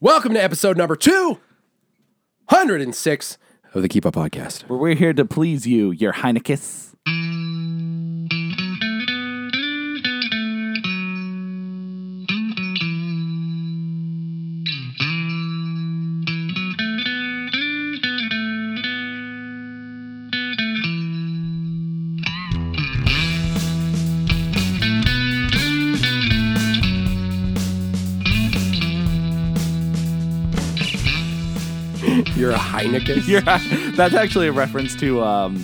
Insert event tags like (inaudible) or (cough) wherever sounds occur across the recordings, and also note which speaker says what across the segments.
Speaker 1: Welcome to episode number 206 of the Keep Up Podcast.
Speaker 2: But we're here to please you, your Heinekiss.
Speaker 1: You're a Heineken.
Speaker 2: Your, that's actually a reference to um,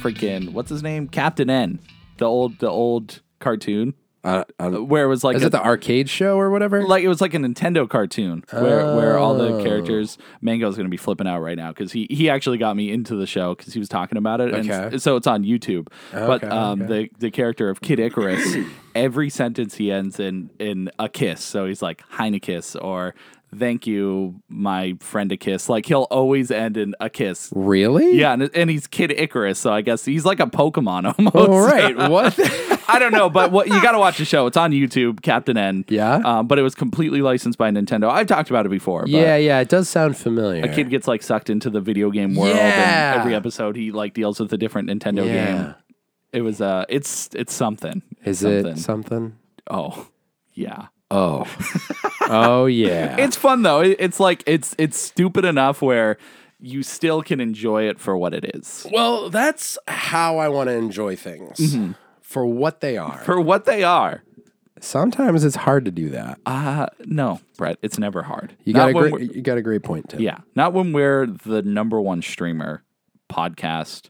Speaker 2: freaking what's his name, Captain N, the old the old cartoon
Speaker 1: uh, uh,
Speaker 2: where it was like
Speaker 1: is
Speaker 2: a-
Speaker 1: it the arcade show or whatever?
Speaker 2: like it was like a Nintendo cartoon where, where all
Speaker 1: Oh.
Speaker 2: the characters Mango's going to be flipping out right now because he he actually got me into the show because he was talking about it and
Speaker 1: Okay.
Speaker 2: s- so it's on YouTube. but
Speaker 1: Okay,
Speaker 2: um, the the character of
Speaker 1: (coughs)
Speaker 2: Kid Icarus, every sentence he ends in in a kiss. So he's like Heinekiss or thank you, my friend a kiss. Like he'll always end in a kiss.
Speaker 1: really?
Speaker 2: Yeah, and, and he's Kid Icarus, so I guess he's like a Pokemon (laughs) almost.
Speaker 1: All Oh, right. What? (laughs) the-
Speaker 2: I don't know, but what you got to watch the show. It's on YouTube, Captain N.
Speaker 1: Yeah?
Speaker 2: um, but it was completely licensed by Nintendo. I've talked about it before. But
Speaker 1: yeah, yeah. It does sound familiar.
Speaker 2: a kid gets like sucked into the video game world,
Speaker 1: Yeah.
Speaker 2: and every episode he like deals with a different Nintendo
Speaker 1: Yeah.
Speaker 2: game. It was uh, it's it's something.
Speaker 1: Is
Speaker 2: something.
Speaker 1: it something?
Speaker 2: Oh, yeah.
Speaker 1: Oh. (laughs) oh, yeah.
Speaker 2: It's fun though. It- It's like it's it's stupid enough where you still can enjoy it for what it is,
Speaker 1: well, that's how I want to enjoy things for what they are.
Speaker 2: Mm-hmm. for what they are.
Speaker 1: Sometimes it's hard to do that.
Speaker 2: Uh no, Brett. It's never hard.
Speaker 1: You
Speaker 2: Not
Speaker 1: got, a
Speaker 2: when we're-
Speaker 1: great, you got a great point, Tim.
Speaker 2: Yeah. Not when we're the number one streamer, podcast,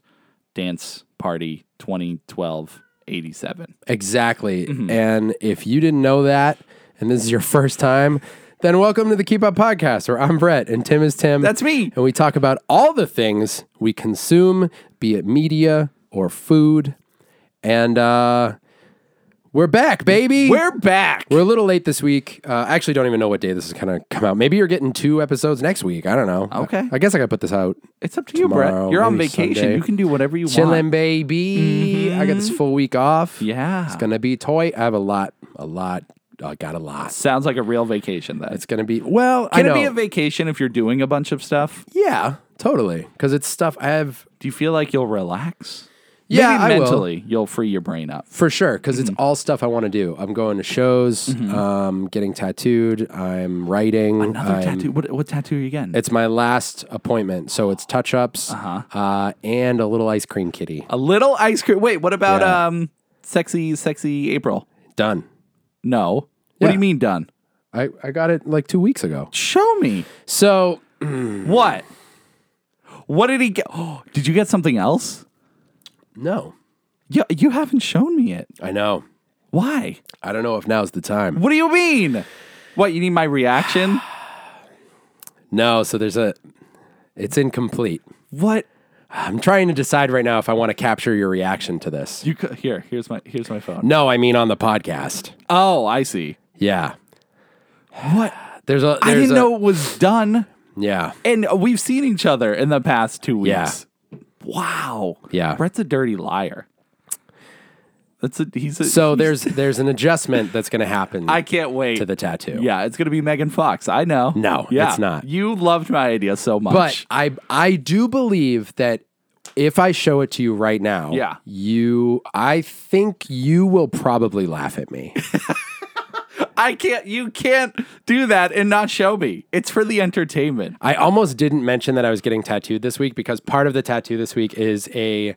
Speaker 2: dance party 2012 87.
Speaker 1: Exactly.
Speaker 2: Mm-hmm.
Speaker 1: And if you didn't know that, and this is your (laughs) first time, then welcome to the Keep Up Podcast, where I'm Brett and Tim is Tim.
Speaker 2: That's me.
Speaker 1: And we talk about all the things we consume, be it media or food. And uh, we're back, baby.
Speaker 2: We're back.
Speaker 1: We're a little late this week. Uh, I actually don't even know what day this is going to come out. Maybe you're getting two episodes next week. I don't know.
Speaker 2: Okay.
Speaker 1: I, I guess I got to put this out.
Speaker 2: it's up to you, Brett.
Speaker 1: tomorrow,
Speaker 2: You're on
Speaker 1: maybe
Speaker 2: vacation.
Speaker 1: Sunday.
Speaker 2: You can do whatever you
Speaker 1: Chillin',
Speaker 2: want.
Speaker 1: baby. I got this full week off.
Speaker 2: Mm-hmm. Yeah.
Speaker 1: It's gonna be toy. I have a lot, a lot. I got a lot.
Speaker 2: Sounds like a real vacation then.
Speaker 1: It's gonna be well. I
Speaker 2: Can
Speaker 1: know.
Speaker 2: it be a vacation if you're doing a bunch of stuff?
Speaker 1: yeah, totally. Because it's stuff I have
Speaker 2: Do you feel like you'll relax?
Speaker 1: Yeah,
Speaker 2: Maybe
Speaker 1: I will.
Speaker 2: mentally you'll free your brain up.
Speaker 1: for sure. Because it's all stuff I want to do. I'm going to shows. Um, getting tattooed. I'm writing.
Speaker 2: Another
Speaker 1: I'm-
Speaker 2: tattoo. What, what tattoo are you getting?
Speaker 1: It's my last appointment, so it's touch ups uh-huh. and a little ice cream kitty.
Speaker 2: a little ice cream. Wait, what about
Speaker 1: Yeah.
Speaker 2: um sexy sexy April?
Speaker 1: Done.
Speaker 2: No. What
Speaker 1: Yeah.
Speaker 2: do you mean done?
Speaker 1: I, I got it like two weeks ago.
Speaker 2: Show me.
Speaker 1: So
Speaker 2: What? What did he get? (gasps) Oh, did you get something else?
Speaker 1: no,
Speaker 2: You, you haven't shown me it.
Speaker 1: I know.
Speaker 2: Why?
Speaker 1: I don't know if now's the time.
Speaker 2: What do you mean? What, you need
Speaker 1: (sighs)
Speaker 2: my reaction?
Speaker 1: No, so there's a. It's incomplete.
Speaker 2: What?
Speaker 1: I'm trying to decide right now if I want to capture your reaction to this.
Speaker 2: You could, here, here's my here's my phone.
Speaker 1: No, I mean on the podcast.
Speaker 2: Oh, I see.
Speaker 1: Yeah.
Speaker 2: What?
Speaker 1: There's a. There's
Speaker 2: I didn't
Speaker 1: a-
Speaker 2: know it was done.
Speaker 1: Yeah.
Speaker 2: And we've seen each other in the past 2
Speaker 1: Yeah.
Speaker 2: weeks. Wow.
Speaker 1: Yeah.
Speaker 2: Brett's a dirty liar. That's a he's a
Speaker 1: So there's there's an adjustment that's going to happen
Speaker 2: (laughs) I can't wait.
Speaker 1: to the tattoo.
Speaker 2: yeah, it's going to be Megan Fox. I know.
Speaker 1: No,
Speaker 2: yeah.
Speaker 1: it's not.
Speaker 2: You loved my idea so much.
Speaker 1: But I I do believe that if I show it to you right now,
Speaker 2: Yeah.
Speaker 1: you I think you will probably laugh at
Speaker 2: (laughs)
Speaker 1: me.
Speaker 2: I can't. You can't do that and not show me. It's for the entertainment.
Speaker 1: I almost didn't mention that I was getting tattooed this week because part of the tattoo this week is a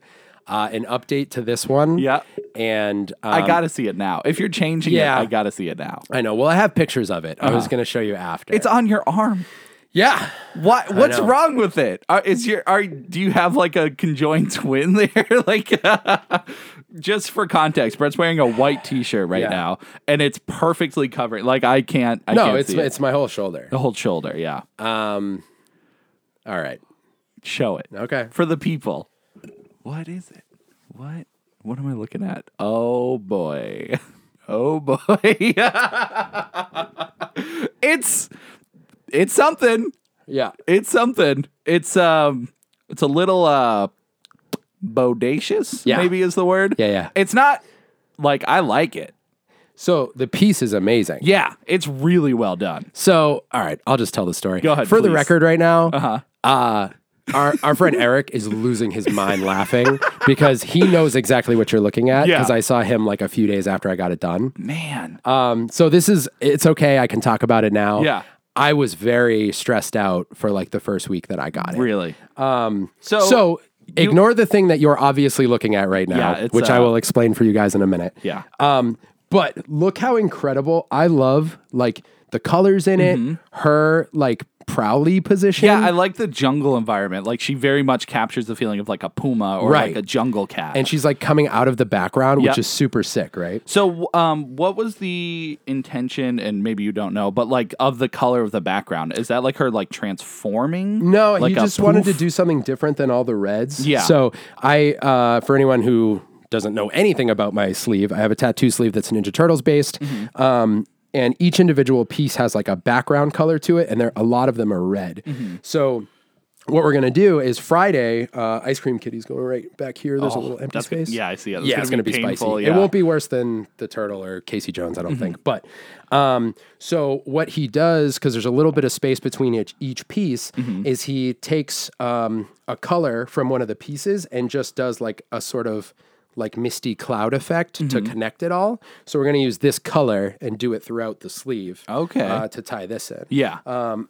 Speaker 1: uh, an update to this one.
Speaker 2: Yeah.
Speaker 1: and um,
Speaker 2: I gotta see it now. If you're changing
Speaker 1: yeah.
Speaker 2: it, I gotta see it now.
Speaker 1: I know. Well, I have pictures of it. I was going to show you after.
Speaker 2: Uh-huh. It's on your arm.
Speaker 1: yeah.
Speaker 2: What? What's
Speaker 1: know.
Speaker 2: wrong with it? Are, is your are? Do you have like a conjoined (laughs) twin there? like, (laughs) just for context, Brett's wearing a white T-shirt right
Speaker 1: Yeah.
Speaker 2: now, and it's perfectly covered. Like, I can't. I
Speaker 1: No,
Speaker 2: can't
Speaker 1: it's
Speaker 2: see it.
Speaker 1: it's my whole shoulder.
Speaker 2: the whole shoulder. Yeah,
Speaker 1: Um. All right.
Speaker 2: show it
Speaker 1: Okay.
Speaker 2: for the people. What is it? What? What am I looking at? Oh boy. (laughs) Oh boy. (laughs) it's it's something.
Speaker 1: Yeah.
Speaker 2: It's something. It's um it's a little uh bodacious,
Speaker 1: Yeah.
Speaker 2: maybe is the word.
Speaker 1: Yeah, yeah.
Speaker 2: It's not like I like it.
Speaker 1: So the piece is amazing.
Speaker 2: Yeah, it's really well done.
Speaker 1: So, all right, I'll just tell the story.
Speaker 2: Go ahead,
Speaker 1: For the
Speaker 2: please.
Speaker 1: record, right now, uh-huh. our our friend Eric is losing his mind laughing (laughs) because he knows exactly what you're looking at.
Speaker 2: Yeah.
Speaker 1: Because I saw him like a few days after I got it done.
Speaker 2: Man.
Speaker 1: Um, so this is it's okay. I can talk about it now.
Speaker 2: Yeah.
Speaker 1: I was very stressed out for like the first week that I got it.
Speaker 2: really. Um so,
Speaker 1: So ignore the thing that you're obviously looking at right now,
Speaker 2: Yeah, it's,
Speaker 1: which I
Speaker 2: uh,
Speaker 1: will explain for you guys in a minute.
Speaker 2: yeah.
Speaker 1: Um, but look how incredible I love like the colors in it, her like prowly position.
Speaker 2: Mm-hmm. Yeah, I like the jungle environment. Like she very much captures the feeling of like a puma or
Speaker 1: Right.
Speaker 2: like a jungle cat.
Speaker 1: and she's like coming out of the background,
Speaker 2: Yep.
Speaker 1: which is super sick, right?
Speaker 2: so um what was the intention and maybe you don't know, but like of the color of the background? Is that like her like transforming?
Speaker 1: No,
Speaker 2: like
Speaker 1: he
Speaker 2: a
Speaker 1: just wanted to
Speaker 2: poof?
Speaker 1: do something different than all the reds.
Speaker 2: Yeah.
Speaker 1: So I, uh, for anyone who doesn't know anything about my sleeve, I have a tattoo sleeve that's Ninja Turtles based.
Speaker 2: Mm-hmm.
Speaker 1: Um, and each individual piece has like a background color to it, and there a lot of them are red.
Speaker 2: Mm-hmm.
Speaker 1: So what we're gonna do is Friday, uh, ice cream kitty's going right back here. There's a little empty
Speaker 2: Oh, that's
Speaker 1: space.
Speaker 2: Good. Yeah, I see it. That's
Speaker 1: Yeah, it's going to be
Speaker 2: painful,
Speaker 1: spicy.
Speaker 2: Yeah. Mm-hmm.
Speaker 1: It won't be worse than the turtle or Casey Jones, I don't think. But um, so what he does, because there's a little bit of space between each, each piece,
Speaker 2: Mm-hmm.
Speaker 1: is he takes um, a color from one of the pieces and just does like a sort of like misty cloud effect to
Speaker 2: Mm-hmm.
Speaker 1: connect it all. So we're going to use this color and do it throughout the sleeve.
Speaker 2: Okay.
Speaker 1: Uh, to tie this in.
Speaker 2: Yeah.
Speaker 1: Uh,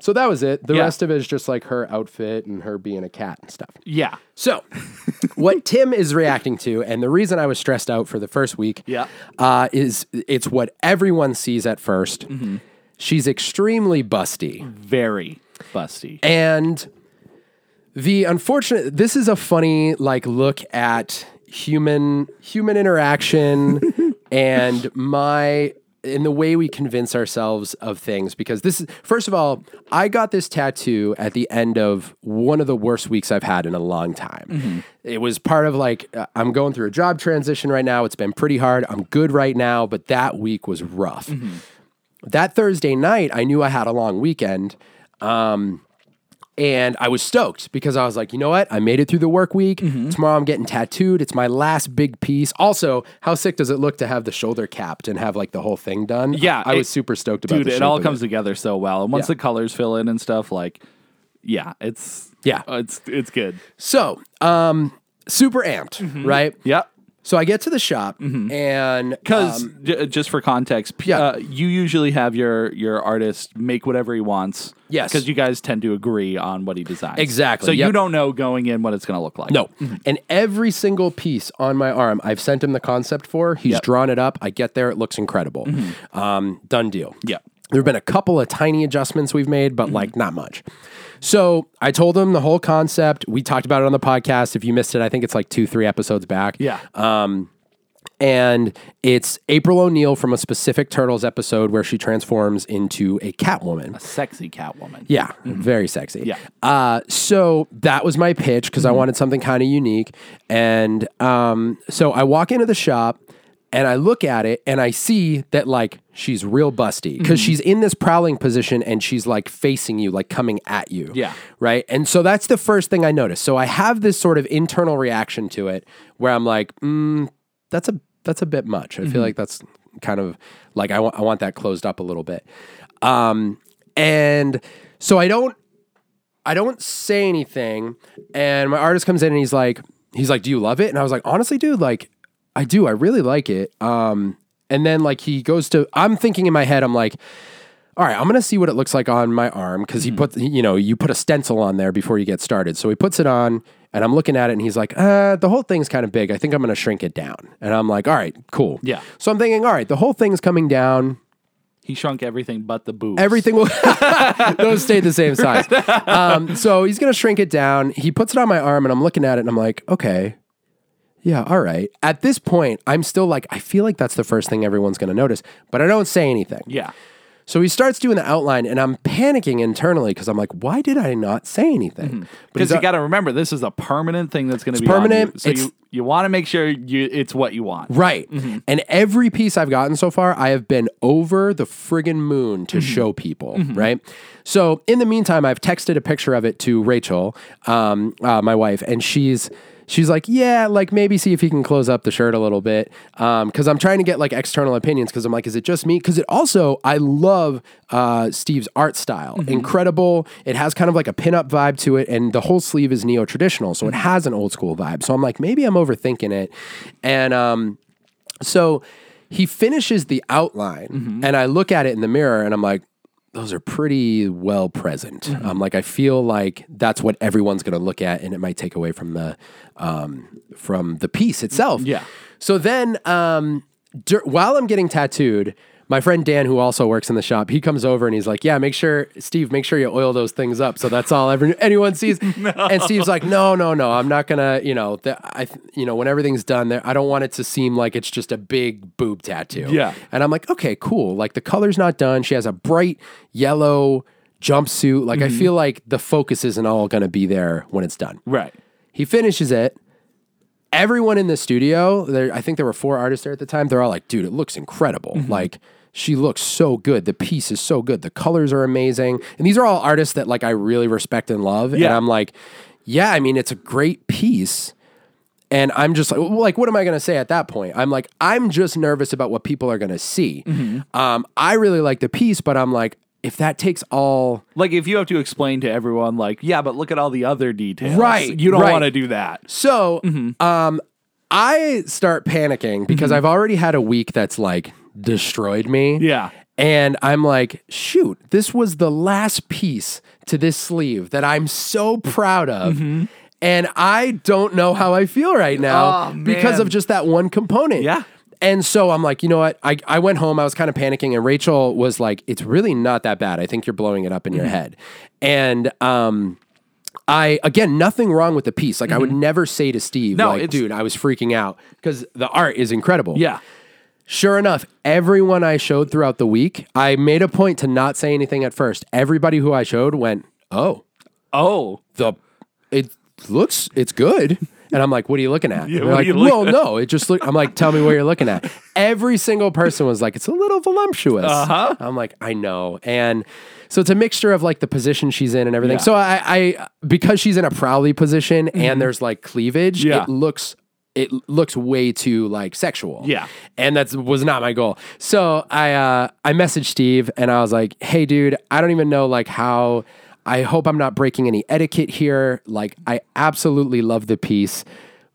Speaker 1: So that was it. The
Speaker 2: Yeah.
Speaker 1: rest of it is just like her outfit and her being a cat and stuff.
Speaker 2: yeah.
Speaker 1: So, what Tim is reacting to, and the reason I was stressed out for the first week,
Speaker 2: Yeah.
Speaker 1: uh, is it's what everyone sees at 1st She's extremely busty,
Speaker 2: Very busty.
Speaker 1: and the unfortunate. This is a funny like look at human human interaction and my in the way we convince ourselves of things because this is first of all i got this tattoo at the end of one of the worst weeks i've had in a long time it was part of like uh, i'm going through a job transition right now it's been pretty hard i'm good right now but that week was rough that thursday night i knew i had a long weekend um, and I was stoked because I was like, you know what? I made it through the work week.
Speaker 2: Mm-hmm.
Speaker 1: Tomorrow I'm getting tattooed. It's my last big piece. Also, how sick does it look to have the shoulder capped and have like the whole thing done?
Speaker 2: Yeah,
Speaker 1: I, I was
Speaker 2: it-
Speaker 1: super stoked about
Speaker 2: Dude,
Speaker 1: the
Speaker 2: it
Speaker 1: shape
Speaker 2: all
Speaker 1: of
Speaker 2: comes together so well. And once
Speaker 1: Yeah.
Speaker 2: the colors fill in and stuff, like yeah, it's uh,
Speaker 1: Yeah.
Speaker 2: It's it's good.
Speaker 1: So, um, super amped,
Speaker 2: Mm-hmm.
Speaker 1: right?
Speaker 2: Yep.
Speaker 1: So I get to the shop
Speaker 2: Mm-hmm.
Speaker 1: and
Speaker 2: Because j- just for context, p-
Speaker 1: Um, Yeah.
Speaker 2: uh, you usually have your your artist make whatever he wants.
Speaker 1: Yes.
Speaker 2: because you guys tend to agree on what he designs.
Speaker 1: Exactly,
Speaker 2: So you
Speaker 1: yep.
Speaker 2: don't know going in what it's going to look like.
Speaker 1: No. And every single piece on my arm, I've sent him the concept for. He's drawn it up. I get there. It looks incredible.
Speaker 2: Mm-hmm.
Speaker 1: Um, done deal.
Speaker 2: Yep.
Speaker 1: There have been a couple of tiny adjustments we've made, but like not much. So I told him the whole concept. We talked about it on the podcast. If you missed it, I think it's like two, three episodes back. Um,
Speaker 2: Yeah.
Speaker 1: And it's April O'Neil from a specific Turtles episode where she transforms into a Catwoman.
Speaker 2: Sexy Catwoman.
Speaker 1: Yeah, very sexy.
Speaker 2: Yeah. Mm-hmm.
Speaker 1: Uh, so that was my pitch because I wanted something kind of unique. And um, so I walk into the shop and I look at it and I see that like she's real busty because
Speaker 2: Mm-hmm.
Speaker 1: she's in this prowling position and she's like facing you, like coming at you.
Speaker 2: Yeah.
Speaker 1: Right. And so that's the first thing I notice. So I have this sort of internal reaction to it where I'm like, mm, that's a that's a bit much. I feel like that's kind of like I want I want that closed up a little bit. Um, and so I don't I don't say anything. And my artist comes in and he's like, he's like, do you love it? And I was like, honestly, dude, like, I do. I really like it. Um, and then like he goes to, I'm thinking in my head, I'm like, all right, I'm gonna see what it looks like on my arm because he put, you know, you put a stencil on there before you get started. So he puts it on, and I'm looking at it, and he's like, uh, the whole thing's kind of big. I think I'm gonna shrink it down. And I'm like, all right, cool.
Speaker 2: Yeah.
Speaker 1: So I'm thinking, all right, the whole thing's coming down.
Speaker 2: He shrunk everything but the boobs.
Speaker 1: Everything will (laughs) those stayed the same size. Um, so he's gonna shrink it down. He puts it on my arm, and I'm looking at it, and I'm like, okay, yeah, all right. At this point, I'm still like, I feel like that's the first thing everyone's gonna notice, but I don't say anything.
Speaker 2: Yeah.
Speaker 1: So he starts doing the outline, and I'm panicking internally because I'm like, why did I not say anything? But
Speaker 2: Because
Speaker 1: he's
Speaker 2: you got to remember, this is a permanent thing that's going to be
Speaker 1: permanent,
Speaker 2: On you. So
Speaker 1: it's-
Speaker 2: you, you want to make sure you it's what you want.
Speaker 1: Right. And every piece I've gotten so far, I have been over the friggin' moon to show people. Right. So in the meantime, I've texted a picture of it to Rachel, um, uh, my wife, and she's She's like, yeah, like maybe see if he can close up the shirt a little bit. Um, cause I'm trying to get like external opinions. Cause I'm like, is it just me? Cause it also, I love, uh, Steve's art style. Incredible. It has kind of like a pinup vibe to it. And the whole sleeve is neo traditional. So it has an old school vibe. So I'm like, maybe I'm overthinking it. And, um, so he finishes the outline, and I look at it in the mirror, and I'm like, those are pretty well present. I'm like, I feel like that's what everyone's going to look at, and it might take away from the um, from the piece itself.
Speaker 2: Yeah.
Speaker 1: So then, um, dur- while I'm getting tattooed. My friend Dan, who also works in the shop, he comes over and he's like, "Yeah, make sure Steve, make sure you oil those things up, so that's all every, anyone sees." And Steve's like, "No, no, no, I'm not gonna, you know, th- I, th- you know, when everything's done, there, I don't want it to seem like it's just a big boob tattoo."
Speaker 2: Yeah.
Speaker 1: And I'm like, okay, cool. Like the color's not done. She has a bright yellow jumpsuit. Like I feel like the focus isn't all going to be there when it's done.
Speaker 2: Right.
Speaker 1: He finishes it. Everyone in the studio, there, I think there were four artists there at the time. They're all like, dude, it looks incredible. Like, she looks so good. The piece is so good. The colors are amazing. And these are all artists that like I really respect and love. And
Speaker 2: Yeah.
Speaker 1: I'm like, yeah, I mean, it's a great piece. And I'm just like, well, like, what am I going to say at that point? I'm like, I'm just nervous about what people are going to see. Um, I really like the piece, but I'm like, if that takes all
Speaker 2: Like if you have to explain to everyone, like, yeah, but look at all the other details.
Speaker 1: Right,
Speaker 2: You don't
Speaker 1: right.
Speaker 2: want to do that.
Speaker 1: So,
Speaker 2: Mm-hmm.
Speaker 1: um, I start panicking because I've already had a week that's like destroyed me.
Speaker 2: Yeah.
Speaker 1: And I'm like, shoot, this was the last piece to this sleeve that I'm so proud of.
Speaker 2: Mm-hmm.
Speaker 1: And I don't know how I feel right now
Speaker 2: Oh,
Speaker 1: because
Speaker 2: man.
Speaker 1: of just that one component.
Speaker 2: Yeah.
Speaker 1: And so I'm like, you know what? I, I went home, I was kind of panicking, and Rachel was like, it's really not that bad. I think you're blowing it up in
Speaker 2: Mm-hmm.
Speaker 1: your head. And um I again nothing wrong with the piece. Like I would never say to Steve,
Speaker 2: Mm-hmm. No,
Speaker 1: like,
Speaker 2: it's-
Speaker 1: dude, I was freaking out because the art is incredible.
Speaker 2: Yeah.
Speaker 1: Sure enough, everyone I showed throughout the week, I made a point to not say anything at first. Everybody who I showed went, "Oh,
Speaker 2: Oh.
Speaker 1: the it looks it's good." And I'm like, "What are you looking at?" And
Speaker 2: what
Speaker 1: they're
Speaker 2: are
Speaker 1: like,
Speaker 2: you looking
Speaker 1: "Well, no, it just look." I'm like, "Tell me what you're looking at." Every single person was like, "It's a little voluptuous." Uh-huh. I'm like, "I know." And so it's a mixture of like the position she's in and everything.
Speaker 2: Yeah. Mm-hmm.
Speaker 1: So I, I because she's in a prowly position and there's like cleavage,
Speaker 2: Yeah.
Speaker 1: it looks it looks way too like sexual.
Speaker 2: Yeah.
Speaker 1: And that's was not my goal. So I uh I messaged Steve and I was like, "Hey dude, I don't even know like how I hope I'm not breaking any etiquette here. Like I absolutely love the piece,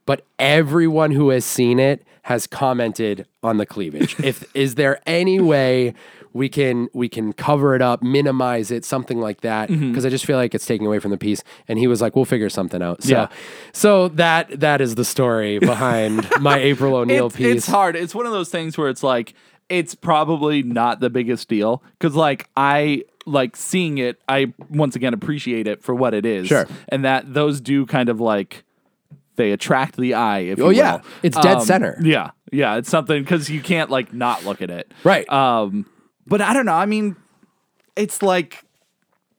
Speaker 1: but everyone who has seen it has commented on the cleavage.
Speaker 2: (laughs)
Speaker 1: if is there any way we can we can cover it up, minimize it, something like that because
Speaker 2: Mm-hmm.
Speaker 1: I just feel like it's taking away from the piece." And he was like, "We'll figure something out." So
Speaker 2: Yeah.
Speaker 1: so that that is the story behind
Speaker 2: (laughs)
Speaker 1: my April O'Neil
Speaker 2: it's,
Speaker 1: piece.
Speaker 2: it's hard. It's one of those things where it's like it's probably not the biggest deal because like I like seeing it. I once again appreciate it for what it is.
Speaker 1: Sure.
Speaker 2: and that those do kind of like they attract the eye. If
Speaker 1: Oh,
Speaker 2: you
Speaker 1: yeah.
Speaker 2: will. Um,
Speaker 1: It's dead center.
Speaker 2: Yeah, yeah. It's something because you can't like not look at it.
Speaker 1: Right.
Speaker 2: Um, but I don't know. I mean, it's like.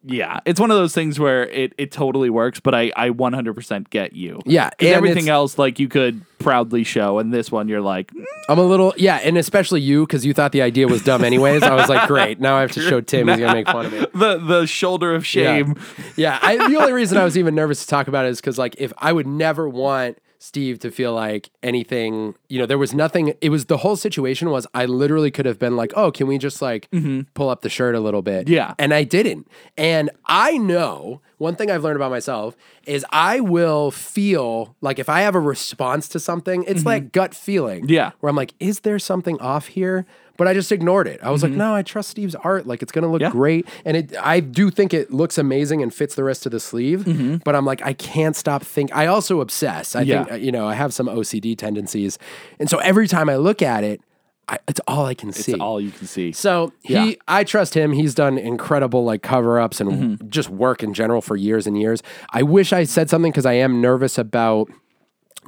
Speaker 2: Yeah, it's one of those things where it, it totally works, but I, I 100% get you.
Speaker 1: Yeah,
Speaker 2: 'Cause
Speaker 1: and
Speaker 2: everything
Speaker 1: it's-
Speaker 2: else, like, you could proudly show, and this one, you're like,
Speaker 1: I'm a little, yeah, and especially you because you thought the idea was dumb anyways. I was like, great, now I have to show Tim. He's gonna make fun of me.
Speaker 2: the the shoulder of shame.
Speaker 1: Yeah, I, the only reason I was even nervous to talk about it is because like if I would never want Steve to feel like anything, you know, there was nothing. It was the whole situation was I literally could have been like, oh, can we just like pull up the shirt a little bit?
Speaker 2: Mm-hmm. Yeah.
Speaker 1: and I didn't. And I know one thing I've learned about myself is I will feel like if I have a response to something, it's like gut feeling.
Speaker 2: Mm-hmm. Yeah.
Speaker 1: where I'm like, is there something off here? But I just ignored it. I was like, no, I trust Steve's art. Like it's gonna look
Speaker 2: Mm-hmm. Yeah.
Speaker 1: great, and it. I do think it looks amazing and fits the rest of the sleeve. But I'm like, I can't stop think. I also obsess. I
Speaker 2: Mm-hmm. Yeah.
Speaker 1: think uh, you know I have some OCD tendencies, and so every time I look at it, I, it's all I can see.
Speaker 2: All you can see.
Speaker 1: So he,
Speaker 2: Yeah.
Speaker 1: I trust him. He's done incredible like cover ups and
Speaker 2: Mm-hmm.
Speaker 1: just work in general for years and years. I wish I said something because I am nervous about.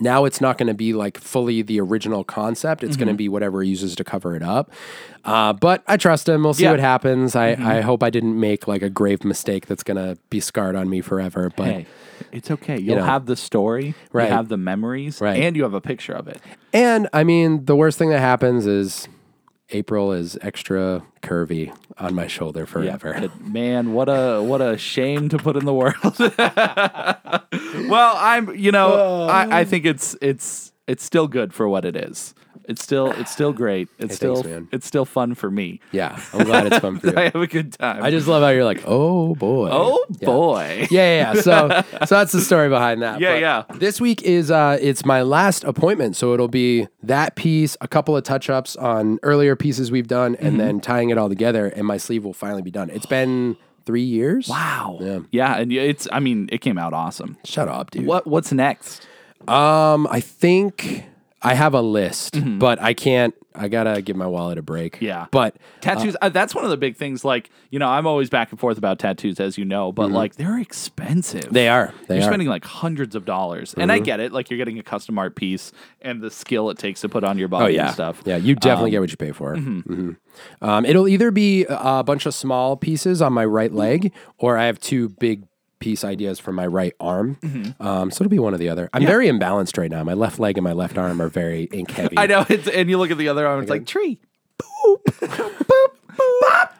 Speaker 1: Now it's not going to be like fully the original concept. It's
Speaker 2: Mm-hmm.
Speaker 1: going to be whatever he uses to cover it up. Uh, but I trust him. We'll see
Speaker 2: Yeah. Mm-hmm.
Speaker 1: what happens. I, I hope I didn't make like a grave mistake that's going to be scarred on me forever. But
Speaker 2: Hey, it's okay. You'll
Speaker 1: know.
Speaker 2: have the story.
Speaker 1: Right.
Speaker 2: You have the memories.
Speaker 1: Right.
Speaker 2: And you have a picture of it.
Speaker 1: and I mean, the worst thing that happens is April is extra curvy on my shoulder forever.
Speaker 2: But man, what a what a shame to put in the world. (laughs) well, I'm you know I, I think it's it's it's still good for what it is. It's still it's still
Speaker 1: (sighs)
Speaker 2: great.
Speaker 1: thanks,
Speaker 2: It's still
Speaker 1: man.
Speaker 2: it's still fun for me.
Speaker 1: (laughs) Yeah, I'm glad it's
Speaker 2: (laughs)
Speaker 1: fun for you.
Speaker 2: I have a good time.
Speaker 1: I just love how you're like, oh boy.
Speaker 2: oh
Speaker 1: Yeah.
Speaker 2: boy.
Speaker 1: Yeah, yeah, yeah.
Speaker 2: (laughs)
Speaker 1: So, so that's the story behind that.
Speaker 2: Yeah, yeah.
Speaker 1: This week is uh, it's my last appointment, so it'll be that piece, a couple of touch ups on earlier pieces we've done,
Speaker 2: Mm-hmm.
Speaker 1: and then tying it all together, and my sleeve will finally be done. It's been three years.
Speaker 2: Wow.
Speaker 1: Yeah.
Speaker 2: yeah, and it's I mean it came out awesome.
Speaker 1: Shut up, dude.
Speaker 2: What what's next?
Speaker 1: Um, I think I have a list, but I can't. I gotta give my wallet a break.
Speaker 2: Mm-hmm. Yeah.
Speaker 1: but
Speaker 2: Tattoos. uh, that's one of the big things. Like you know, I'm always back and forth about tattoos, as you know, but like they're expensive.
Speaker 1: Mm-hmm. they are. They are.
Speaker 2: you're
Speaker 1: Mm-hmm.
Speaker 2: spending like hundreds of dollars, and I get it. Like you're getting a custom art piece, and the skill it takes to put on your body
Speaker 1: Oh yeah, Um,
Speaker 2: and stuff.
Speaker 1: yeah. You definitely get what you pay for. Mhm. Um, it'll either be a a bunch of small pieces on my right leg, or I have two big piece ideas for my right arm. Um, so it'll be one or the other. I'm very imbalanced right now. My left leg and my left arm are (laughs) very ink heavy.
Speaker 2: I know. It's and you look at the other arm. It's like tree. (laughs)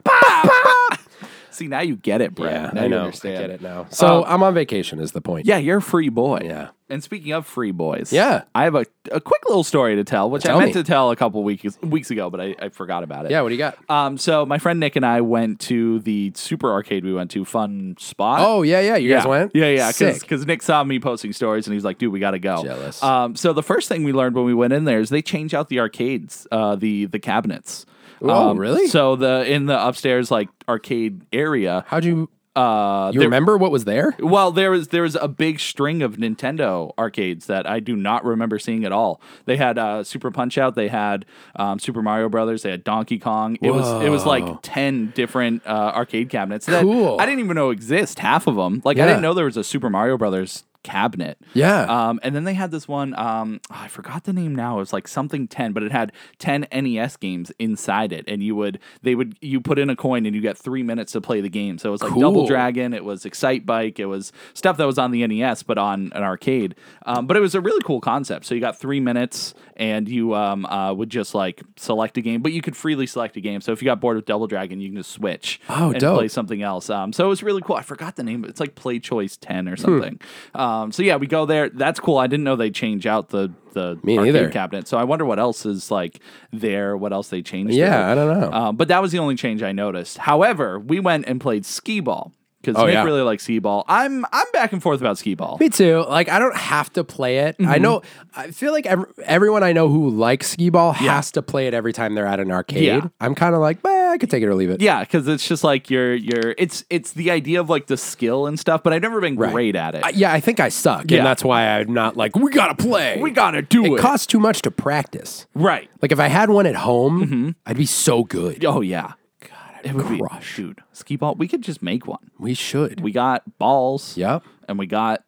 Speaker 2: See now you get it, Brad.
Speaker 1: Yeah,
Speaker 2: now
Speaker 1: I
Speaker 2: you
Speaker 1: know.
Speaker 2: understand.
Speaker 1: I get it Um, now. So I'm on vacation. Is the point?
Speaker 2: Yeah, you're a free boy.
Speaker 1: Yeah.
Speaker 2: And speaking of free boys,
Speaker 1: Yeah.
Speaker 2: I have a, a quick little story to tell, which
Speaker 1: Tell
Speaker 2: I meant
Speaker 1: me.
Speaker 2: to tell a couple weeks weeks ago, but I, I forgot about it.
Speaker 1: Yeah. What do you got?
Speaker 2: Um, so my friend Nick and I went to the super arcade we went to, fun spot.
Speaker 1: Oh yeah, yeah. You guys went?
Speaker 2: Yeah, yeah.
Speaker 1: Sick.
Speaker 2: Because Nick saw me posting stories and he's like, dude, we got to go.
Speaker 1: Jealous.
Speaker 2: Um, so the first thing we learned when we went in there is they change out the arcades, uh, the the cabinets. Um,
Speaker 1: Oh, really?
Speaker 2: So the in the upstairs like arcade area,
Speaker 1: How'd you?
Speaker 2: uh,
Speaker 1: You
Speaker 2: there-
Speaker 1: remember what was there?
Speaker 2: well, there was there was a big string of Nintendo arcades that I do not remember seeing at all. They had uh, Super Punch Out, they had um, Super Mario Brothers, they had Donkey Kong. It was it was
Speaker 1: Whoa.
Speaker 2: like ten different uh, arcade cabinets. That
Speaker 1: Cool.
Speaker 2: I didn't even know exist half of them. Like I
Speaker 1: Yeah.
Speaker 2: didn't know there was a Super Mario Brothers cabinet.
Speaker 1: Yeah.
Speaker 2: Um, and then they had this one. Um, oh, I forgot the name now. It was like something ten, but it had ten NES games inside it, and you would they would you put in a coin and you got three minutes to play the game. So it was like Double
Speaker 1: Cool.
Speaker 2: Dragon, it was Excite Bike, it was stuff that was on the NES but on an arcade. Um, but it was a really cool concept. So you got three minutes, and you um, uh, would just like select a game, but you could freely select a game. So if you got bored with Double Dragon, you can just switch
Speaker 1: Oh,
Speaker 2: and
Speaker 1: dope.
Speaker 2: play something else. Um, so it was really cool. I forgot the name. It's like Play Choice Ten or something. Um, so yeah, we go there. That's cool. I didn't know they change out the the
Speaker 1: Me
Speaker 2: arcade
Speaker 1: neither.
Speaker 2: cabinet. So I wonder what else is like there. What else they changed?
Speaker 1: Yeah,
Speaker 2: there.
Speaker 1: I don't know.
Speaker 2: Um, but that was the only change I noticed. However, we went and played skee ball because Nick
Speaker 1: Oh, yeah.
Speaker 2: really likes skee ball. I'm I'm back and forth about skee ball.
Speaker 1: Me too. Like I don't have to play it. I
Speaker 2: Mm-hmm.
Speaker 1: know. I feel like ev- everyone I know who likes skee ball has to play it every time they're at an arcade.
Speaker 2: Yeah.
Speaker 1: I'm kind of like, eh, I could take it or leave it.
Speaker 2: Yeah, because it's just like you're you're it's it's the idea of like the skill and stuff. But I've never been great at it.
Speaker 1: I, yeah. I think I suck,
Speaker 2: Yeah.
Speaker 1: and that's why I'm not like we gotta play.
Speaker 2: we gotta do
Speaker 1: it
Speaker 2: it.
Speaker 1: costs too much to practice.
Speaker 2: right.
Speaker 1: Like if I had one at home, I'd be so good.
Speaker 2: Oh Mm-hmm. yeah. God, it would
Speaker 1: crush.
Speaker 2: be dude. Ski ball. We could just make one.
Speaker 1: We should.
Speaker 2: We got balls.
Speaker 1: Yep.
Speaker 2: And we got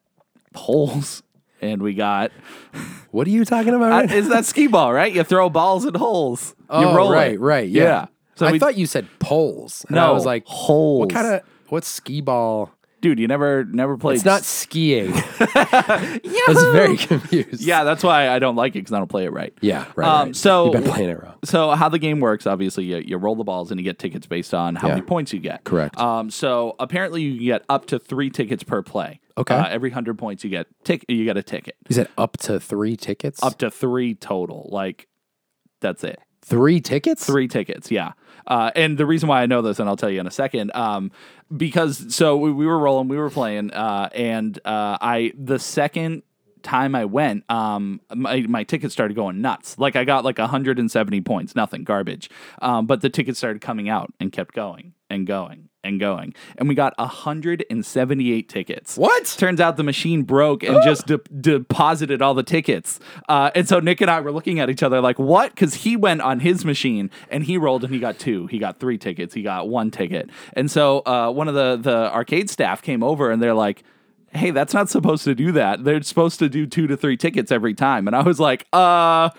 Speaker 2: poles. And we got
Speaker 1: what are you talking about?
Speaker 2: Uh,
Speaker 1: right now?
Speaker 2: is that ski ball right? You throw balls in holes. You
Speaker 1: oh,
Speaker 2: roll it.
Speaker 1: right, right. Yeah.
Speaker 2: So
Speaker 1: I
Speaker 2: we,
Speaker 1: thought you said poles. And I
Speaker 2: No,
Speaker 1: was like,
Speaker 2: holes.
Speaker 1: What kind of what's skee ball?
Speaker 2: dude, you never never played.
Speaker 1: It's
Speaker 2: (laughs)
Speaker 1: not
Speaker 2: s-
Speaker 1: skiing. I was very confused.
Speaker 2: Yeah, that's why I don't like it because I don't play it right.
Speaker 1: Yeah, right.
Speaker 2: Um,
Speaker 1: right.
Speaker 2: so-
Speaker 1: you've been playing it wrong.
Speaker 2: So how the game works, obviously, you, you roll the balls and you get tickets based on how
Speaker 1: Yeah.
Speaker 2: many points you get.
Speaker 1: Correct.
Speaker 2: Um, so apparently, you can get up to three tickets per play.
Speaker 1: Okay.
Speaker 2: Uh, every hundred points, you get tick. You get a ticket.
Speaker 1: Is it up to three tickets?
Speaker 2: Up to three total. Like that's it.
Speaker 1: three tickets?
Speaker 2: Three tickets, yeah. Uh, and the reason why I know this, and I'll tell you in a second, um, because so we, we were rolling, we were playing, uh, and uh, I the second time I went, um, my, my tickets started going nuts. Like I got like 170 points, nothing, garbage. Um, but the tickets started coming out and kept going and going and going, and we got 178 tickets.
Speaker 1: What?
Speaker 2: Turns out the machine broke and just de- deposited all the tickets. Uh, and so Nick and I were looking at each other like, what? Because he went on his machine and he rolled and he got two. He got three tickets. He got one ticket. And so uh, one of the, the arcade staff came over and they're like, hey, that's not supposed to do that. They're supposed to do two to three tickets every time. And I was like, uh,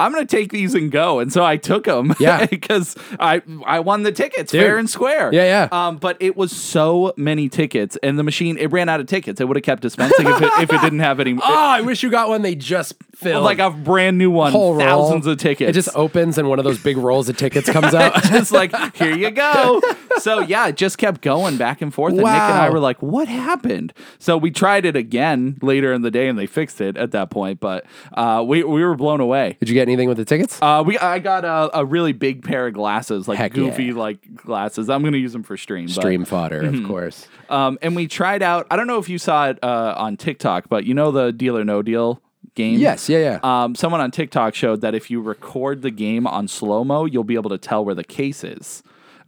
Speaker 2: I'm gonna take these and go. And so I took them. (laughs)
Speaker 1: Yeah.
Speaker 2: because I I won the tickets
Speaker 1: Dude.
Speaker 2: fair and square.
Speaker 1: Yeah, yeah.
Speaker 2: Um, but it was so many tickets, and the machine it ran out of tickets. It would have kept dispensing if it, if it didn't have any.
Speaker 1: (laughs) Oh, I wish you got one they just filled.
Speaker 2: Like a brand new one,
Speaker 1: Whole roll.
Speaker 2: thousands of tickets.
Speaker 1: It
Speaker 2: (laughs)
Speaker 1: just opens and one of those big rolls of tickets comes out.
Speaker 2: it's like here
Speaker 1: (laughs)
Speaker 2: you go so yeah it just kept going back and forth and nick and i
Speaker 1: Wow.
Speaker 2: were like what happened so we tried it again later in the day and they fixed it at that point but uh, we, we were blown away
Speaker 1: Did you get anything with the tickets?
Speaker 2: uh, we I got a, a really big pair of glasses, like
Speaker 1: Heck
Speaker 2: goofy
Speaker 1: yeah.
Speaker 2: like glasses. I'm gonna use them for stream. but-
Speaker 1: Stream fodder, of course.
Speaker 2: um, and we tried out. I don't know if you saw it uh, on TikTok, but you know the Deal or No Deal game.
Speaker 1: Yes, yeah, yeah.
Speaker 2: Um, someone on TikTok showed that if you record the game on slow mo, you'll be able to tell where the case is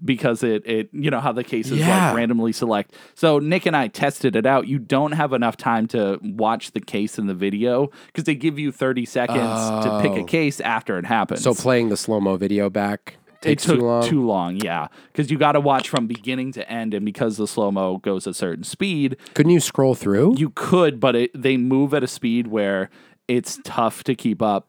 Speaker 2: because it it you know how the cases
Speaker 1: Yeah.
Speaker 2: like randomly select. So Nick and I tested it out. You don't have enough time to watch the case in the video because they give you 30 seconds to pick a case after it happens.
Speaker 1: Oh. So playing the slow mo video back takes
Speaker 2: it took
Speaker 1: too long.
Speaker 2: yeah. Because you got to watch from beginning to end, and because the slow mo goes a certain speed,
Speaker 1: Couldn't you scroll through?
Speaker 2: you could, but it, they move at a speed where it's tough to keep up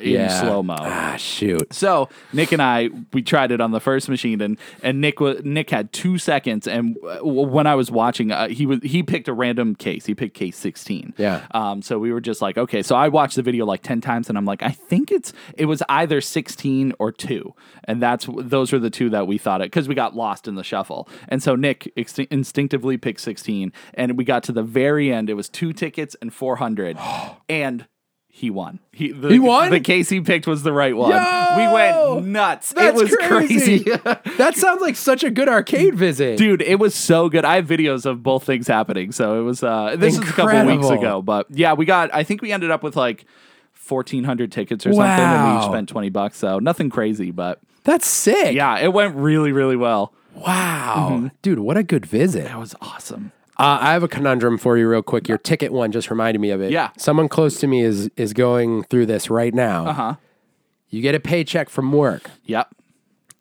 Speaker 2: in
Speaker 1: Yeah.
Speaker 2: slow mo.
Speaker 1: ah, shoot.
Speaker 2: (laughs) So Nick and I we tried it on the first machine and and Nick wa Nick had two seconds and uh, w- when I was watching uh, he was he picked a random case he picked case sixteen
Speaker 1: Yeah.
Speaker 2: um so we were just like okay so I watched the video like ten times and I'm like I think it's it was either sixteen or two and that's those were the two that we thought it because we got lost in the shuffle and so Nick ex- instinctively picked sixteen and we got to the very end it was two tickets and
Speaker 1: (gasps)
Speaker 2: four hundred and. He won. He, the,
Speaker 1: He won?
Speaker 2: The case he picked was the right one.
Speaker 1: Yo!
Speaker 2: We went nuts.
Speaker 1: That's
Speaker 2: it was
Speaker 1: (laughs)
Speaker 2: crazy. (laughs)
Speaker 1: crazy. that sounds like such a good arcade visit.
Speaker 2: Dude, it was so good. I have videos of both things happening. So it was uh this is a couple weeks
Speaker 1: Incredible.
Speaker 2: ago, but yeah, we got I think we ended up with like 1400 tickets or something and we each
Speaker 1: Wow.
Speaker 2: spent 20 bucks, so nothing crazy, but
Speaker 1: That's sick.
Speaker 2: yeah, it went really really well.
Speaker 1: Wow. Mm-hmm. Dude, what a good visit.
Speaker 2: That was awesome.
Speaker 1: Uh, I have a conundrum for you, real quick. Your ticket one just reminded me of it.
Speaker 2: Yeah.
Speaker 1: Someone close to me is is going through this right now. Uh
Speaker 2: Uh-huh.
Speaker 1: You get a paycheck from work.
Speaker 2: Yep.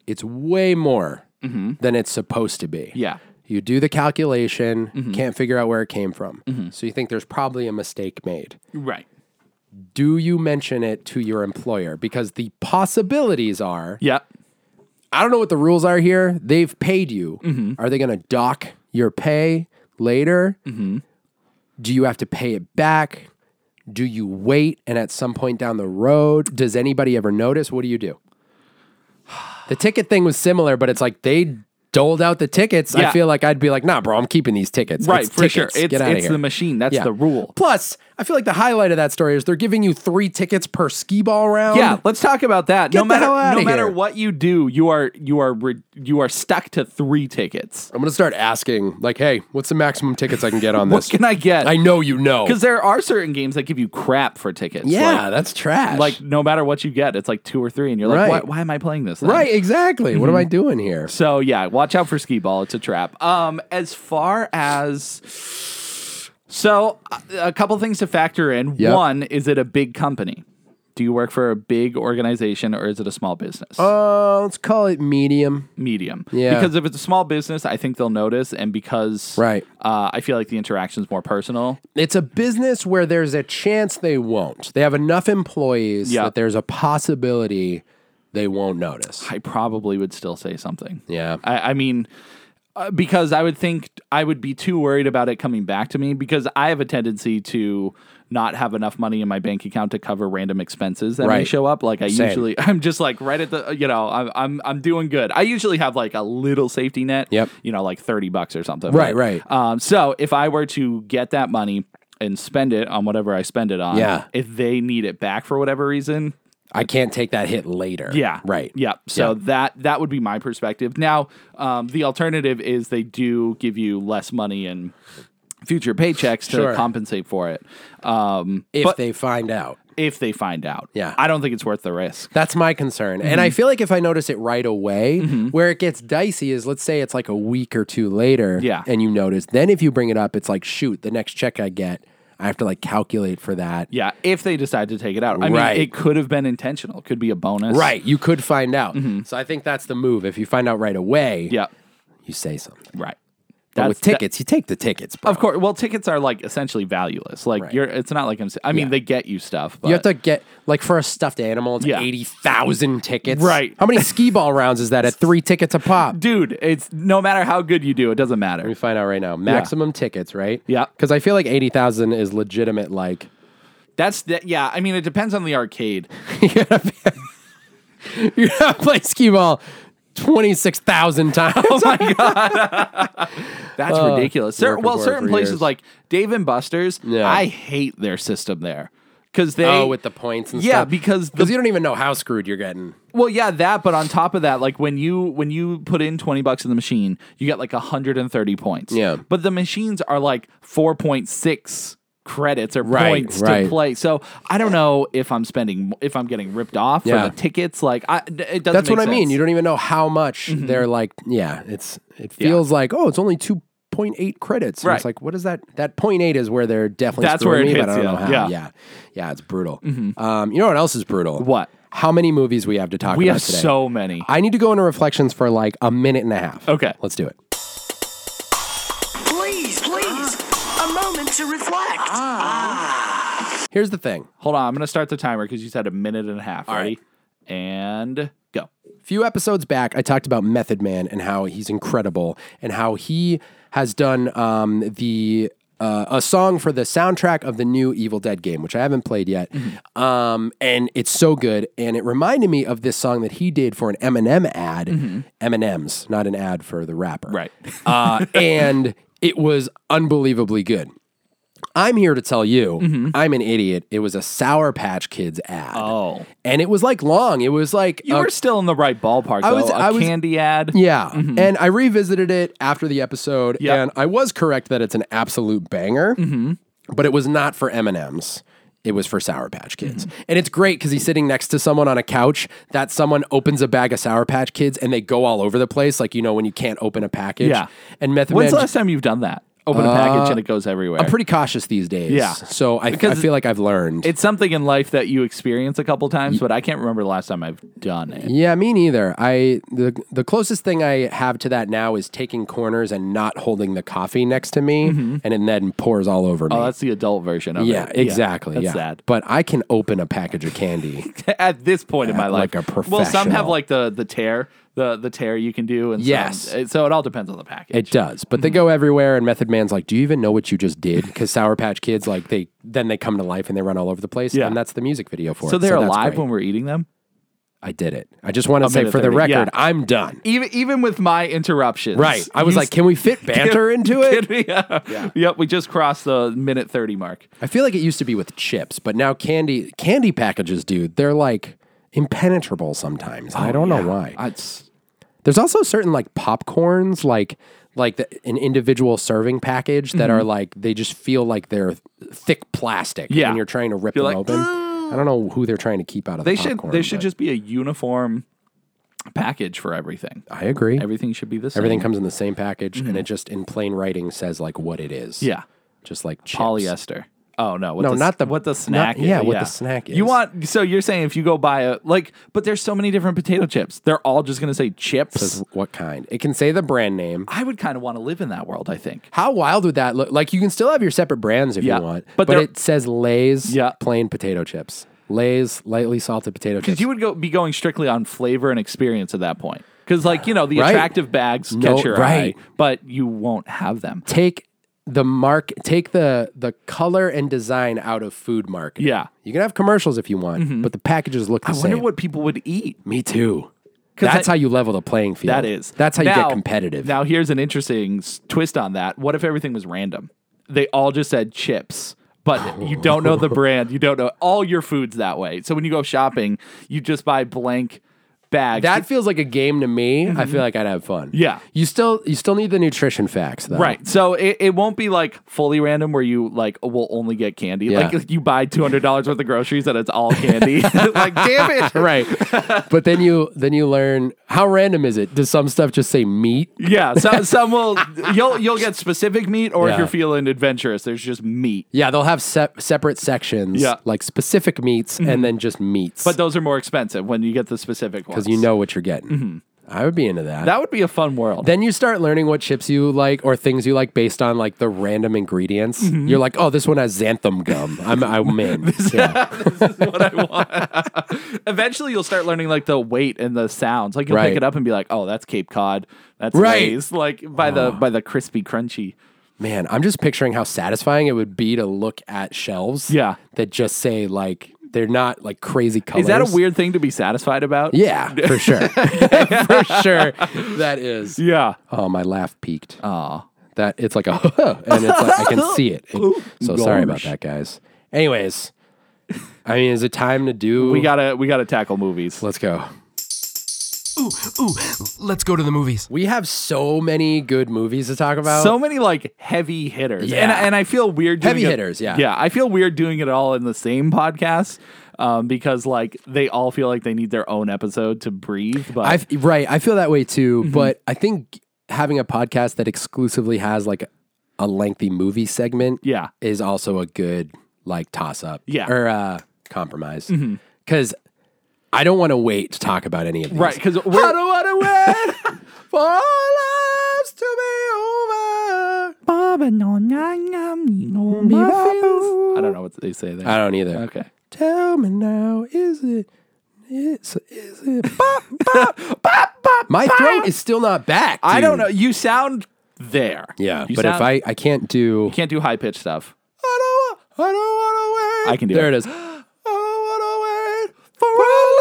Speaker 1: It's way more than it's supposed to be.
Speaker 2: Mm-hmm. Yeah. Mm-hmm.
Speaker 1: You do the calculation, can't figure out where it came from. So you think there's probably a mistake made.
Speaker 2: Right.
Speaker 1: Do you mention it to your employer? Because the possibilities are
Speaker 2: Yep.
Speaker 1: I don't know what the rules are here. They've paid you.
Speaker 2: Mm-hmm.
Speaker 1: Are they going to dock your pay later?
Speaker 2: Mm-hmm.
Speaker 1: Do you have to pay it back? Do you wait and at some point down the road, does anybody ever notice? What do you do? The ticket thing was similar, but it's like they doled out the tickets.
Speaker 2: Yeah.
Speaker 1: I feel like I'd be like, nah, bro, I'm keeping these tickets.
Speaker 2: Right,
Speaker 1: It's
Speaker 2: for sure.
Speaker 1: tickets.
Speaker 2: It's
Speaker 1: Get out of
Speaker 2: it's
Speaker 1: here.
Speaker 2: the machine. That's
Speaker 1: Yeah.
Speaker 2: the rule.
Speaker 1: Plus, I feel like the highlight of that story is they're giving you three tickets per skee ball round.
Speaker 2: Yeah, let's talk about that. no
Speaker 1: Um, the
Speaker 2: matter
Speaker 1: hell outta
Speaker 2: no matter
Speaker 1: here.
Speaker 2: what you do, you are you are re- you are stuck to 3 tickets.
Speaker 1: I'm gonna start asking, like, hey, what's the maximum tickets I can get on
Speaker 2: (laughs) What
Speaker 1: this?
Speaker 2: can I get?
Speaker 1: I know you know.
Speaker 2: Because there are certain games that give you crap for tickets.
Speaker 1: Yeah,
Speaker 2: Like,
Speaker 1: that's trash.
Speaker 2: like, no matter what you get, it's like two or three, and you're like,
Speaker 1: Right.
Speaker 2: why, why am I playing this? then?"
Speaker 1: right, exactly. What
Speaker 2: Mhm.
Speaker 1: am I doing here?
Speaker 2: So yeah, watch out for skee ball. It's a trap. Um, as far as so, uh, a couple things to factor in.
Speaker 1: Yep.
Speaker 2: One is it a big company? Do you work for a big organization or is it a small business?
Speaker 1: Uh, let's call it medium.
Speaker 2: Medium.
Speaker 1: yeah.
Speaker 2: Because if it's a small business, I think they'll notice, and because
Speaker 1: Right.
Speaker 2: uh, I feel like the interaction's more personal.
Speaker 1: It's a business where there's a chance they won't. They have enough employees
Speaker 2: Yeah.
Speaker 1: that there's a possibility they won't notice.
Speaker 2: I probably would still say something.
Speaker 1: Yeah.
Speaker 2: I, I mean, uh, because I would think I would be too worried about it coming back to me because I have a tendency to not have enough money in my bank account to cover random expenses that may
Speaker 1: Right.
Speaker 2: show up. Like I
Speaker 1: Same.
Speaker 2: usually, (laughs) I'm just like right at the, you know, I'm, I'm, I'm doing good. I usually have like a little safety net,
Speaker 1: Yep.
Speaker 2: you know, like 30 bucks or something.
Speaker 1: Right, right.
Speaker 2: Um, so if I were to get that money and spend it on whatever I spend it on,
Speaker 1: Yeah.
Speaker 2: if they need it back for whatever reason,
Speaker 1: I can't take that hit later.
Speaker 2: yeah.
Speaker 1: Right.
Speaker 2: Yeah. So that that would be my perspective. Now, um, the alternative is they do give you less money in future paychecks to
Speaker 1: Sure.
Speaker 2: compensate for it. Um,
Speaker 1: If
Speaker 2: but
Speaker 1: they find out.
Speaker 2: if they find out,
Speaker 1: Yeah.
Speaker 2: I don't think it's worth the risk.
Speaker 1: That's my concern. And
Speaker 2: Mm-hmm.
Speaker 1: I feel like if I notice it right away, where it gets dicey is let's say it's like a week or two later
Speaker 2: Yeah.
Speaker 1: and you notice. Then if you bring it up, it's like, shoot, the next check I get, I have to like calculate for that.
Speaker 2: Yeah, if they decide to take it out, I
Speaker 1: Right.
Speaker 2: mean, it could have been intentional. It could be a bonus,
Speaker 1: Right. You could find out. So I think that's the move. If you find out right away,
Speaker 2: Mm-hmm. Yeah,
Speaker 1: you say something.
Speaker 2: right.
Speaker 1: But
Speaker 2: That's-
Speaker 1: with tickets, you take the tickets. Bro.
Speaker 2: Of course. Well, tickets are like essentially valueless. Like you're. It's not like I'm. s- I mean, they get you stuff. But
Speaker 1: You have to get like for a stuffed animal, it's
Speaker 2: Yeah.
Speaker 1: eighty thousand tickets.
Speaker 2: Right.
Speaker 1: How many skee
Speaker 2: (laughs)
Speaker 1: ball rounds is that at three tickets a pop?
Speaker 2: dude, it's no matter how good you do, it doesn't
Speaker 1: Let
Speaker 2: matter.
Speaker 1: me find out right now. Maximum tickets, right?
Speaker 2: Yeah.
Speaker 1: Because I feel like eighty thousand is legitimate. Like
Speaker 2: That's that. Yeah, I mean, it depends on the arcade.
Speaker 1: (laughs) you gotta play skee ball twenty six thousand times.
Speaker 2: That's ridiculous. Cer-
Speaker 1: working
Speaker 2: well,
Speaker 1: for it
Speaker 2: certain
Speaker 1: for
Speaker 2: places
Speaker 1: years.
Speaker 2: like Dave and Buster's,
Speaker 1: Yeah.
Speaker 2: I hate their system there because
Speaker 1: (laughs)
Speaker 2: they.
Speaker 1: oh, with the points and
Speaker 2: yeah,
Speaker 1: stuff.
Speaker 2: because the
Speaker 1: because you don't even know how screwed you're getting.
Speaker 2: Well, yeah, that. But on top of that, like when you when you put in twenty bucks in the machine, you get like hundred and thirty points.
Speaker 1: Yeah.
Speaker 2: But the machines are like four point six credits or
Speaker 1: Right,
Speaker 2: points
Speaker 1: right.
Speaker 2: to play. So I don't know if I'm spending if I'm getting ripped off
Speaker 1: Yeah.
Speaker 2: for the tickets. Like I, it doesn't.
Speaker 1: That's
Speaker 2: make
Speaker 1: what I mean.
Speaker 2: sense. Mm-hmm.
Speaker 1: You don't even know how much they're like. Yeah, it's it feels like oh, it's only two point eight credits. And It's
Speaker 2: Right.
Speaker 1: like what is that? That point eight is where they're definitely
Speaker 2: That's
Speaker 1: screwing
Speaker 2: where
Speaker 1: me,
Speaker 2: it
Speaker 1: but
Speaker 2: hits
Speaker 1: I don't
Speaker 2: you.
Speaker 1: know how.
Speaker 2: Yeah. Mm-hmm.
Speaker 1: yeah, Yeah, It's brutal. Um, you know what else is brutal?
Speaker 2: What?
Speaker 1: How many movies we have to talk
Speaker 2: we
Speaker 1: about
Speaker 2: have
Speaker 1: today?
Speaker 2: so many.
Speaker 1: I need to go into reflections for like a minute and a half.
Speaker 2: Okay.
Speaker 1: let's do it.
Speaker 3: Please, please, a moment to reflect.
Speaker 1: Here's the thing.
Speaker 2: Hold on, I'm gonna start the timer because you said a minute and a half. Ready? And go.
Speaker 1: few episodes back, I talked about Method Man and how he's incredible and how he has done um, the uh, a song for the soundtrack of the new Evil Dead game, which I haven't played yet,
Speaker 2: Mm-hmm.
Speaker 1: um, and it's so good. And it reminded me of this song that he did for an Eminem ad, M&Ms, not an ad for the rapper,
Speaker 2: Mm-hmm. Right. (laughs)
Speaker 1: uh, and it was unbelievably good. I'm here to tell you, I'm an idiot. It was a Sour Patch Kids ad.
Speaker 2: Mm-hmm. Oh.
Speaker 1: And it was like long. It was like
Speaker 2: You
Speaker 1: a
Speaker 2: were still in the right ballpark.
Speaker 1: I
Speaker 2: though.
Speaker 1: was-
Speaker 2: a
Speaker 1: I was-
Speaker 2: candy ad.
Speaker 1: yeah.
Speaker 2: Mm-hmm.
Speaker 1: And I revisited it after the episode,
Speaker 2: Yep.
Speaker 1: and I was correct that it's an absolute banger,
Speaker 2: Mm-hmm.
Speaker 1: but it was not for M&M's. It was for Sour Patch Kids.
Speaker 2: Mm-hmm.
Speaker 1: And it's great because he's sitting next to someone on a couch. That someone opens a bag of Sour Patch Kids and they go all over the place, like, you know, when you can't open a package.
Speaker 2: Yeah.
Speaker 1: And Method
Speaker 2: When's
Speaker 1: Man.
Speaker 2: the last time you've done that? Open a package and it goes everywhere.
Speaker 1: Uh, I'm pretty cautious these days.
Speaker 2: Yeah.
Speaker 1: So I, I
Speaker 2: Because-
Speaker 1: feel like I've learned.
Speaker 2: It's something in life that you experience a couple times, but I can't remember the last time I've done it.
Speaker 1: Yeah, me neither. I the the closest thing I have to that now is taking corners and not holding the coffee next to me, and it then pours all over me.
Speaker 2: Mm-hmm. Oh, that's the adult version of
Speaker 1: yeah,
Speaker 2: it.
Speaker 1: exactly.
Speaker 2: That's
Speaker 1: yeah.
Speaker 2: sad. (laughs)
Speaker 1: But I can open a package of candy.
Speaker 2: At this point in my life,
Speaker 1: like a
Speaker 2: Well, some have
Speaker 1: professional.
Speaker 2: like the the tear, the the tear you can do, and some-
Speaker 1: Yes.
Speaker 2: it- so it all depends on the package.
Speaker 1: It does, but they
Speaker 2: Mm-hmm.
Speaker 1: go everywhere. And Method Man's like, "Do you even know what you just did?" Because Sour Patch Kids, like they then they come to life and they run all over the place.
Speaker 2: Yeah.
Speaker 1: and that's the music video for
Speaker 2: so
Speaker 1: it.
Speaker 2: they're
Speaker 1: that's
Speaker 2: alive
Speaker 1: great.
Speaker 2: when we're eating them.
Speaker 1: I did it. I just want to say
Speaker 2: minute
Speaker 1: for the
Speaker 2: 30, yeah.
Speaker 1: record, I'm done.
Speaker 2: Even even with my interruptions,
Speaker 1: Right. I was
Speaker 2: you
Speaker 1: like, can we
Speaker 2: (laughs)
Speaker 1: fit banter into it?
Speaker 2: s- yeah. Yep, we just crossed the minute thirty mark.
Speaker 1: I feel like it used to be with chips, but now candy candy packages, dude, they're like impenetrable sometimes.
Speaker 2: Oh,
Speaker 1: I don't know why.
Speaker 2: I- it's-
Speaker 1: There's also certain like popcorns, like like the, an individual serving package that
Speaker 2: Mm-hmm.
Speaker 1: are like they just feel like they're thick plastic
Speaker 2: Yeah.
Speaker 1: when you're trying to rip
Speaker 2: You're
Speaker 1: them
Speaker 2: like,
Speaker 1: open. I don't know who they're trying to keep out of
Speaker 2: they
Speaker 1: the
Speaker 2: should
Speaker 1: popcorn.
Speaker 2: they should
Speaker 1: but
Speaker 2: just be a uniform package for everything.
Speaker 1: I agree.
Speaker 2: Everything should be the same.
Speaker 1: Everything comes in the same package and it just in plain writing says like what it is.
Speaker 2: Yeah.
Speaker 1: Just like chips.
Speaker 2: polyester. Oh no! What
Speaker 1: No,
Speaker 2: the,
Speaker 1: not the-
Speaker 2: what the
Speaker 1: not-
Speaker 2: snack.
Speaker 1: yeah, what the snack is.
Speaker 2: You want so you're saying if you go buy a like, but there's so many different potato chips. They're all just gonna say chips.
Speaker 1: Says what kind. It can say the brand name.
Speaker 2: I would kind of want to live in that world. I think.
Speaker 1: How wild would that look? Like you can still have your separate brands if
Speaker 2: Yeah,
Speaker 1: you want, but,
Speaker 2: but they're-
Speaker 1: it says Lay's
Speaker 2: Yeah.
Speaker 1: plain potato chips, Lay's lightly salted potato chips.
Speaker 2: You would go be going strictly on flavor and experience at that point. Because like you know the
Speaker 1: Right.
Speaker 2: attractive bags
Speaker 1: No,
Speaker 2: catch your
Speaker 1: right.
Speaker 2: eye, but you won't have them.
Speaker 1: take the mark, take the the color and design out of food marketing.
Speaker 2: Yeah. Mm-hmm.
Speaker 1: you can have commercials if you want, but the packages look the
Speaker 2: I wonder
Speaker 1: same.
Speaker 2: what people would eat.
Speaker 1: Me too.
Speaker 2: 'Cause
Speaker 1: That's
Speaker 2: I-
Speaker 1: how you level the playing field.
Speaker 2: That is.
Speaker 1: That's how you
Speaker 2: Now-
Speaker 1: get competitive.
Speaker 2: Now here's an interesting s- twist on that. What if everything was random? They all just said chips, but you don't
Speaker 1: (laughs)
Speaker 2: know the brand. You don't know all your foods that way. So when you go shopping, you just buy blank bags.
Speaker 1: that feels like a game to me. I feel like I'd have fun.
Speaker 2: Mm-hmm. Yeah.
Speaker 1: you still you still need the nutrition facts though.
Speaker 2: Right. So it, it won't be like fully random where you like will only get candy.
Speaker 1: Yeah.
Speaker 2: Like you buy two hundred dollars worth of groceries and it's all
Speaker 1: (laughs)
Speaker 2: candy. (laughs) like damn it.
Speaker 1: right. but then you then you learn how random is it? Does some stuff just say meat?
Speaker 2: Yeah. So some will you'll you'll get specific meat or
Speaker 1: Yeah.
Speaker 2: if you're feeling adventurous, there's just meat.
Speaker 1: Yeah, they'll have se- separate sections,
Speaker 2: Yeah. Mm-hmm.
Speaker 1: like specific meats and then just meats.
Speaker 2: But those are more expensive when you get the specific
Speaker 1: because
Speaker 2: ones. Mm-hmm.
Speaker 1: you know what you're getting. I would be into that.
Speaker 2: That would be a fun world.
Speaker 1: then you start learning what chips you like or things you like based on like the random ingredients.
Speaker 2: Mm-hmm.
Speaker 1: You're like, oh, this one has xanthan gum. I'm I'm
Speaker 2: (laughs)
Speaker 1: in. Yeah.
Speaker 2: Eventually, you'll start learning like the weight and the sounds. Like you'll
Speaker 1: Right.
Speaker 2: pick it up and be like, "Oh, that's Cape Cod. That's
Speaker 1: Right.
Speaker 2: Lay's." Like by the by the crispy, crunchy.
Speaker 1: Man, I'm just picturing how satisfying it would be to look at shelves.
Speaker 2: Yeah.
Speaker 1: that just say like they're not like crazy colors.
Speaker 2: Is that a weird thing to be satisfied about?
Speaker 1: Yeah, for
Speaker 2: (laughs)
Speaker 1: sure, (laughs) for sure. That is.
Speaker 2: Yeah.
Speaker 1: Oh, my laugh peaked.
Speaker 2: Uh,
Speaker 1: that it's like a (laughs) and it's like I
Speaker 2: (laughs)
Speaker 1: can see it. And- so sorry about
Speaker 2: gosh.
Speaker 1: that, guys. Anyways, I mean, is it time to do?
Speaker 2: We gotta we gotta tackle movies.
Speaker 1: Let's go.
Speaker 4: Ooh, ooh, let's go to the movies.
Speaker 1: We have so many good movies to talk about.
Speaker 2: So many like heavy hitters. And,
Speaker 1: Yeah.
Speaker 2: and I feel weird doing
Speaker 1: Heavy
Speaker 2: it-
Speaker 1: hitters, yeah.
Speaker 2: Yeah. I feel weird doing it all in the same podcast. Um, because like they all feel like they need their own episode to breathe, but
Speaker 1: I right, I feel that way
Speaker 4: Mm-hmm.
Speaker 1: too. But I think having a podcast that exclusively has like a lengthy movie segment,
Speaker 2: Yeah.
Speaker 1: is also a good like toss up,
Speaker 2: Yeah.
Speaker 1: or uh, compromise,
Speaker 4: Mm-hmm.
Speaker 1: because I don't want to wait to talk about any of these,
Speaker 2: Right, 'cause
Speaker 1: I don't
Speaker 2: we're-
Speaker 1: want to (laughs) wait for our lives to be over.
Speaker 2: I don't know what they say there.
Speaker 1: I don't either.
Speaker 2: okay.
Speaker 1: Tell me now, is it? It's, is it? Bop, (laughs) bop, bop, bop, My throat is still not back.
Speaker 2: I don't
Speaker 1: dude.
Speaker 2: know. You sound there.
Speaker 1: Yeah,
Speaker 2: You
Speaker 1: but if
Speaker 2: sound-
Speaker 1: I I can't do
Speaker 2: can't do high pitched stuff.
Speaker 1: I don't wa- I don't wanna wait.
Speaker 2: I can do
Speaker 1: there
Speaker 2: it.
Speaker 1: it is. (gasps) I don't wanna wait for our lives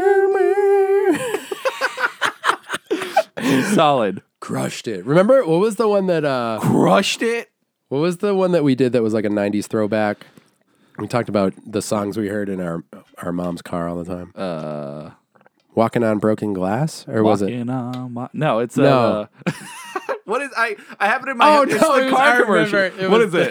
Speaker 1: to be over.
Speaker 2: Solid.
Speaker 1: (laughs) Crushed it. Remember what was the one that uh
Speaker 2: Crushed it.
Speaker 1: what was the one that we did that was like a 90s throwback? We talked about the songs we heard in our our mom's car all the time. Uh Walking on broken glass or was it?
Speaker 2: Walking on wa- uh, no, it's
Speaker 1: No.
Speaker 2: Uh, (laughs) what is I? I have it in my.
Speaker 1: Oh,
Speaker 2: head. It's
Speaker 1: no,
Speaker 2: the
Speaker 1: it was- I
Speaker 2: car
Speaker 1: remember.
Speaker 2: commercial.
Speaker 1: It
Speaker 2: what
Speaker 1: was
Speaker 2: is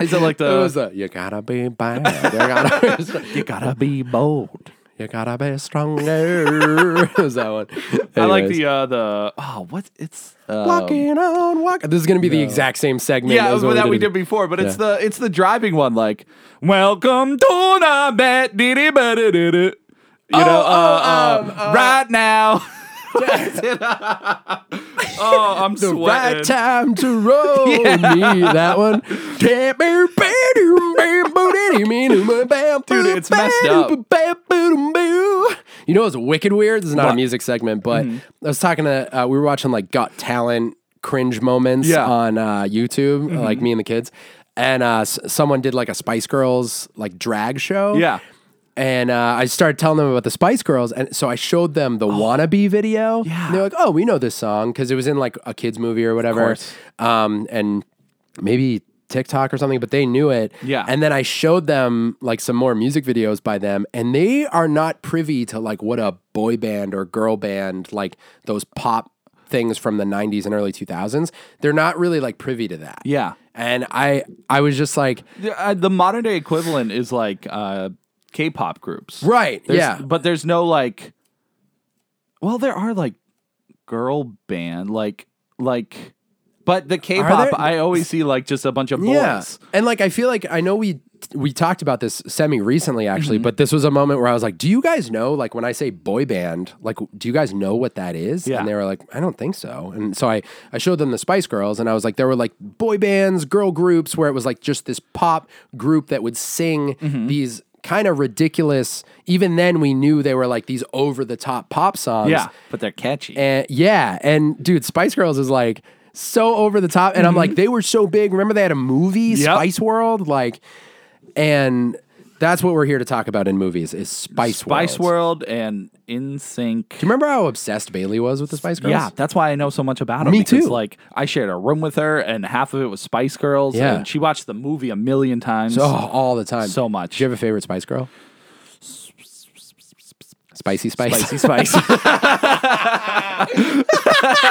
Speaker 1: (laughs)
Speaker 2: is it like the?
Speaker 1: It was a, you gotta be bad. You
Speaker 2: (laughs)
Speaker 1: gotta,
Speaker 2: you gotta be bold.
Speaker 1: you gotta be stronger. (laughs) it was that one.
Speaker 2: I like
Speaker 1: Anyways.
Speaker 2: the uh the oh what it's uh,
Speaker 1: walking on walking. This is gonna be the exact same segment.
Speaker 2: yeah
Speaker 1: as
Speaker 2: well,
Speaker 1: what
Speaker 2: that we
Speaker 1: in-
Speaker 2: did before, but it's
Speaker 1: Yeah.
Speaker 2: the it's the driving one like welcome to the bet diddy ba-da-da-da." you know uh, Oh, uh, right now. (laughs) oh, I'm
Speaker 1: The
Speaker 2: sweating.
Speaker 1: right time
Speaker 2: (laughs)
Speaker 1: to roll me that one. Dude,
Speaker 2: Dude, it's messed up.
Speaker 1: You know what's wicked weird? This is not a
Speaker 2: What? Mm-hmm.
Speaker 1: music segment, but I was talking to uh, we were watching like Got Talent cringe moments
Speaker 2: Yeah. Mm-hmm.
Speaker 1: on uh, YouTube, like me and the kids, and uh, s- someone did like a Spice Girls like drag show.
Speaker 2: Yeah.
Speaker 1: And uh, I started telling them about the Spice Girls, and so I showed them the "Wannabe" video.
Speaker 2: Oh, Yeah.
Speaker 1: and they're like, "Oh, we know this song because it was in like a kids movie or whatever,
Speaker 2: course.
Speaker 1: um, and maybe TikTok or something." But they knew it.
Speaker 2: Yeah.
Speaker 1: And then I showed them like some more music videos by them, and they are not privy to like what a boy band or girl band like those pop things from the '90s and early 2000s. They're not really like privy to that.
Speaker 2: Yeah.
Speaker 1: And I, I was just like,
Speaker 2: The, uh, the modern day equivalent is like uh, K-pop groups,
Speaker 1: right,
Speaker 2: There's-
Speaker 1: yeah,
Speaker 2: but there's no like. Well, there are like girl band, like like, but the K-pop
Speaker 1: there?
Speaker 2: I always see like just a bunch of boys.
Speaker 1: Yeah. And like I feel like I know we we talked about this semi recently actually,
Speaker 2: Mm-hmm.
Speaker 1: but this was a moment where I was like, "Do you guys know like when I say boy band, like do you guys know what that is?"
Speaker 2: Yeah.
Speaker 1: And they were like, "I don't think so." And so I I showed them the Spice Girls and I was like, there were like boy bands, girl groups where it was like just this pop group that would sing
Speaker 2: Mm-hmm.
Speaker 1: these kind of ridiculous even then we knew they were like these over the top pop songs.
Speaker 2: Yeah, but they're catchy.
Speaker 1: And yeah, and dude, Spice Girls is like so over the top. And I'm like, they were so big. Remember they had a movie,
Speaker 2: Mm-hmm. Yep.
Speaker 1: Spice World? Like, and that's what we're here to talk about in movies is Spice, World.
Speaker 2: Spice World and In Sync.
Speaker 1: Do you remember how obsessed Bailey was with the Spice Girls?
Speaker 2: Yeah, that's why I know so much about them.
Speaker 1: Me
Speaker 2: because,
Speaker 1: too.
Speaker 2: Like I shared a room with her, and half of it was Spice Girls.
Speaker 1: Yeah.
Speaker 2: and she watched the movie a million times.
Speaker 1: Oh, all the time.
Speaker 2: So much.
Speaker 1: Do you have a favorite Spice Girl? Spicy Spice.
Speaker 2: Spicy Spice,
Speaker 1: (laughs)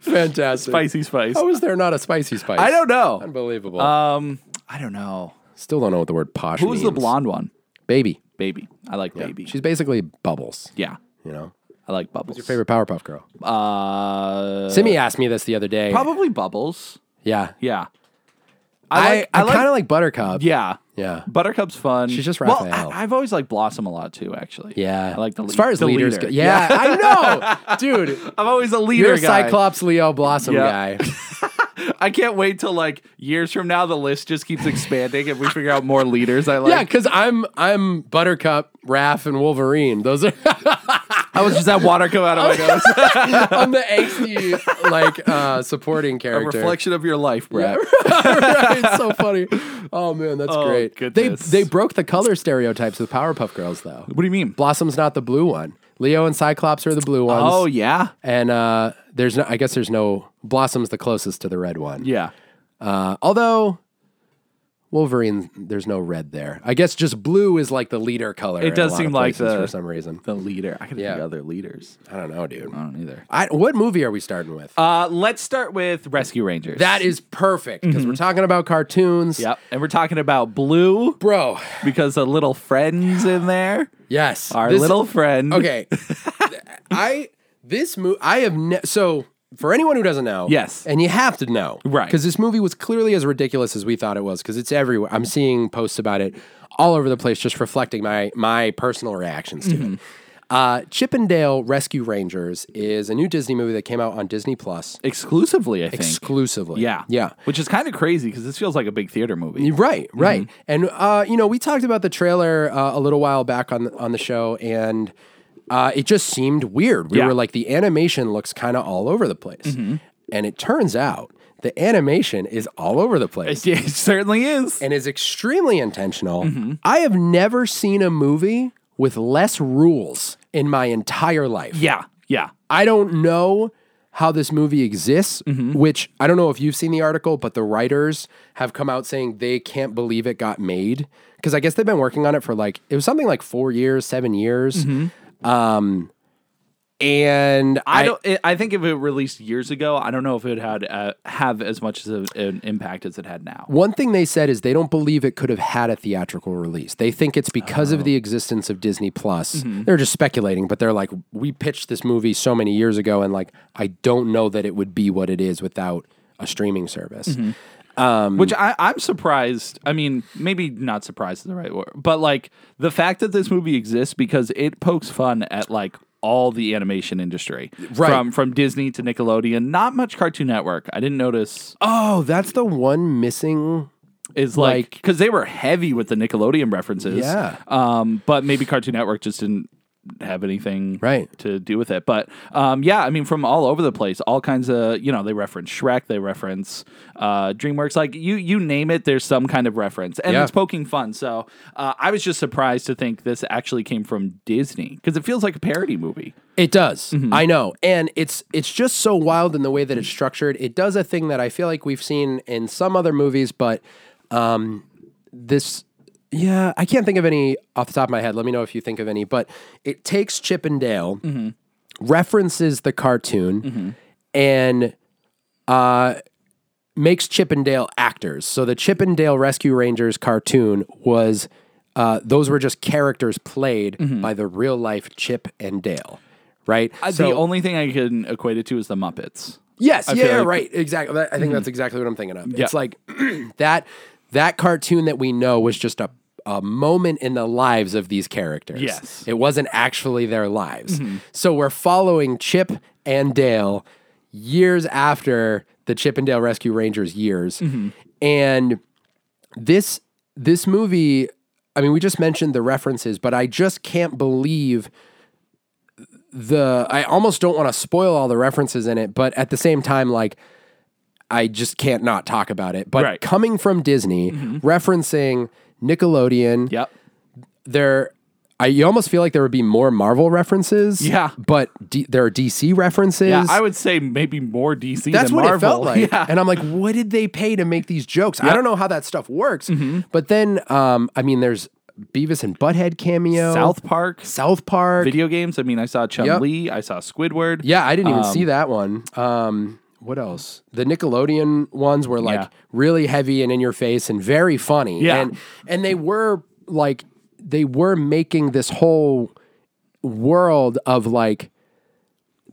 Speaker 1: Fantastic.
Speaker 2: (laughs) Spicy Spice.
Speaker 1: How is there not a Spicy Spice?
Speaker 2: I don't know.
Speaker 1: Unbelievable.
Speaker 2: Um, I don't know.
Speaker 1: Still don't know what the word posh
Speaker 2: Who's the
Speaker 1: means.
Speaker 2: blonde one?
Speaker 1: Baby.
Speaker 2: Baby. I like baby.
Speaker 1: She's basically Bubbles,
Speaker 2: yeah.
Speaker 1: you know?
Speaker 2: I like bubbles. Your
Speaker 1: Favorite Powerpuff Girl.
Speaker 2: Uh,
Speaker 1: Simi asked me this the other day.
Speaker 2: probably bubbles.
Speaker 1: Yeah.
Speaker 2: Yeah.
Speaker 1: I,
Speaker 2: like-
Speaker 1: I,
Speaker 2: like-
Speaker 1: kind of like Buttercup.
Speaker 2: yeah,
Speaker 1: Yeah.
Speaker 2: Buttercup's fun.
Speaker 1: She's just
Speaker 2: well,
Speaker 1: Raphael.
Speaker 2: I, I've always liked Blossom a lot too, actually.
Speaker 1: Yeah.
Speaker 2: I like the
Speaker 1: As
Speaker 2: lead-
Speaker 1: far as
Speaker 2: the
Speaker 1: leaders
Speaker 2: leader.
Speaker 1: go.
Speaker 2: (laughs)
Speaker 1: Yeah, I know. Dude,
Speaker 2: I'm always a leader
Speaker 1: you're a
Speaker 2: guy.
Speaker 1: Cyclops Leo Blossom
Speaker 2: Yeah. (laughs)
Speaker 1: guy. (laughs)
Speaker 2: I can't wait till like years from now the list just keeps expanding and we figure out more leaders I
Speaker 1: (laughs)
Speaker 2: like.
Speaker 1: yeah, because I'm I'm Buttercup, Raph, and Wolverine. Those are (laughs)
Speaker 2: I was just that water come out of my nose.
Speaker 1: I'm the angsty like uh supporting
Speaker 2: a
Speaker 1: character. (laughs)
Speaker 2: reflection of your life, Brett.
Speaker 1: Right, it's so funny. Oh man, that's
Speaker 2: Oh,
Speaker 1: great.
Speaker 2: goodness.
Speaker 1: They they broke the color stereotypes with Powerpuff Girls though.
Speaker 2: What do you mean?
Speaker 1: Blossom's not the blue one. Leo and Cyclops are the blue ones.
Speaker 2: Oh yeah,
Speaker 1: and uh, there's no. I guess there's no. Blossom's the closest to the red one.
Speaker 2: yeah.
Speaker 1: Uh, although Wolverine, there's no red there. I guess just blue is like the leader color. in a
Speaker 2: does
Speaker 1: lot
Speaker 2: seem
Speaker 1: of
Speaker 2: like
Speaker 1: places
Speaker 2: the-
Speaker 1: for some reason.
Speaker 2: The leader. I can
Speaker 1: Yeah.
Speaker 2: think of other leaders.
Speaker 1: I don't know, dude.
Speaker 2: I don't either.
Speaker 1: I, what movie are we starting with?
Speaker 2: Uh, let's start with Rescue Rangers.
Speaker 1: that is perfect because we're talking about cartoons.
Speaker 2: Mm-hmm. Yep. And we're talking about Blue
Speaker 1: Bro,
Speaker 2: because a little friend's in there.
Speaker 1: yes.
Speaker 2: Our
Speaker 1: This-
Speaker 2: little friend. (laughs)
Speaker 1: Okay. I this movie I have ne- so for anyone who doesn't know,
Speaker 2: Yes.
Speaker 1: and you have to know,
Speaker 2: Right.
Speaker 1: Because this movie was clearly as ridiculous as we thought it was, because it's everywhere. I'm seeing posts about it all over the place, just reflecting my my personal reactions to
Speaker 2: Mm-hmm.
Speaker 1: it. Uh, Chippendale Rescue Rangers is a new Disney movie that came out on Disney Plus
Speaker 2: Exclusively, I think.
Speaker 1: exclusively.
Speaker 2: yeah.
Speaker 1: yeah.
Speaker 2: Which is kind of crazy because this feels like a big theater movie.
Speaker 1: Right, right. And uh, you know, we talked about the trailer uh, a little while back on the, on the show, and uh, it just seemed weird. We
Speaker 2: Yeah.
Speaker 1: were like, the animation looks kind of all over the place, and it turns out the animation is all over the place.
Speaker 2: (laughs) It, it certainly is.
Speaker 1: and is extremely intentional. I have never seen a movie with less rules in my entire life.
Speaker 2: Yeah. Yeah.
Speaker 1: I don't know how this movie exists, which I don't know if you've seen the article, but the writers have come out saying they can't believe it got made because I guess they've been working on it for like it was something like four years, seven years, um, and
Speaker 2: I
Speaker 1: I,
Speaker 2: don't. It, I think if it released years ago, I don't know if it had uh, have as much of an impact as it had now.
Speaker 1: One thing they said is they don't believe it could have had a theatrical release. They think it's because of the existence of Disney Plus. They're just speculating, but they're like, we pitched this movie so many years ago, and like, I don't know that it would be what it is without a streaming service. Um,
Speaker 2: Which I, I'm surprised. I mean, maybe not surprised is the right word, but like the fact that this movie exists because it pokes fun at like all the animation industry,
Speaker 1: Right.
Speaker 2: From from Disney to Nickelodeon, not much Cartoon Network. I didn't notice
Speaker 1: Oh, that's the one missing.
Speaker 2: is like because they were heavy with the Nickelodeon references,
Speaker 1: Yeah.
Speaker 2: Um, but maybe Cartoon Network just didn't have anything
Speaker 1: Right.
Speaker 2: to do with it. But um, yeah, I mean, from all over the place, all kinds of you know, they reference Shrek, they reference uh, DreamWorks, like you you name it, there's some kind of reference, and
Speaker 1: Yeah.
Speaker 2: it's poking fun. So uh, I was just surprised to think this actually came from Disney because it feels like a parody movie.
Speaker 1: It does. I know. And it's it's just so wild in the way that it's structured. It does a thing that I feel like we've seen in some other movies, but um this yeah, I can't think of any off the top of my head. Let me know if you think of any, but it takes Chip and Dale,
Speaker 2: Mm-hmm.
Speaker 1: references the cartoon, and uh makes Chippendale actors. So the Chippendale Rescue Rangers cartoon was uh, those were just characters played by the real life Chip and Dale, right?
Speaker 2: Mm-hmm. Uh, the only thing I can equate it to is the Muppets.
Speaker 1: yes, yeah,
Speaker 2: feel
Speaker 1: yeah,
Speaker 2: like- Mm-hmm.
Speaker 1: right, exactly. That- I think that's exactly what I'm thinking of. It's like (clears throat) that that cartoon that we know was just a a moment in the lives of these characters.
Speaker 2: Yes. Mm-hmm.
Speaker 1: It wasn't actually their lives. So we're following Chip and Dale years after the Chip and Dale Rescue Rangers years.
Speaker 2: Mm-hmm.
Speaker 1: And this this movie i mean we just mentioned the references but i just can't believe the i almost don't want to spoil all the references in it but at the same time like i just can't not talk about it but
Speaker 2: Right. Mm-hmm.
Speaker 1: coming from disney referencing nickelodeon
Speaker 2: Yep.
Speaker 1: there I, you almost feel like there would be more Marvel references,
Speaker 2: Yeah.
Speaker 1: But D, there are DC references.
Speaker 2: Yeah, I would say maybe more DC
Speaker 1: That's
Speaker 2: than
Speaker 1: what
Speaker 2: Marvel. (laughs)
Speaker 1: it felt like.
Speaker 2: Yeah.
Speaker 1: And I'm like, what did they pay to make these jokes? I don't know how that stuff works.
Speaker 2: Mm-hmm.
Speaker 1: But then, um, I mean, there's Beavis and Butthead cameo,
Speaker 2: South Park.
Speaker 1: South Park.
Speaker 2: video games. I mean, I saw Chun Li, I saw Squidward.
Speaker 1: Yeah, I didn't even see that one. Um, what else? The Nickelodeon ones were like
Speaker 2: Yeah.
Speaker 1: really heavy and in your face and very funny.
Speaker 2: Yeah.
Speaker 1: And and they were like they were making this whole world of like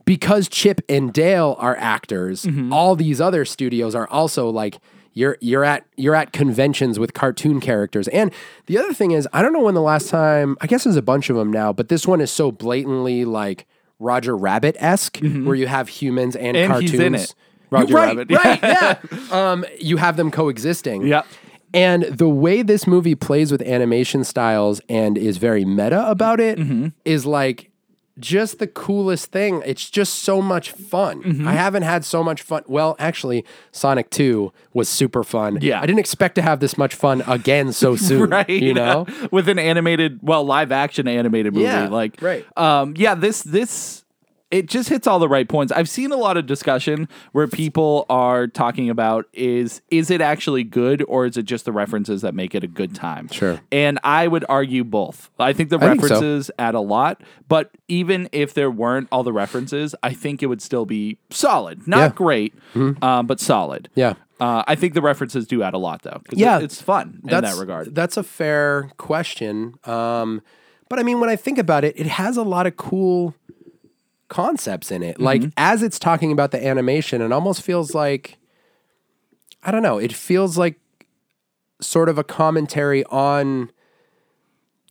Speaker 2: Mm-hmm.
Speaker 1: because Chip and Dale are actors, all these other studios are also like You're you're at you're at conventions with cartoon characters. And the other thing is, I don't know when the last time. I guess there's a bunch of them now, but this one is so blatantly like Roger Rabbit esque, where you have humans and,
Speaker 2: Mm-hmm. And
Speaker 1: cartoons.
Speaker 2: he's in it. Roger
Speaker 1: right, (laughs)
Speaker 2: Rabbit.
Speaker 1: right, yeah. Um, you have them coexisting.
Speaker 2: Yep.
Speaker 1: And the way this movie plays with animation styles and is very meta about it is
Speaker 2: Mm-hmm.
Speaker 1: like just the coolest thing. It's just so much fun.
Speaker 2: Mm-hmm.
Speaker 1: I haven't had so much fun. Well, actually, Sonic 2 was super fun.
Speaker 2: Yeah.
Speaker 1: I didn't expect to have this much fun again
Speaker 2: (laughs)
Speaker 1: so soon.
Speaker 2: (laughs) right
Speaker 1: You
Speaker 2: (laughs)
Speaker 1: know?
Speaker 2: with an animated well live action animated movie
Speaker 1: Yeah,
Speaker 2: like
Speaker 1: right.
Speaker 2: um yeah this this it just hits all the right points i've seen a lot of discussion where people are talking about is is it actually good or is it just the references that make it a good time
Speaker 1: Sure.
Speaker 2: and i would argue both i think the
Speaker 1: I think so.
Speaker 2: references add a lot but even if there weren't all the references i think it would still be solid not
Speaker 1: Yeah. Mm-hmm.
Speaker 2: great um, but solid
Speaker 1: Yeah.
Speaker 2: uh, I think the references do add a lot, though. 'cause
Speaker 1: Yeah.
Speaker 2: it- it's fun in that regard.
Speaker 1: That's a fair question. Um, but I mean, when I think about it, it has a lot of cool concepts in it. Like
Speaker 2: Mm-hmm.
Speaker 1: as it's talking about the animation, it almost feels like I don't know. It feels like sort of a commentary on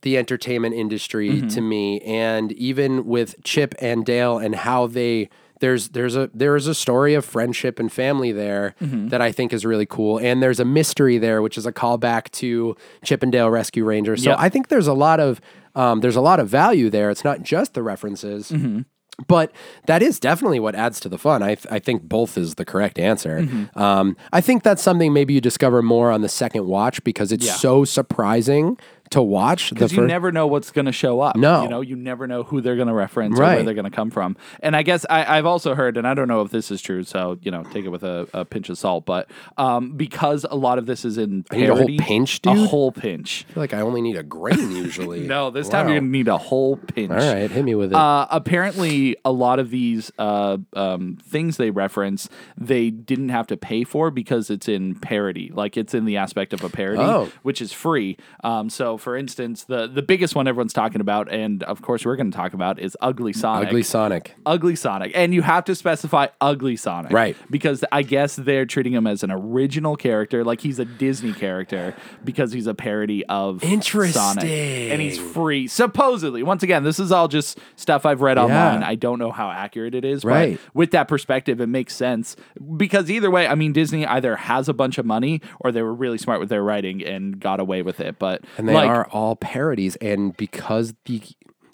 Speaker 1: the entertainment industry
Speaker 2: Mm-hmm.
Speaker 1: to me and even with Chip and Dale and how they there's there's a there's a story of friendship and family there
Speaker 2: Mm-hmm.
Speaker 1: that I think is really cool and there's a mystery there which is a callback to Chip and Dale Rescue Ranger. So
Speaker 2: Yep.
Speaker 1: I think there's a lot of um, there's a lot of value there. It's not just the references.
Speaker 2: Mm-hmm.
Speaker 1: But that is definitely what adds to the fun. I, th- I think both is the correct answer.
Speaker 2: Mm-hmm.
Speaker 1: Um, I think that's something maybe you discover more on the second watch because it's so surprising to watch. The
Speaker 2: because you
Speaker 1: fir-
Speaker 2: never know what's going to show up.
Speaker 1: No.
Speaker 2: you know, you never know who they're going to reference or where
Speaker 1: Right.
Speaker 2: they're going to come from. And I guess I, I've also heard, and I don't know if this is true, so you know, take it with a, a pinch of salt. But um, because a lot of this is in
Speaker 1: need a whole
Speaker 2: parody,
Speaker 1: pinch,
Speaker 2: a
Speaker 1: dude?
Speaker 2: whole pinch.
Speaker 1: I feel like I only need a grain usually.
Speaker 2: (laughs) No, this time
Speaker 1: Wow.
Speaker 2: you're going to need a whole pinch.
Speaker 1: All right, hit me with it.
Speaker 2: Uh, apparently, a lot of these uh, um, things they reference, they didn't have to pay for because it's in parody. Like it's in the aspect of a parody,
Speaker 1: Oh.
Speaker 2: which is free. Um, so, for instance, the the biggest one everyone's talking about, and of course we're going to talk about, is Ugly Sonic.
Speaker 1: Ugly Sonic.
Speaker 2: Ugly Sonic, and you have to specify Ugly Sonic,
Speaker 1: Right.
Speaker 2: Because I guess they're treating him as an original character, like he's a Disney character, because he's a parody of Sonic, and he's free. Supposedly, once again, this is all just stuff I've read online. I don't know how accurate it is,
Speaker 1: Right.
Speaker 2: But with that perspective, it makes sense because either way, I mean, Disney either has a bunch of money or they were really smart with their writing and got away with it. But
Speaker 1: And they
Speaker 2: like,
Speaker 1: are all parodies. And because the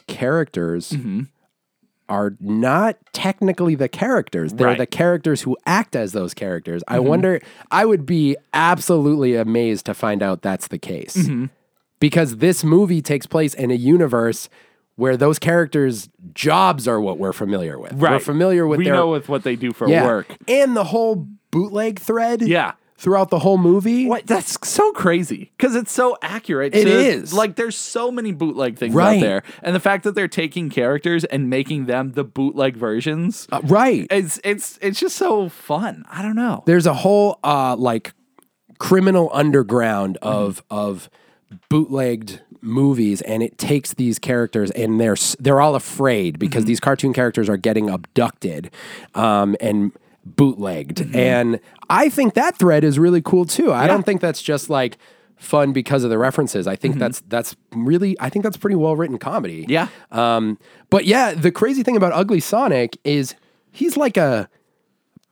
Speaker 1: characters
Speaker 2: Mm-hmm.
Speaker 1: are not technically the characters, they're
Speaker 2: Right. Mm-hmm.
Speaker 1: the characters who act as those characters. I wonder, I would be absolutely amazed to find out that's the case.
Speaker 2: Mm-hmm.
Speaker 1: Because this movie takes place in a universe where those characters' jobs are what we're familiar with. We're
Speaker 2: right.
Speaker 1: familiar with
Speaker 2: we
Speaker 1: their
Speaker 2: know with what they do for
Speaker 1: yeah.
Speaker 2: work.
Speaker 1: And the whole bootleg thread.
Speaker 2: Yeah.
Speaker 1: Throughout the whole movie.
Speaker 2: What? That's so crazy because it's so accurate.
Speaker 1: It
Speaker 2: to-
Speaker 1: is.
Speaker 2: Like, there's so many bootleg things out
Speaker 1: Right.
Speaker 2: there. And the fact that they're taking characters and making them the bootleg versions,
Speaker 1: Uh, right.
Speaker 2: it's, it's, it's just so fun. I don't know.
Speaker 1: There's a whole uh like criminal underground
Speaker 2: Mm-hmm.
Speaker 1: of of bootlegged movies and it takes these characters and they're s- they're all afraid because
Speaker 2: Mm-hmm.
Speaker 1: these cartoon characters are getting abducted um and bootlegged
Speaker 2: Mm-hmm.
Speaker 1: and I think that thread is really cool too. I don't think that's just like fun because of the references. I think that's that's really I think that's pretty well written comedy.
Speaker 2: Mm-hmm. Yeah.
Speaker 1: Um, but yeah, the crazy thing about Ugly Sonic is he's like a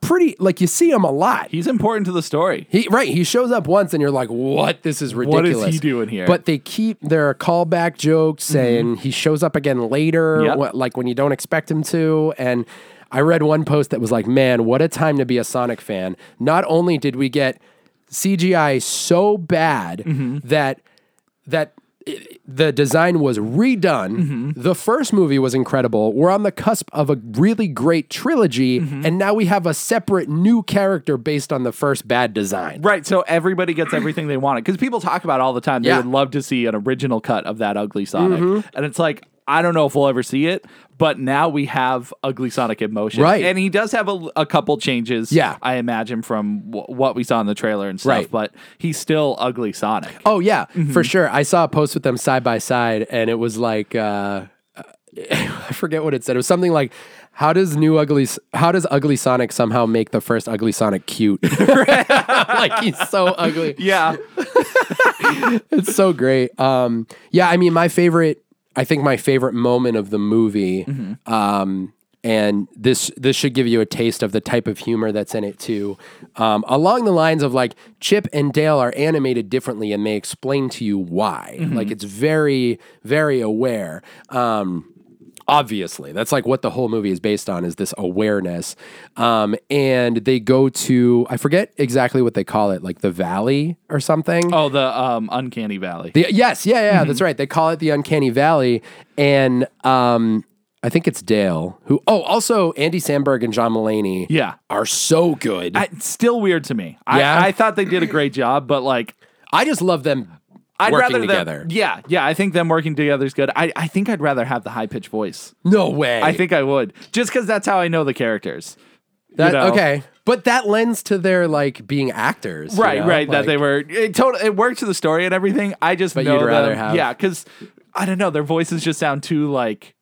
Speaker 1: pretty like you see him a lot.
Speaker 2: He's important to the story.
Speaker 1: He right, he shows up once and you're like, "What? This is
Speaker 2: is
Speaker 1: ridiculous."
Speaker 2: he doing here? Mm-hmm.
Speaker 1: But they keep there are callback jokes and he shows up again later,
Speaker 2: Yep.
Speaker 1: wh- like when you don't expect him to. And I read one post that was like, "Man, what a time to be a Sonic fan! Not only did we get CGI so bad
Speaker 2: Mm-hmm.
Speaker 1: that that." i- The design was redone. The first movie was incredible. We're on the cusp of a really great trilogy, and now we have a separate new character based on the first bad design.
Speaker 2: Right, so everybody gets everything they wanted because people talk about it all the time. They
Speaker 1: Yeah. Mm-hmm.
Speaker 2: would love to see an original cut of that Ugly Sonic, and it's like I don't know if we'll ever see it, but now we have Ugly Sonic in motion,
Speaker 1: Right.
Speaker 2: And he does have a, a couple changes,
Speaker 1: Yeah.
Speaker 2: I imagine from w- what we saw in the trailer and stuff,
Speaker 1: Right.
Speaker 2: but he's still Ugly Sonic.
Speaker 1: Oh yeah, for sure. I saw a post with uh, (laughs) them side by side, and it was like uh, I forget what it said. It was something like How does new ugly? S- How does ugly Sonic somehow make the first ugly Sonic cute? (laughs) like he's so ugly.
Speaker 2: Yeah.
Speaker 1: It's so great. Um, yeah, I mean, my favorite. I think my favorite moment of the movie, um, and this this should give you a taste of the type of humor that's in it too. Um, along the lines of like Chip and Dale are animated differently, and they explain to you why. Like it's very very aware. Um, obviously that's like what the whole movie is based on is this awareness um, and they go to i forget exactly what they call it like the valley or something
Speaker 2: (laughs) Oh, the um, Uncanny Valley.
Speaker 1: the, yes, yeah, yeah,
Speaker 2: Mm-hmm.
Speaker 1: that's right. They call it the Uncanny Valley, and um, I think it's Dale who. Oh, also Andy Samberg and John Mulaney.
Speaker 2: Yeah.
Speaker 1: are so good. I,
Speaker 2: I- it's still weird to me. I,
Speaker 1: Yeah?
Speaker 2: I thought they did a great job, but like
Speaker 1: just love them
Speaker 2: I'd
Speaker 1: working
Speaker 2: rather
Speaker 1: together.
Speaker 2: Them, yeah, yeah. I think them working together is good. I, I think I'd rather have the high pitched voice.
Speaker 1: no way.
Speaker 2: I think I would, just because that's how I know the characters. You
Speaker 1: that
Speaker 2: know?
Speaker 1: okay, but that lends to their like being actors. you
Speaker 2: Right,
Speaker 1: know?
Speaker 2: right.
Speaker 1: Like,
Speaker 2: that they were it total. It worked to the story and everything. I just
Speaker 1: But
Speaker 2: know
Speaker 1: you'd rather
Speaker 2: them-
Speaker 1: have-
Speaker 2: yeah, because I don't know. Their voices just sound too like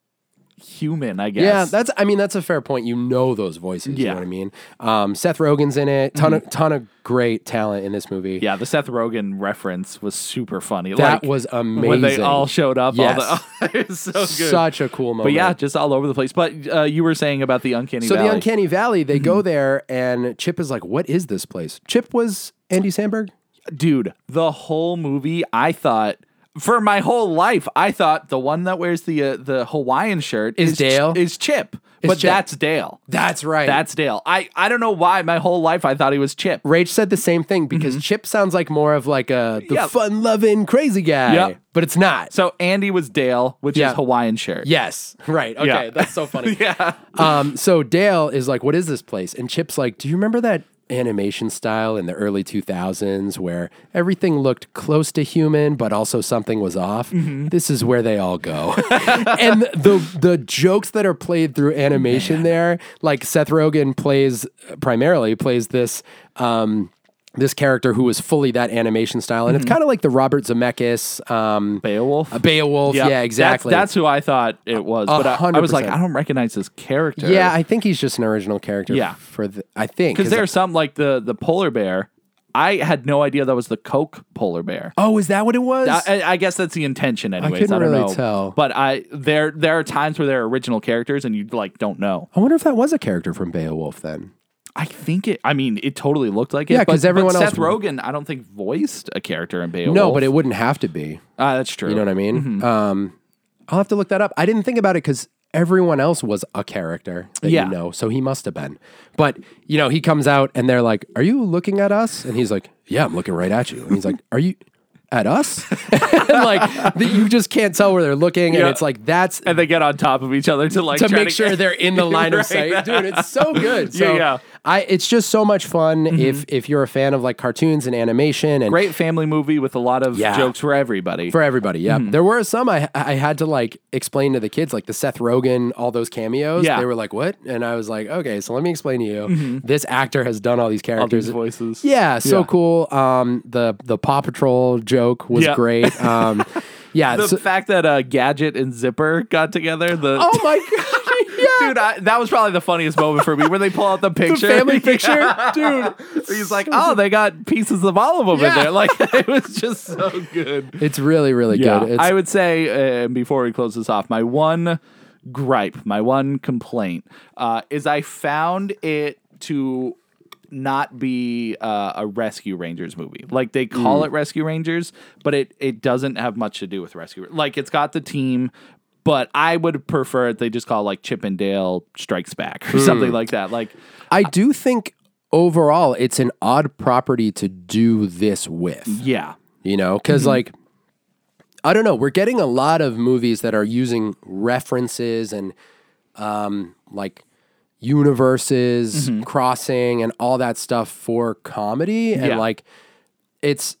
Speaker 2: human. I guess.
Speaker 1: Yeah, that's. I mean, that's a fair point. You know those voices. You
Speaker 2: Yeah. Mm-hmm.
Speaker 1: know what I mean. Um, Seth Rogen's in it. Ton of ton of great talent in this movie.
Speaker 2: yeah. The Seth Rogen reference was super funny.
Speaker 1: That
Speaker 2: Like,
Speaker 1: was
Speaker 2: when they
Speaker 1: amazing.
Speaker 2: all showed up.
Speaker 1: Yes.
Speaker 2: All the, (laughs) it was so good.
Speaker 1: such a cool
Speaker 2: but
Speaker 1: moment.
Speaker 2: yeah, just all over the place. But uh, you were saying about the uncanny.
Speaker 1: So
Speaker 2: Valley.
Speaker 1: the Uncanny Valley, they
Speaker 2: (clears throat)
Speaker 1: go there, and Chip is like, "What is this place?" Chip was Andy Sandberg.
Speaker 2: dude, the whole movie, I thought for my whole life, I thought the one that wears the uh, the Hawaiian shirt
Speaker 1: Is
Speaker 2: Ch-
Speaker 1: Dale?
Speaker 2: is Chip, but
Speaker 1: Chip.
Speaker 2: that's Dale.
Speaker 1: That's right.
Speaker 2: That's Dale. I I don't know why my whole life I thought he was Chip.
Speaker 1: Rach said the same thing
Speaker 2: Mm-hmm.
Speaker 1: because Chip sounds like more of like a the
Speaker 2: Yeah.
Speaker 1: fun-loving crazy guy,
Speaker 2: Yeah.
Speaker 1: but it's not.
Speaker 2: So Andy was Dale, which
Speaker 1: Yeah.
Speaker 2: is Hawaiian shirt.
Speaker 1: Yes, (laughs) right. Okay,
Speaker 2: Yeah.
Speaker 1: that's so
Speaker 2: (laughs)
Speaker 1: funny.
Speaker 2: Yeah.
Speaker 1: Um, so Dale is like, "What is this place?" And Chip's like, "Do you remember that animation style in the early 2000s where everything looked close to human, but also something was off?
Speaker 2: Mm-hmm.
Speaker 1: This is where they all go." (laughs) and the the jokes that are played through animation there, like Seth Rogen plays primarily plays this. Um, this character who was fully that animation style, and it's
Speaker 2: Mm-hmm.
Speaker 1: kind of like the Robert Zemeckis, um,
Speaker 2: Beowulf.
Speaker 1: a (laughs) Beowulf, yeah,
Speaker 2: That's-
Speaker 1: exactly.
Speaker 2: That's, who I thought it was. But I, I was like,
Speaker 1: 100%.
Speaker 2: I don't recognize this character.
Speaker 1: Yeah, I think he's just an original character.
Speaker 2: Yeah.
Speaker 1: for the I think
Speaker 2: because
Speaker 1: there's.
Speaker 2: there's some like the the polar bear. I had no idea that was the Coke polar bear.
Speaker 1: Oh, is that what it was?
Speaker 2: I, I- I guess that's the intention, anyways. I,
Speaker 1: couldn't
Speaker 2: don't
Speaker 1: really
Speaker 2: know.
Speaker 1: tell.
Speaker 2: but I there there are times where they're original characters and you like don't know.
Speaker 1: I wonder if that was a character from Beowulf then.
Speaker 2: I think it. I mean, it totally looked like it.
Speaker 1: Yeah,
Speaker 2: but-
Speaker 1: 'cause
Speaker 2: but
Speaker 1: everyone else-
Speaker 2: Seth Rogen, I don't think voiced a character in Beowulf.
Speaker 1: No, but it wouldn't have to be.
Speaker 2: Ah, that's true.
Speaker 1: You know what I mean?
Speaker 2: Mm-hmm.
Speaker 1: Um, I'll have to look that up. I didn't think about it because everyone else was a character that
Speaker 2: Yeah.
Speaker 1: you know, so he must have been. But you know, he comes out and they're like, "Are you looking at us?" And he's like, "Yeah, I'm looking right at you." And he's like, "Are you?" At us, (laughs) and like the, you just can't tell where they're looking, and
Speaker 2: Yeah.
Speaker 1: it's like that's
Speaker 2: and they get on top of each other to like
Speaker 1: to
Speaker 2: try
Speaker 1: make sure
Speaker 2: get-
Speaker 1: they're in the line of
Speaker 2: Right.
Speaker 1: sight. Dude, it's so good. So
Speaker 2: (laughs) Yeah, yeah. Mm-hmm.
Speaker 1: I it's just so much fun if if you're a fan of like cartoons and animation and
Speaker 2: (laughs) Great family movie with a lot of
Speaker 1: Yeah.
Speaker 2: jokes for everybody.
Speaker 1: for everybody. Yeah.
Speaker 2: Mm-hmm.
Speaker 1: There were some I I had to like explain to the kids like the Seth Rogen all those cameos.
Speaker 2: Yeah. Mm-hmm.
Speaker 1: They were like, "What?" And I was like, "Okay, so let me explain to you. This actor has done all these characters.
Speaker 2: these voices.
Speaker 1: Yeah, so
Speaker 2: Yeah.
Speaker 1: cool. Um the the Paw Patrol joke was
Speaker 2: Yeah.
Speaker 1: great.
Speaker 2: (laughs)
Speaker 1: Um yeah,
Speaker 2: the
Speaker 1: so-
Speaker 2: fact that uh, Gadget and Zipper got together. The
Speaker 1: Oh my god. (laughs) Yeah.
Speaker 2: (laughs) dude, I, that was probably the funniest moment for me where they pull out
Speaker 1: (laughs)
Speaker 2: the
Speaker 1: The
Speaker 2: picture. (laughs)
Speaker 1: family picture, dude.
Speaker 2: He's like, oh, they got pieces of all of them in
Speaker 1: Yeah.
Speaker 2: there. Like, (laughs) it was just so good.
Speaker 1: It's really, really good. It's,
Speaker 2: I would say, uh, before we close this off, my one gripe, my one complaint uh, is I found it to not be uh, a Rescue Rangers movie. Like, they call it Rescue Rangers, but it, it doesn't have much to do with Rescue. Like, it's got the team. But I would prefer it. They just call it, like Chip and Dale Strikes Back or something like that. Like
Speaker 1: I do think overall it's an odd property to do this with,
Speaker 2: Yeah.
Speaker 1: you know, because like, I don't know, we're getting a lot of movies that are using references and um, like universes,
Speaker 2: Mm-hmm.
Speaker 1: crossing, and all that stuff for comedy. And
Speaker 2: Yeah.
Speaker 1: like, it's,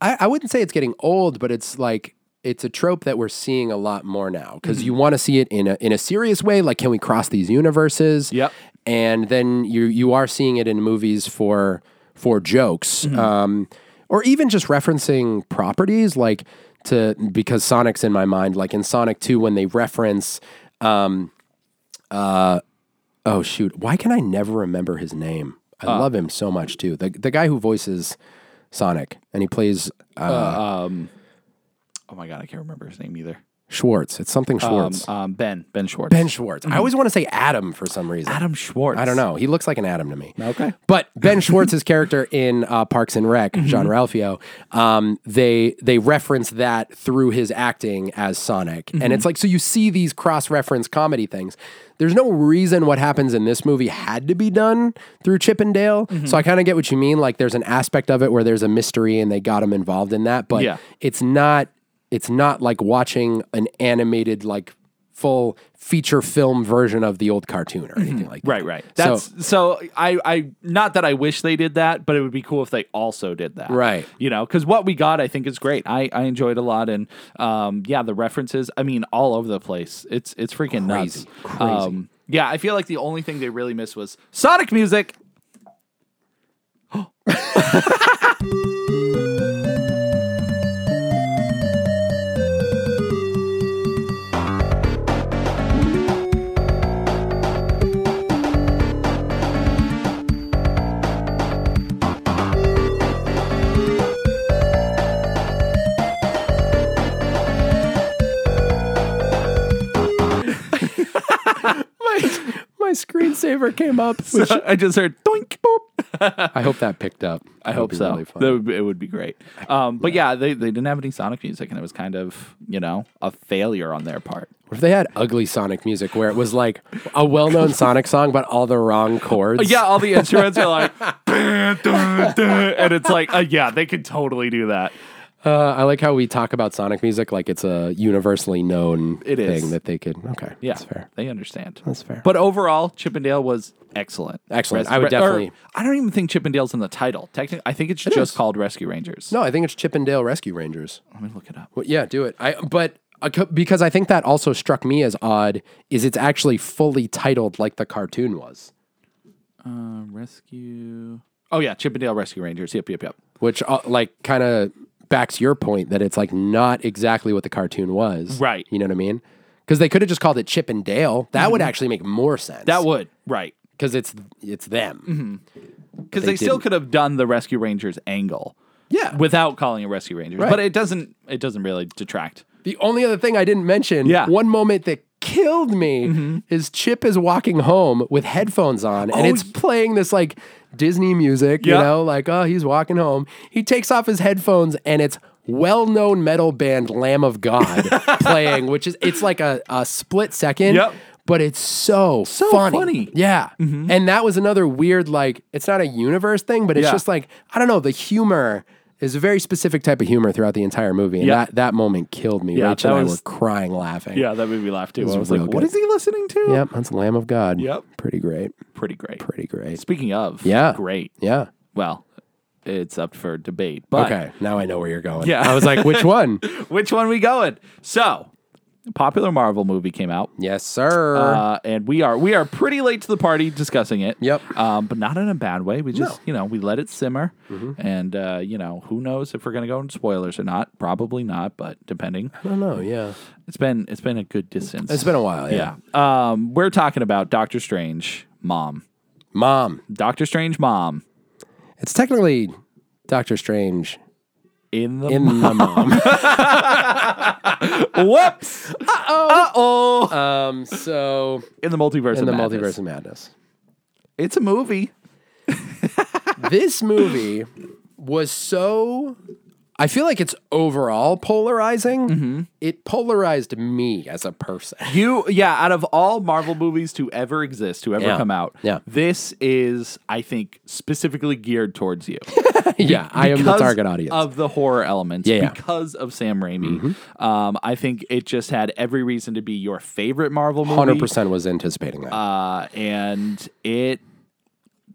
Speaker 1: I, I wouldn't say it's getting old, but it's like, it's a trope that we're seeing a lot more now because
Speaker 2: Mm-hmm.
Speaker 1: you want to see it in a in a serious way. Like, can we cross these universes?
Speaker 2: Yep.
Speaker 1: and then you you are seeing it in movies for for jokes
Speaker 2: Mm-hmm.
Speaker 1: um, or even just referencing properties like to because Sonic's in my mind like in Sonic 2 when they reference um, uh, oh shoot, why can I never remember his name? I love him so much too. The the guy who voices Sonic and he plays uh,
Speaker 2: Oh my god, I can't remember his name either.
Speaker 1: Schwartz. It's something
Speaker 2: Um,
Speaker 1: Schwartz.
Speaker 2: um, ben Ben Schwartz.
Speaker 1: ben Schwartz. I always want to say Adam for some reason.
Speaker 2: Adam Schwartz.
Speaker 1: I don't know. He looks like an Adam to me.
Speaker 2: Okay. Mm-hmm.
Speaker 1: But Ben Schwartz's character in uh, Parks and Rec, John Ralphio, um, they they reference that through his acting as Sonic, and
Speaker 2: Mm-hmm.
Speaker 1: it's like so you see these cross reference comedy things. There's no reason what happens in this movie had to be done through Chippendale.
Speaker 2: Mm-hmm.
Speaker 1: So I kind of get what you mean. Like there's an aspect of it where there's a mystery and they got him involved in that, but
Speaker 2: Yeah.
Speaker 1: it's not it's not like watching an animated like full feature film version of the old cartoon or anything like that.
Speaker 2: Mm-hmm. Right, right. That's
Speaker 1: So-
Speaker 2: so, I, I not that I wish they did that, but it would be cool if they also did that.
Speaker 1: Right.
Speaker 2: You know, because what we got I think is great. I, I enjoyed a lot and um yeah, the references, I mean, all over the place. It's it's freaking
Speaker 1: Crazy,
Speaker 2: nuts.
Speaker 1: crazy.
Speaker 2: Um yeah, I feel like the only thing they really missed was Sonic music. (laughs)
Speaker 1: my, my screensaver came (laughs) up. Which
Speaker 2: I just heard doink boop.
Speaker 1: I hope that picked up.
Speaker 2: I hope so. that would be, it would be great. Um, but yeah, they, they didn't have any Sonic music, and it was kind of you know a failure on their part.
Speaker 1: What if they had ugly Sonic music where it was like a well-known Sonic song, but all the wrong chords?
Speaker 2: Yeah, all the instruments are (laughs) like, "Dun, dun, dun," and it's like, uh, yeah, they could totally do that.
Speaker 1: Uh, I like how we talk about Sonic music like it's a universally known
Speaker 2: It
Speaker 1: thing
Speaker 2: is.
Speaker 1: that they could. Okay,
Speaker 2: Yeah,
Speaker 1: that's fair.
Speaker 2: They understand.
Speaker 1: That's fair.
Speaker 2: But overall, Chippendale was excellent.
Speaker 1: Excellent. I would
Speaker 2: or-
Speaker 1: definitely-
Speaker 2: I don't even think Chippendale's in the title. Technically, I think it's just
Speaker 1: is.
Speaker 2: called Rescue Rangers.
Speaker 1: No, I think it's Chippendale Rescue Rangers.
Speaker 2: let me look it up.
Speaker 1: Well, yeah, do it. I but I cou- because I think that also struck me as odd is it's actually fully titled like the cartoon was,
Speaker 2: Uh, rescue. Oh yeah, Chippendale Rescue Rangers. Yep, yep, yep.
Speaker 1: which uh, like kind of backs your point that it's like not exactly what the cartoon was.
Speaker 2: Right.
Speaker 1: You know what I mean? Because they could have just called it Chip and Dale. That would actually make more sense.
Speaker 2: Mm-hmm. That Mm-hmm. would right.
Speaker 1: because it's it's them.
Speaker 2: because they, still could have done the Rescue Rangers angle.
Speaker 1: Yeah.
Speaker 2: without calling it Rescue Rangers,
Speaker 1: Right.
Speaker 2: but it doesn't. It doesn't really detract.
Speaker 1: The only other thing I didn't mention,
Speaker 2: Yeah. Mm-hmm.
Speaker 1: one moment that killed me is Chip is walking home with headphones on and
Speaker 2: Oh,
Speaker 1: it's playing this like Disney music, you
Speaker 2: Yeah.
Speaker 1: know, like, oh, he's walking home. He takes off his headphones and it's well known metal band Lamb of
Speaker 2: (laughs)
Speaker 1: God playing, which is, it's like a, a split second.
Speaker 2: Yep.
Speaker 1: But it's so, so
Speaker 2: funny.
Speaker 1: Yeah.
Speaker 2: Mm-hmm.
Speaker 1: And that was another weird, like, it's not a universe thing, but it's
Speaker 2: Yeah.
Speaker 1: just like, I don't know, the humor is a very specific type of humor throughout the entire movie. And
Speaker 2: Yeah.
Speaker 1: that, that moment killed me.
Speaker 2: Yeah,
Speaker 1: Rachel
Speaker 2: that
Speaker 1: and I were
Speaker 2: was-
Speaker 1: crying laughing.
Speaker 2: Yeah, that made me laugh too. I was like,
Speaker 1: real
Speaker 2: "What
Speaker 1: good.
Speaker 2: is he listening to?"
Speaker 1: Yep. That's Lamb of God.
Speaker 2: Yep.
Speaker 1: Pretty great.
Speaker 2: pretty great.
Speaker 1: Pretty great.
Speaker 2: Speaking of,
Speaker 1: Yeah.
Speaker 2: great.
Speaker 1: Yeah.
Speaker 2: Well, it's up for debate. But
Speaker 1: Okay. Now I know where you're going.
Speaker 2: Yeah.
Speaker 1: I was like,
Speaker 2: (laughs)
Speaker 1: which one?
Speaker 2: which one we going? So, popular Marvel movie came out.
Speaker 1: yes, sir.
Speaker 2: Uh, and we are we are pretty late to the party discussing it.
Speaker 1: Yep.
Speaker 2: Um, but not in a bad way. We just you know we let it simmer,
Speaker 1: Mm-hmm.
Speaker 2: and uh, you know who knows if we're gonna go into spoilers or not. Probably not, but depending.
Speaker 1: I don't know. Yeah.
Speaker 2: It's been it's been a good distance.
Speaker 1: It's been a while. Yeah.
Speaker 2: yeah. Um, we're talking about Doctor Strange mom.
Speaker 1: Mom.
Speaker 2: Doctor Strange mom
Speaker 1: It's technically Doctor Strange
Speaker 2: in the
Speaker 1: in
Speaker 2: (laughs)
Speaker 1: the mom.
Speaker 2: whoops
Speaker 1: um, so
Speaker 2: in the multiverse.
Speaker 1: in the
Speaker 2: of Madness.
Speaker 1: multiverse of madness.
Speaker 2: It's a movie.
Speaker 1: this movie was so I feel like it's overall polarizing. It polarized me as a person.
Speaker 2: You yeah. Out of all Marvel movies to ever exist, to ever
Speaker 1: Yeah.
Speaker 2: come out,
Speaker 1: Yeah.
Speaker 2: This is I think specifically geared towards you.
Speaker 1: (laughs) yeah, (laughs) I (laughs) am the
Speaker 2: because
Speaker 1: target audience.
Speaker 2: of the horror elements
Speaker 1: Yeah, Mm-hmm. yeah.
Speaker 2: because of Sam Raimi. Um, I think it just had every reason to be your favorite Marvel movie.
Speaker 1: 100% was anticipating that.
Speaker 2: uh, and it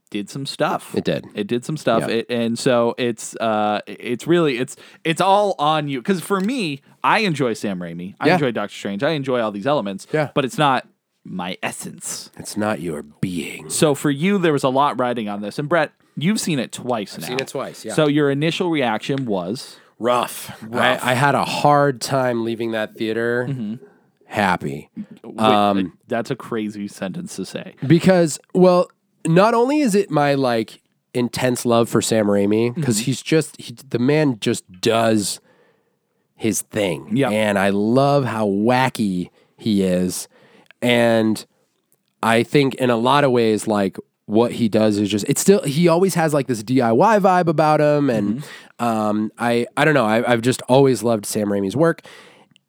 Speaker 2: did some stuff.
Speaker 1: It did.
Speaker 2: It did some stuff.
Speaker 1: Yeah.
Speaker 2: It, and so it's uh, it's really it's it's all on you because for me, I enjoy Sam Raimi. I
Speaker 1: Yeah.
Speaker 2: enjoy Doctor Strange. I enjoy all these elements.
Speaker 1: Yeah.
Speaker 2: but it's not my essence.
Speaker 1: it's not your being.
Speaker 2: So for you, there was a lot riding on this. And Brett, you've seen it twice now.
Speaker 1: seen it twice, yeah.
Speaker 2: So your initial reaction was
Speaker 1: Mm-hmm. Rough. I, I had a hard time leaving that theater happy.
Speaker 2: Wait, um, that's a crazy sentence to say.
Speaker 1: Because, well, not only is it my like intense love for Sam Raimi, because he's just he, the man just does his thing,
Speaker 2: Yep.
Speaker 1: and I love how wacky he is, and I think in a lot of ways like what he does is just it's still he always has like this DIY vibe about him, and
Speaker 2: Mm-hmm.
Speaker 1: um, I I don't know I, I've just always loved Sam Raimi's work,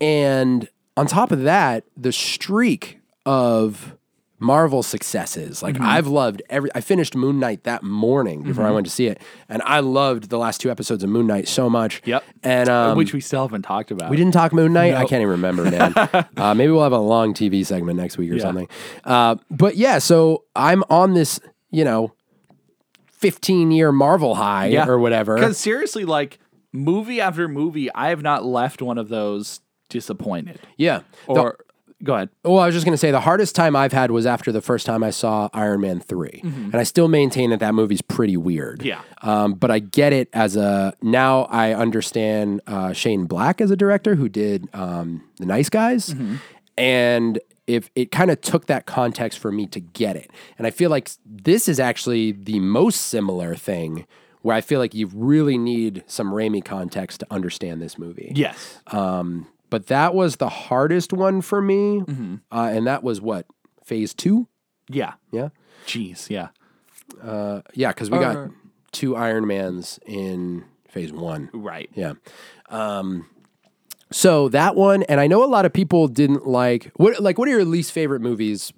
Speaker 1: and on top of that, the streak of Marvel successes. Like
Speaker 2: Mm-hmm.
Speaker 1: I've loved every I finished Moon Knight that morning before I went to see it. And I loved the last two episodes of Moon Knight so much.
Speaker 2: Yep.
Speaker 1: And um,
Speaker 2: Which we still haven't talked about.
Speaker 1: we didn't talk Moon Knight. I can't even remember, man. uh, maybe we'll have a long TV segment next week or something. Uh, but yeah, so I'm on this, you know, 15 year Marvel high or whatever.
Speaker 2: Because seriously, like movie after movie, I have not left one of those disappointed.
Speaker 1: Yeah. The-
Speaker 2: Or go ahead.
Speaker 1: Well, I was just going to say the hardest time I've had was after the first time I saw Iron Man 3. And I still maintain that that movie's pretty weird.
Speaker 2: Yeah.
Speaker 1: Um, but I get it as a. Now I understand uh, Shane Black as a director who did um, The Nice Guys. And if it kind of took that context for me to get it. And I feel like this is actually the most similar thing where I feel like you really need some Raimi context to understand this movie
Speaker 2: Yes.
Speaker 1: but that was the hardest one for me.
Speaker 2: Mm-hmm.
Speaker 1: Uh, and that was what phase two?
Speaker 2: yeah.
Speaker 1: Yeah.
Speaker 2: Jeez. Yeah.
Speaker 1: Yeah. Cause we got two Iron Mans in phase one.
Speaker 2: Right.
Speaker 1: Yeah. Um, so that one, and I know a lot of people didn't like what, like, what are your least favorite movies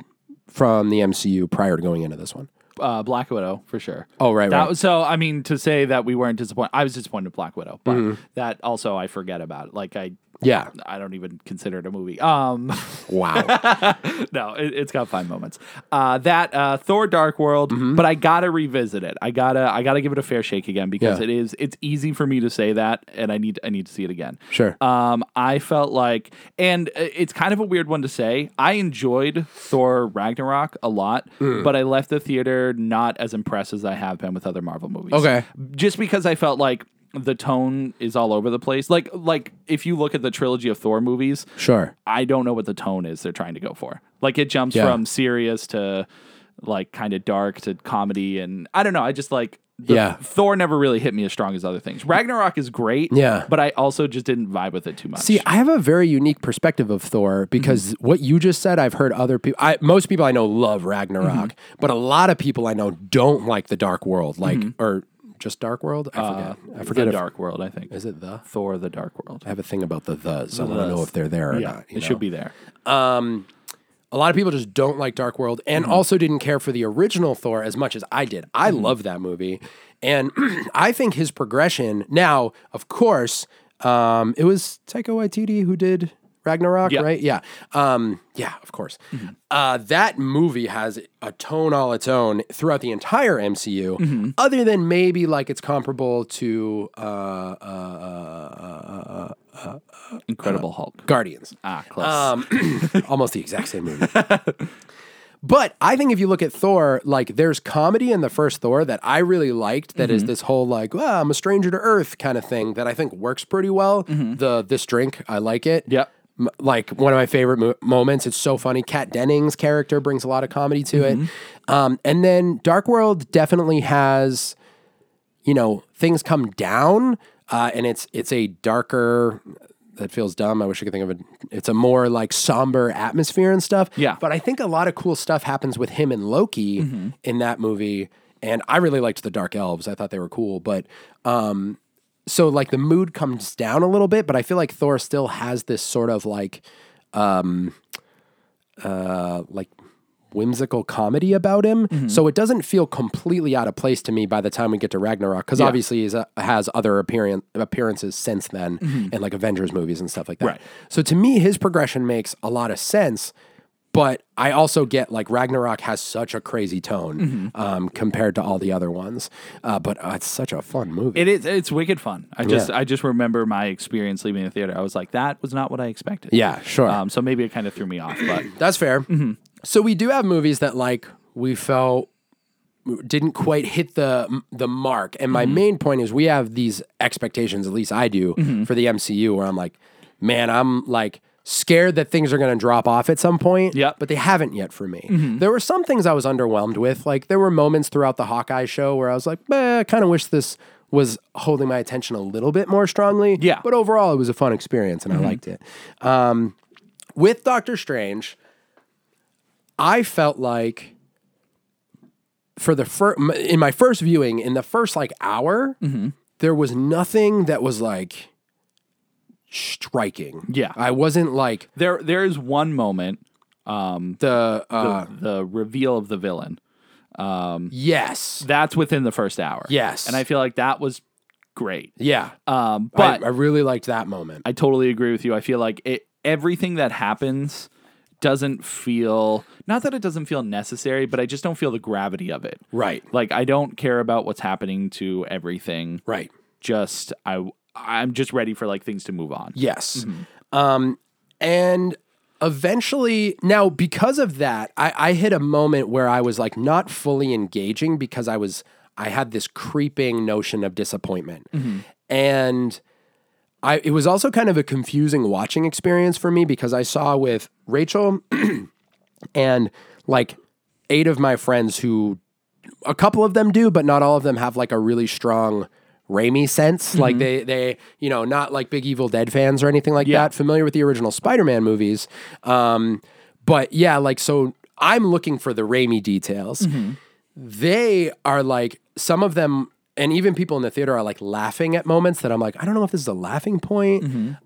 Speaker 1: from the MCU prior to going into this one?
Speaker 2: Uh, Black Widow for sure.
Speaker 1: Oh, right,
Speaker 2: That
Speaker 1: right.
Speaker 2: was- so I mean to say that we weren't disappointed. I was disappointed with Black Widow, but that also I forget about. it. Like I.
Speaker 1: Mm-hmm. Yeah.
Speaker 2: I don't even consider it a movie. Um,
Speaker 1: Wow.
Speaker 2: (laughs) no, it, it's got fine moments. Uh, that uh, Thor: Dark World,
Speaker 1: Mm-hmm.
Speaker 2: but I gotta revisit it. I gotta, I gotta give it a fair shake again because
Speaker 1: Yeah.
Speaker 2: it is, it's easy for me to say that, and I need, I need to see it again.
Speaker 1: Sure.
Speaker 2: Um, I felt like, and uh, it's kind of a weird one to say. I enjoyed Thor: Ragnarok a lot,
Speaker 1: Mm.
Speaker 2: but I left the theater not as impressed as I have been with other Marvel movies
Speaker 1: Okay.
Speaker 2: just because I felt like the tone is all over the place. Like like if you look at the trilogy of Thor movies,
Speaker 1: Sure.
Speaker 2: I don't know what the tone is they're trying to go for. Like it jumps
Speaker 1: Yeah.
Speaker 2: from serious to like kind of dark to comedy and I don't know, I just like the-
Speaker 1: Yeah.
Speaker 2: Thor never really hit me as strong as other things. Ragnarok is great,
Speaker 1: Yeah.
Speaker 2: but I also just didn't vibe with it too much.
Speaker 1: See, I have a very unique perspective of Thor because
Speaker 2: Mm-hmm.
Speaker 1: what you just said, I've heard other people. I, most people I know love Ragnarok,
Speaker 2: Mm-hmm.
Speaker 1: but a lot of people I know don't like the Dark World, like or just Dark World. I forget. I forget.
Speaker 2: Mm-hmm. Uh, the
Speaker 1: If,
Speaker 2: Dark World, I think.
Speaker 1: Is it the?
Speaker 2: Thor the Dark World?
Speaker 1: I have a thing about the thes. I want to know if they're there or not. you
Speaker 2: it
Speaker 1: know?
Speaker 2: should be there.
Speaker 1: A lot of people just don't like Dark World and also didn't care for the original Thor as much as I did. I love that movie. And (clears throat) I think his progression now, of course, um, it was Taika Waititi who did Ragnarok,
Speaker 2: Yeah.
Speaker 1: right? Yeah. Um, yeah, of course. Uh, that movie has a tone all its own throughout the entire MCU, other than maybe like it's comparable to uh, uh, uh, uh,
Speaker 2: Incredible Hulk.
Speaker 1: Guardians.
Speaker 2: Ah, close.
Speaker 1: uh, Um, (clears throat) almost the exact same movie. but I think if you look at Thor, like there's comedy in the first Thor that I really liked. That is this whole like "Ah, I'm a stranger to Earth kind of thing that I think works pretty well. The this drink, I like it.
Speaker 2: Yep.
Speaker 1: M- like one of my favorite mo- moments. It's so funny. Kat Dennings' character brings a lot of comedy to it. Um, and then Dark World definitely has you know things come down uh, and it's it's a darker that feels dumb i wish i could think of it it's a more like somber atmosphere and stuff
Speaker 2: Yeah.
Speaker 1: but i think a lot of cool stuff happens with him and loki in that movie and i really liked the dark elves i thought they were cool but um so like the mood comes down a little bit but i feel like thor still has this sort of like like whimsical comedy about him.
Speaker 2: Mm-hmm.
Speaker 1: So it doesn't feel completely out of place to me by the time we get to Ragnarok because obviously he's a, has other appearance, appearances since then in like Avengers movies and stuff like that.
Speaker 2: Mm-hmm. Right.
Speaker 1: So to me, his progression makes a lot of sense. But I also get like Ragnarok has such a crazy tone
Speaker 2: Mm-hmm.
Speaker 1: um, compared to all the other ones. Uh, but uh, it's such a fun movie.
Speaker 2: It is. It's wicked fun. I just
Speaker 1: Yeah.
Speaker 2: I just remember my experience leaving the theater. I was like, that was not what I expected.
Speaker 1: yeah, sure.
Speaker 2: Um. So maybe it kind of threw me off. But
Speaker 1: That's fair. So we do have movies that like we felt didn't quite hit the the mark. And my main point is we have these expectations, at least I do, for the MCU, where I'm like, man, I'm like scared that things are going to drop off at some point.
Speaker 2: Yep.
Speaker 1: But they haven't yet for me. There were some things I was underwhelmed with. Like there were moments throughout the Hawkeye show where I was like, "Meh, I kind of wish this was holding my attention a little bit more strongly.
Speaker 2: Yeah. Mm-hmm.
Speaker 1: But overall, it was a fun experience and I liked it. Um, with Doctor Strange, I felt like for the first in my first viewing in the first like hour
Speaker 2: Mm-hmm.
Speaker 1: there was nothing that was like striking
Speaker 2: Yeah.
Speaker 1: i wasn't like
Speaker 2: There, there is one moment,
Speaker 1: the uh
Speaker 2: the reveal of the villain.
Speaker 1: yes
Speaker 2: That's within the first hour.
Speaker 1: Yes.
Speaker 2: and I feel like that was great.
Speaker 1: yeah
Speaker 2: Um,
Speaker 1: I,
Speaker 2: but
Speaker 1: I really liked that moment
Speaker 2: I totally agree with you. I feel like it, everything that happens doesn't feel not that it doesn't feel necessary, but I just don't feel the gravity of it.
Speaker 1: right
Speaker 2: Like I don't care about what's happening to everything.
Speaker 1: right
Speaker 2: Just I I'm just ready for like things to move on.
Speaker 1: Yes. Um, and eventually, now because of that, I, I hit a moment where I was like not fully engaging because I was I had this creeping notion of disappointment, and I it was also kind of a confusing watching experience for me because I saw with Rachel (clears throat) and like eight of my friends who a couple of them do, but not all of them have like a really strong Raimi sense. Like they they you know not like big Evil Dead fans or anything like
Speaker 2: Yeah.
Speaker 1: that. Familiar with the original Spider Man movies, um, but yeah, like so I'm looking for the Raimi details. They are like some of them. And even people in the theater are like laughing at moments that I'm like, I don't know if this is a laughing point.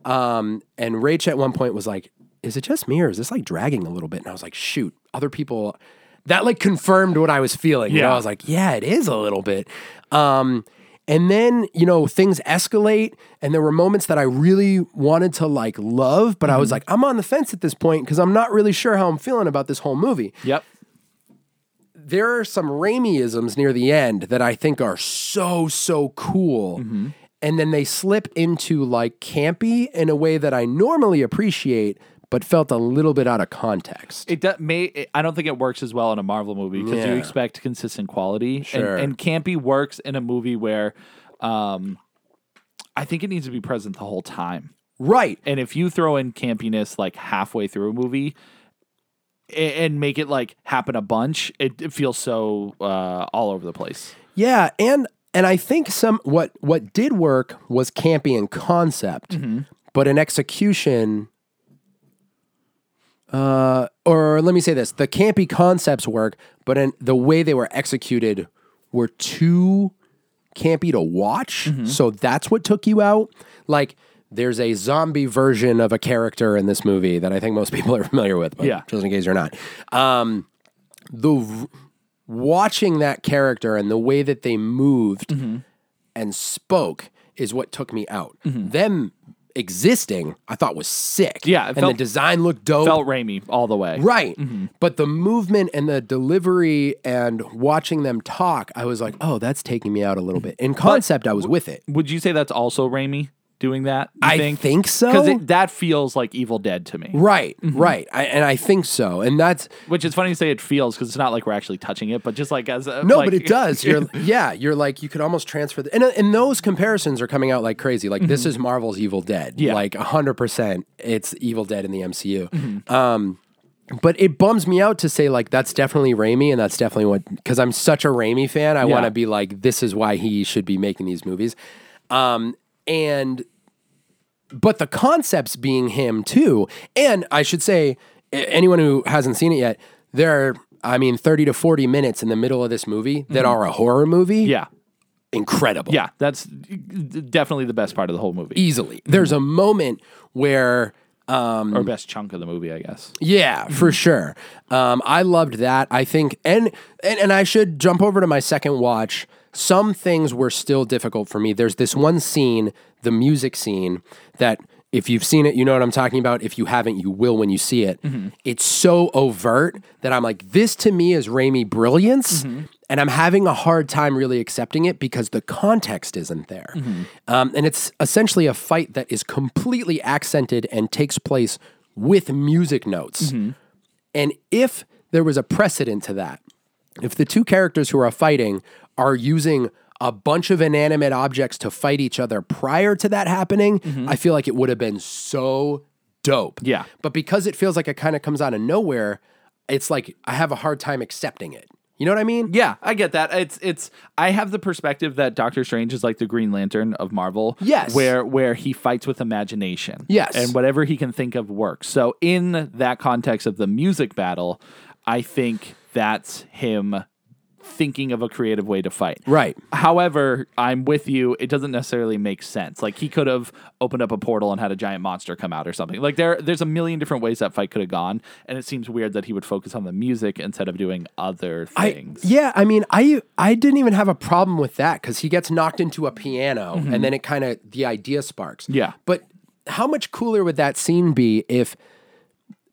Speaker 1: Um, and Rach at one point was like, Is it just me or is this like dragging a little bit? And I was like, Shoot, other people. That like confirmed what I was feeling. You know,
Speaker 2: Yeah.
Speaker 1: I was like, like, yeah, it is a little bit. Um, and then, you know, things escalate and there were moments that I really wanted to like love, but I was like, I'm on the fence at this point because I'm not really sure how I'm feeling about this whole movie.
Speaker 2: Yep.
Speaker 1: There are some Raimiisms near the end that I think are so, so cool. And then they slip into like campy in a way that I normally appreciate, but felt a little bit out of context.
Speaker 2: It do, may. It, I don't think it works as well in a Marvel movie because
Speaker 1: Yeah.
Speaker 2: you expect consistent quality.
Speaker 1: Sure.
Speaker 2: And, and campy works in a movie where, um, I think it needs to be present the whole time.
Speaker 1: right.
Speaker 2: And if you throw in campiness like halfway through a movie a- and make it like happen a bunch, it, it feels so uh, all over the place.
Speaker 1: Yeah, and and I think some what what did work was campy in concept, but in execution. Uh, or let me say this: the campy concepts work, but in the way they were executed were too campy to watch.
Speaker 2: Mm-hmm.
Speaker 1: So that's what took you out. Like. There's a zombie version of a character in this movie that I think most (laughs) people are familiar with, but
Speaker 2: Yeah.
Speaker 1: just in case you're not. Um, the v- watching that character and the way that they moved
Speaker 2: Mm-hmm.
Speaker 1: and spoke is what took me out. Them existing, I thought was sick.
Speaker 2: Mm-hmm. Yeah, it
Speaker 1: and
Speaker 2: felt-
Speaker 1: the design looked dope.
Speaker 2: Felt Raimi all the way.
Speaker 1: right. But the movement and the delivery and watching them talk, I was like, oh, that's taking me out a little bit. In concept, I was with it.
Speaker 2: Would you say that's also Raimi doing that? you
Speaker 1: I think, so.
Speaker 2: Because that feels like Evil Dead to me.
Speaker 1: right, right. I, and I think so. And that's
Speaker 2: Which is funny to say it feels because it's not like we're actually touching it, but just like as a.
Speaker 1: No,
Speaker 2: like-
Speaker 1: but it does. You're
Speaker 2: (laughs)
Speaker 1: yeah, you're like you could almost transfer the, and uh, and those comparisons are coming out like crazy. Like this is Marvel's Evil Dead.
Speaker 2: Mm-hmm. Yeah.
Speaker 1: Like 100% it's Evil Dead in the MCU.
Speaker 2: Mm-hmm.
Speaker 1: Um but it bums me out to say like that's definitely Raimi and that's definitely what cuz I'm such a Raimi fan. I
Speaker 2: Yeah.
Speaker 1: want to be like this is why he should be making these movies. Um and but the concepts being him too. And I should say, a- anyone who hasn't seen it yet, there are, I mean, 30 to 40 minutes in the middle of this movie that are a horror movie.
Speaker 2: Mm-hmm. yeah.
Speaker 1: Incredible.
Speaker 2: Yeah. That's definitely the best part of the whole movie
Speaker 1: Easily. There's a moment where,
Speaker 2: or best chunk of the movie, I guess.
Speaker 1: yeah, for sure. Um, I loved that. I think, and, and, and I should jump over to my second watch. Some things were still difficult for me. There's this one scene, the music scene, that if you've seen it, you know what I'm talking about. If you haven't, you will when you see it. It's so overt that I'm like, this to me is Raimi brilliance. And I'm having a hard time really accepting it because the context isn't there. Um, and it's essentially a fight that is completely accented and takes place with music notes.
Speaker 2: Mm-hmm.
Speaker 1: And if there was a precedent to that, if the two characters who are fighting are using a bunch of inanimate objects to fight each other prior to that happening, I feel like it would have been so dope.
Speaker 2: Mm-hmm. Yeah.
Speaker 1: But because it feels like it kind of comes out of nowhere, it's like I have a hard time accepting it. You know what I mean?
Speaker 2: Yeah, I get that. It's it's I have the perspective that Doctor Strange is like the Green Lantern of Marvel.
Speaker 1: Yes.
Speaker 2: Where where he fights with imagination.
Speaker 1: Yes.
Speaker 2: And whatever he can think of works. So in that context of the music battle, I think that's him thinking of a creative way to fight.
Speaker 1: Right.
Speaker 2: However, I'm with you. It doesn't necessarily make sense. Like he could have opened up a portal and had a giant monster come out or something. Like there, there's a million different ways that fight could have gone, and it seems weird that he would focus on the music instead of doing other things.
Speaker 1: I, yeah, I mean, I I didn't even have a problem with that because he gets knocked into a piano and then it kind of the idea sparks.
Speaker 2: Mm-hmm. Yeah.
Speaker 1: But how much cooler would that scene be if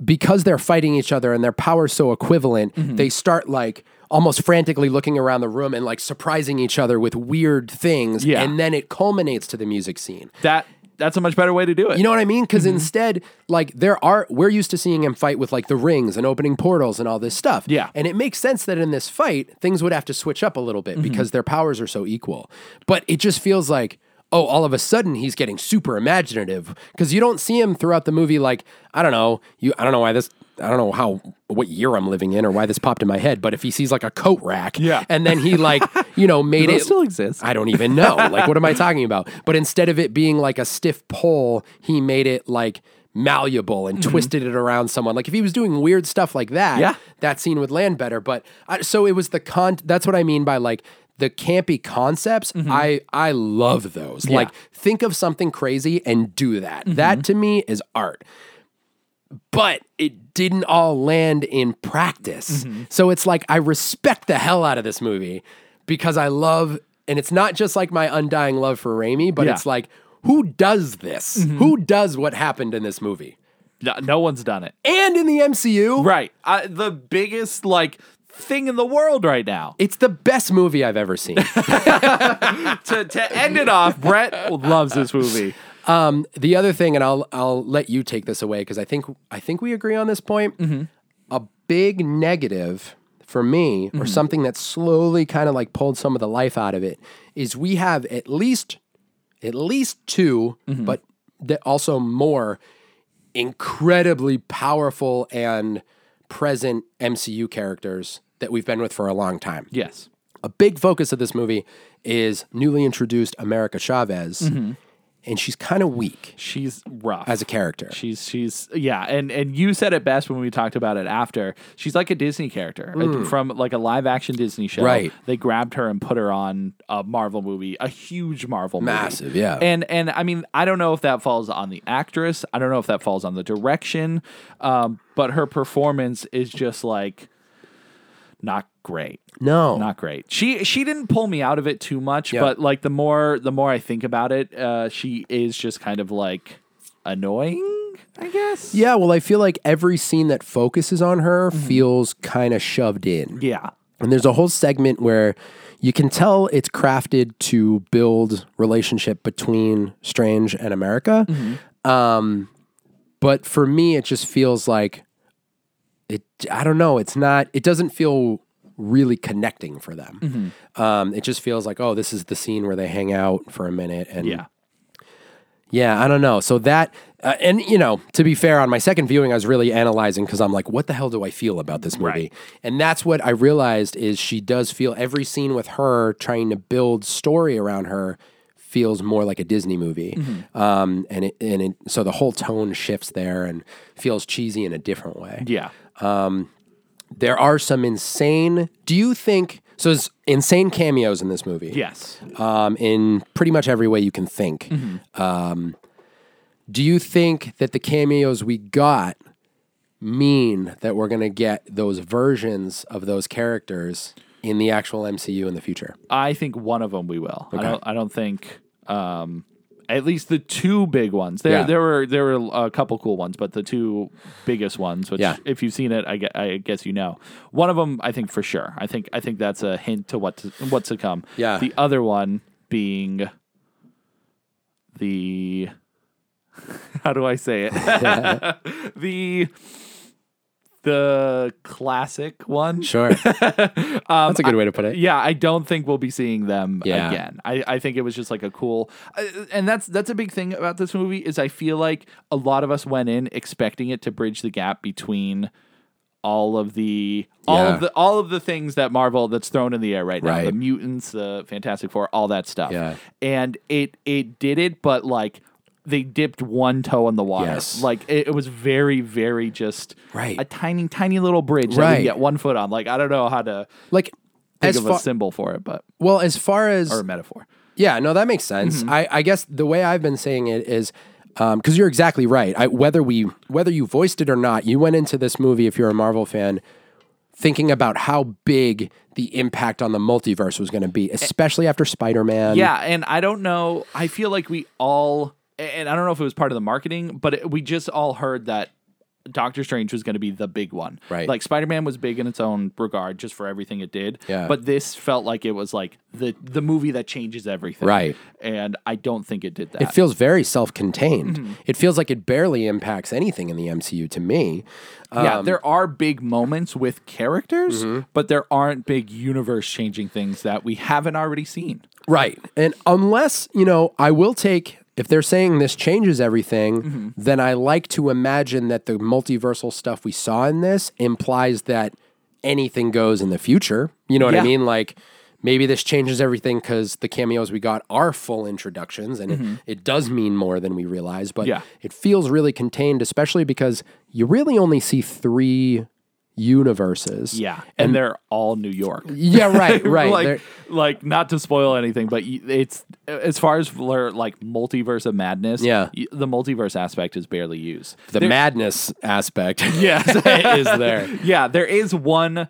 Speaker 1: because they're fighting each other and their power's so equivalent,
Speaker 2: Mm-hmm.
Speaker 1: they start like almost frantically looking around the room and like surprising each other with weird things.
Speaker 2: Yeah.
Speaker 1: And then it culminates to the music scene.
Speaker 2: that that's a much better way to do it.
Speaker 1: You know what I mean? Because
Speaker 2: Mm-hmm.
Speaker 1: instead, like there are, we're used to seeing him fight with like the rings and opening portals and all this stuff.
Speaker 2: Yeah.
Speaker 1: and it makes sense that in this fight things would have to switch up a little bit
Speaker 2: Mm-hmm.
Speaker 1: because their powers are so equal. But it just feels like. Oh, all of a sudden he's getting super imaginative because you don't see him throughout the movie. Like I don't know, you I don't know why this, I don't know how what year I'm living in or why this popped in my head. But if he sees like a coat rack,
Speaker 2: Yeah.
Speaker 1: and then he like you
Speaker 2: (laughs)
Speaker 1: know made
Speaker 2: those
Speaker 1: it
Speaker 2: still exist?
Speaker 1: I don't even know. Like, what am I talking about? But instead of it being like a stiff pole, he made it like malleable and twisted it around someone. Like, if he was doing weird stuff like that,
Speaker 2: Yeah.
Speaker 1: that scene would land better. But I, so it was the con. That's what I mean by like the campy concepts. I I love those. Like, think of something crazy and do that. That to me is art but it didn't all land in practice.
Speaker 2: Mm-hmm.
Speaker 1: So it's like I respect the hell out of this movie because I love, and it's not just like my undying love for Raimi, but
Speaker 2: Yeah. Mm-hmm.
Speaker 1: it's like who does this? Who does what happened in this movie
Speaker 2: No, no one's done it.
Speaker 1: and in the MCU?
Speaker 2: Right. I, the biggest like thing in the world right now.
Speaker 1: It's the best movie I've ever seen.
Speaker 2: to to end it off, Brett (laughs) loves this movie.
Speaker 1: the other thing, and I'll I'll let you take this away because I think I think we agree on this point. A big negative for me, or something that slowly kind of like pulled some of the life out of it, is we have at least at least 2 but th- also more incredibly powerful and present MCU characters that we've been with for a long time
Speaker 2: Yes.
Speaker 1: a big focus of this movie is newly introduced America Chavez, and she's kind of weak
Speaker 2: She's rough
Speaker 1: as a character.
Speaker 2: She's she's yeah, and and you said it best when we talked about it after. She's like a Disney character uh, from like a live action Disney show.
Speaker 1: Hmm. Right.
Speaker 2: They grabbed her and put her on a Marvel movie, a huge Marvel movie.
Speaker 1: Massive, yeah.
Speaker 2: And and I mean, I don't know if that falls on the actress. I don't know if that falls on the direction. Um, but her performance is just like not great.
Speaker 1: no,
Speaker 2: Not great. She she didn't pull me out of it too much,
Speaker 1: Yeah.
Speaker 2: but like the more the more I think about it, uh, she is just kind of like annoying, I guess.
Speaker 1: yeah. Well, I feel like every scene that focuses on her feels kind of shoved in.
Speaker 2: Mm-hmm. Yeah.
Speaker 1: And there's a whole segment where you can tell it's crafted to build relationship between Strange and America. Um,
Speaker 2: Mm-hmm.
Speaker 1: but for me, it just feels like it. I don't know. It's not. It doesn't feel really connecting for them.
Speaker 2: Mm-hmm.
Speaker 1: Um, it just feels like, oh, this is the scene where they hang out for a minute, and
Speaker 2: Yeah.
Speaker 1: yeah, I don't know. So that, uh, and you know, to be fair, on my second viewing, I was really analyzing because I'm like, what the hell do I feel about this movie?
Speaker 2: Right.
Speaker 1: And that's what I realized is she does feel every scene with her trying to build story around her feels more like a Disney movie.
Speaker 2: Mm-hmm.
Speaker 1: Um, and it, and it, so the whole tone shifts there and feels cheesy in a different way
Speaker 2: Yeah.
Speaker 1: there are some insane. Do you think so? There's insane cameos in this movie.
Speaker 2: Yes.
Speaker 1: Um, in pretty much every way you can think. Um,
Speaker 2: Mm-hmm.
Speaker 1: do you think that the cameos we got mean that we're going to get those versions of those characters in the actual MCU in the future?
Speaker 2: I think one of them we will. I don't I don't think um at least the two big ones. There,
Speaker 1: Yeah.
Speaker 2: there were there were a couple cool ones, but the two biggest ones. Which,
Speaker 1: Yeah.
Speaker 2: if you've seen it, I, gue- I guess you know. One of them, I think for sure. I think I think that's a hint to what to, what's to come.
Speaker 1: Yeah.
Speaker 2: The other one being the (laughs)
Speaker 1: (laughs)
Speaker 2: how do I say it? the the classic
Speaker 1: (laughs)
Speaker 2: one.
Speaker 1: Sure. That's a good way to put it.
Speaker 2: Yeah, Um, I don't think we'll be seeing them
Speaker 1: Yeah.
Speaker 2: again. I, I think it was just like a cool, uh, and that's that's a big thing about this movie is I feel like a lot of us went in expecting it to bridge the gap between all of the all
Speaker 1: Yeah.
Speaker 2: of the all of the things that Marvel that's thrown in the air right, now
Speaker 1: Right.
Speaker 2: the mutants, the Fantastic Four, all that stuff.
Speaker 1: Yeah.
Speaker 2: and it it did it, but like. They dipped one toe in the water.
Speaker 1: Yes.
Speaker 2: Like it, it was very, very just
Speaker 1: Right.
Speaker 2: a tiny, tiny little bridge that
Speaker 1: Right.
Speaker 2: we get one foot on. Like I don't know how to
Speaker 1: Like
Speaker 2: think
Speaker 1: as
Speaker 2: of
Speaker 1: far
Speaker 2: a symbol for it, but
Speaker 1: well as far as
Speaker 2: or a metaphor.
Speaker 1: Yeah, no, that makes sense.
Speaker 2: Mm-hmm.
Speaker 1: I, I guess the way I've been saying it is because you're exactly right. I, whether we whether you voiced it or not, you went into this movie if you're a Marvel fan thinking about how big the impact on the multiverse was going to be, especially after Spider Man.
Speaker 2: Eh, Yeah, and I don't know. I feel like we all, and I don't know if it was part of the marketing, but it, we just all heard that Doctor Strange was going to be the big one.
Speaker 1: Right.
Speaker 2: Like Spider Man was big in its own regard, just for everything it did.
Speaker 1: Yeah.
Speaker 2: But this felt like it was like the the movie that changes everything.
Speaker 1: Right.
Speaker 2: And I don't think it did that.
Speaker 1: It feels very self contained.
Speaker 2: Mm-hmm.
Speaker 1: It feels like it barely impacts anything in the MCU to me.
Speaker 2: yeah, there are big moments with characters, but there aren't big universe changing things that we haven't already seen.
Speaker 1: Right. And unless, you know, I will take, if they're saying this changes everything,
Speaker 2: Mm-hmm.
Speaker 1: then I like to imagine that the multiversal stuff we saw in this implies that anything goes in the future. You know what
Speaker 2: Yeah.
Speaker 1: I mean? Like, Maybe this changes everything because the cameos we got are full introductions and it, it does mean more than we realize, but
Speaker 2: Mm-hmm. Yeah.
Speaker 1: it feels really contained, especially because you really only see three universes.
Speaker 2: Yeah, and, they're all New York.
Speaker 1: Yeah, right,
Speaker 2: (laughs)
Speaker 1: right.
Speaker 2: like,
Speaker 1: They're-
Speaker 2: like not to spoil anything, but y- it's as far as blur, like multiverse of madness.
Speaker 1: Yeah.
Speaker 2: y- the multiverse aspect is barely used.
Speaker 1: the madness aspect (laughs)
Speaker 2: Yes,
Speaker 1: is there.
Speaker 2: yeah, there is one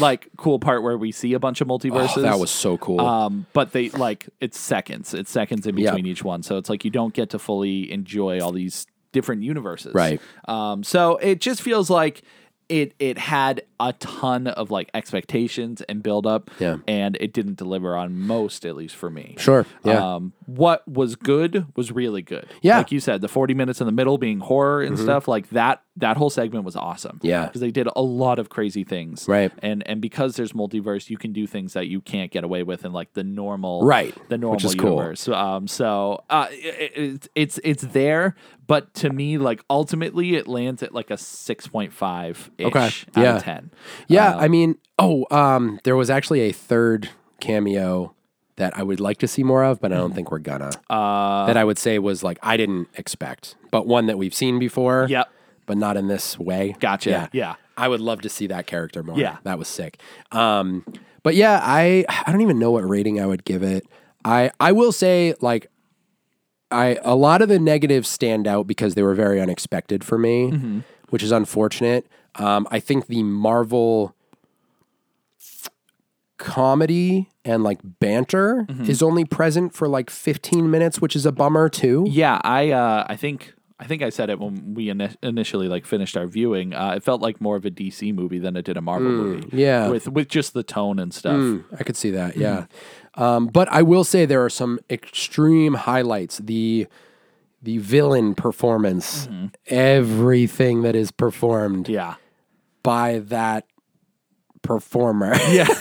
Speaker 2: like cool part where we see a bunch of multiverses.
Speaker 1: Oh, that was so cool.
Speaker 2: Um, but they like it's seconds. It's seconds in
Speaker 1: Yeah.
Speaker 2: between each one, so it's like you don't get to fully enjoy all these different universes,
Speaker 1: Right.
Speaker 2: Um, so it just feels like it it had a ton of like expectations and build up,
Speaker 1: Yeah.
Speaker 2: and it didn't deliver on most, at least for me.
Speaker 1: Sure, yeah.
Speaker 2: Um, what was good was really good.
Speaker 1: Yeah. Mm-hmm.
Speaker 2: Like you said, the forty minutes in the middle being horror and stuff like that. That whole segment was awesome.
Speaker 1: Yeah.
Speaker 2: Because they did a lot of crazy things
Speaker 1: Right.
Speaker 2: and and because there's multiverse, you can do things that you can't get away with in like the normal,
Speaker 1: Right,
Speaker 2: The normal
Speaker 1: which is cool.
Speaker 2: universe. Um, so uh, it, it, it's it's there, but to me, like ultimately, it lands at like a six point five ish
Speaker 1: Okay,
Speaker 2: out
Speaker 1: yeah.
Speaker 2: of ten.
Speaker 1: yeah, I mean, oh, um, there was actually a third cameo that I would like to see more of, but I don't think we're gonna. Uh, that I would say was like I didn't expect, but one that we've seen before.
Speaker 2: Yep.
Speaker 1: But not in this way.
Speaker 2: Gotcha, yeah.
Speaker 1: I would love to see that character more.
Speaker 2: Yeah.
Speaker 1: That was sick. Um, but yeah, I I don't even know what rating I would give it. I I will say like I a lot of the negatives stand out because they were very unexpected for me,
Speaker 2: Mm-hmm.
Speaker 1: which is unfortunate. Um, I think the Marvel comedy and like banter
Speaker 2: Mm-hmm.
Speaker 1: is only present for like 15 minutes, which is a bummer too.
Speaker 2: Yeah, I uh, I think I think I said it when we ini initially like finished our viewing. Uh, it felt like more of a DC movie than it did a Marvel movie.
Speaker 1: Mm. yeah. Mm.
Speaker 2: with with just the tone and stuff.
Speaker 1: I could see that. Yeah.
Speaker 2: Mm-hmm.
Speaker 1: Um, but I will say there are some extreme highlights. The the villain performance, everything that is performed
Speaker 2: Mm-hmm. Yeah.
Speaker 1: by that performer. Yeah. (laughs)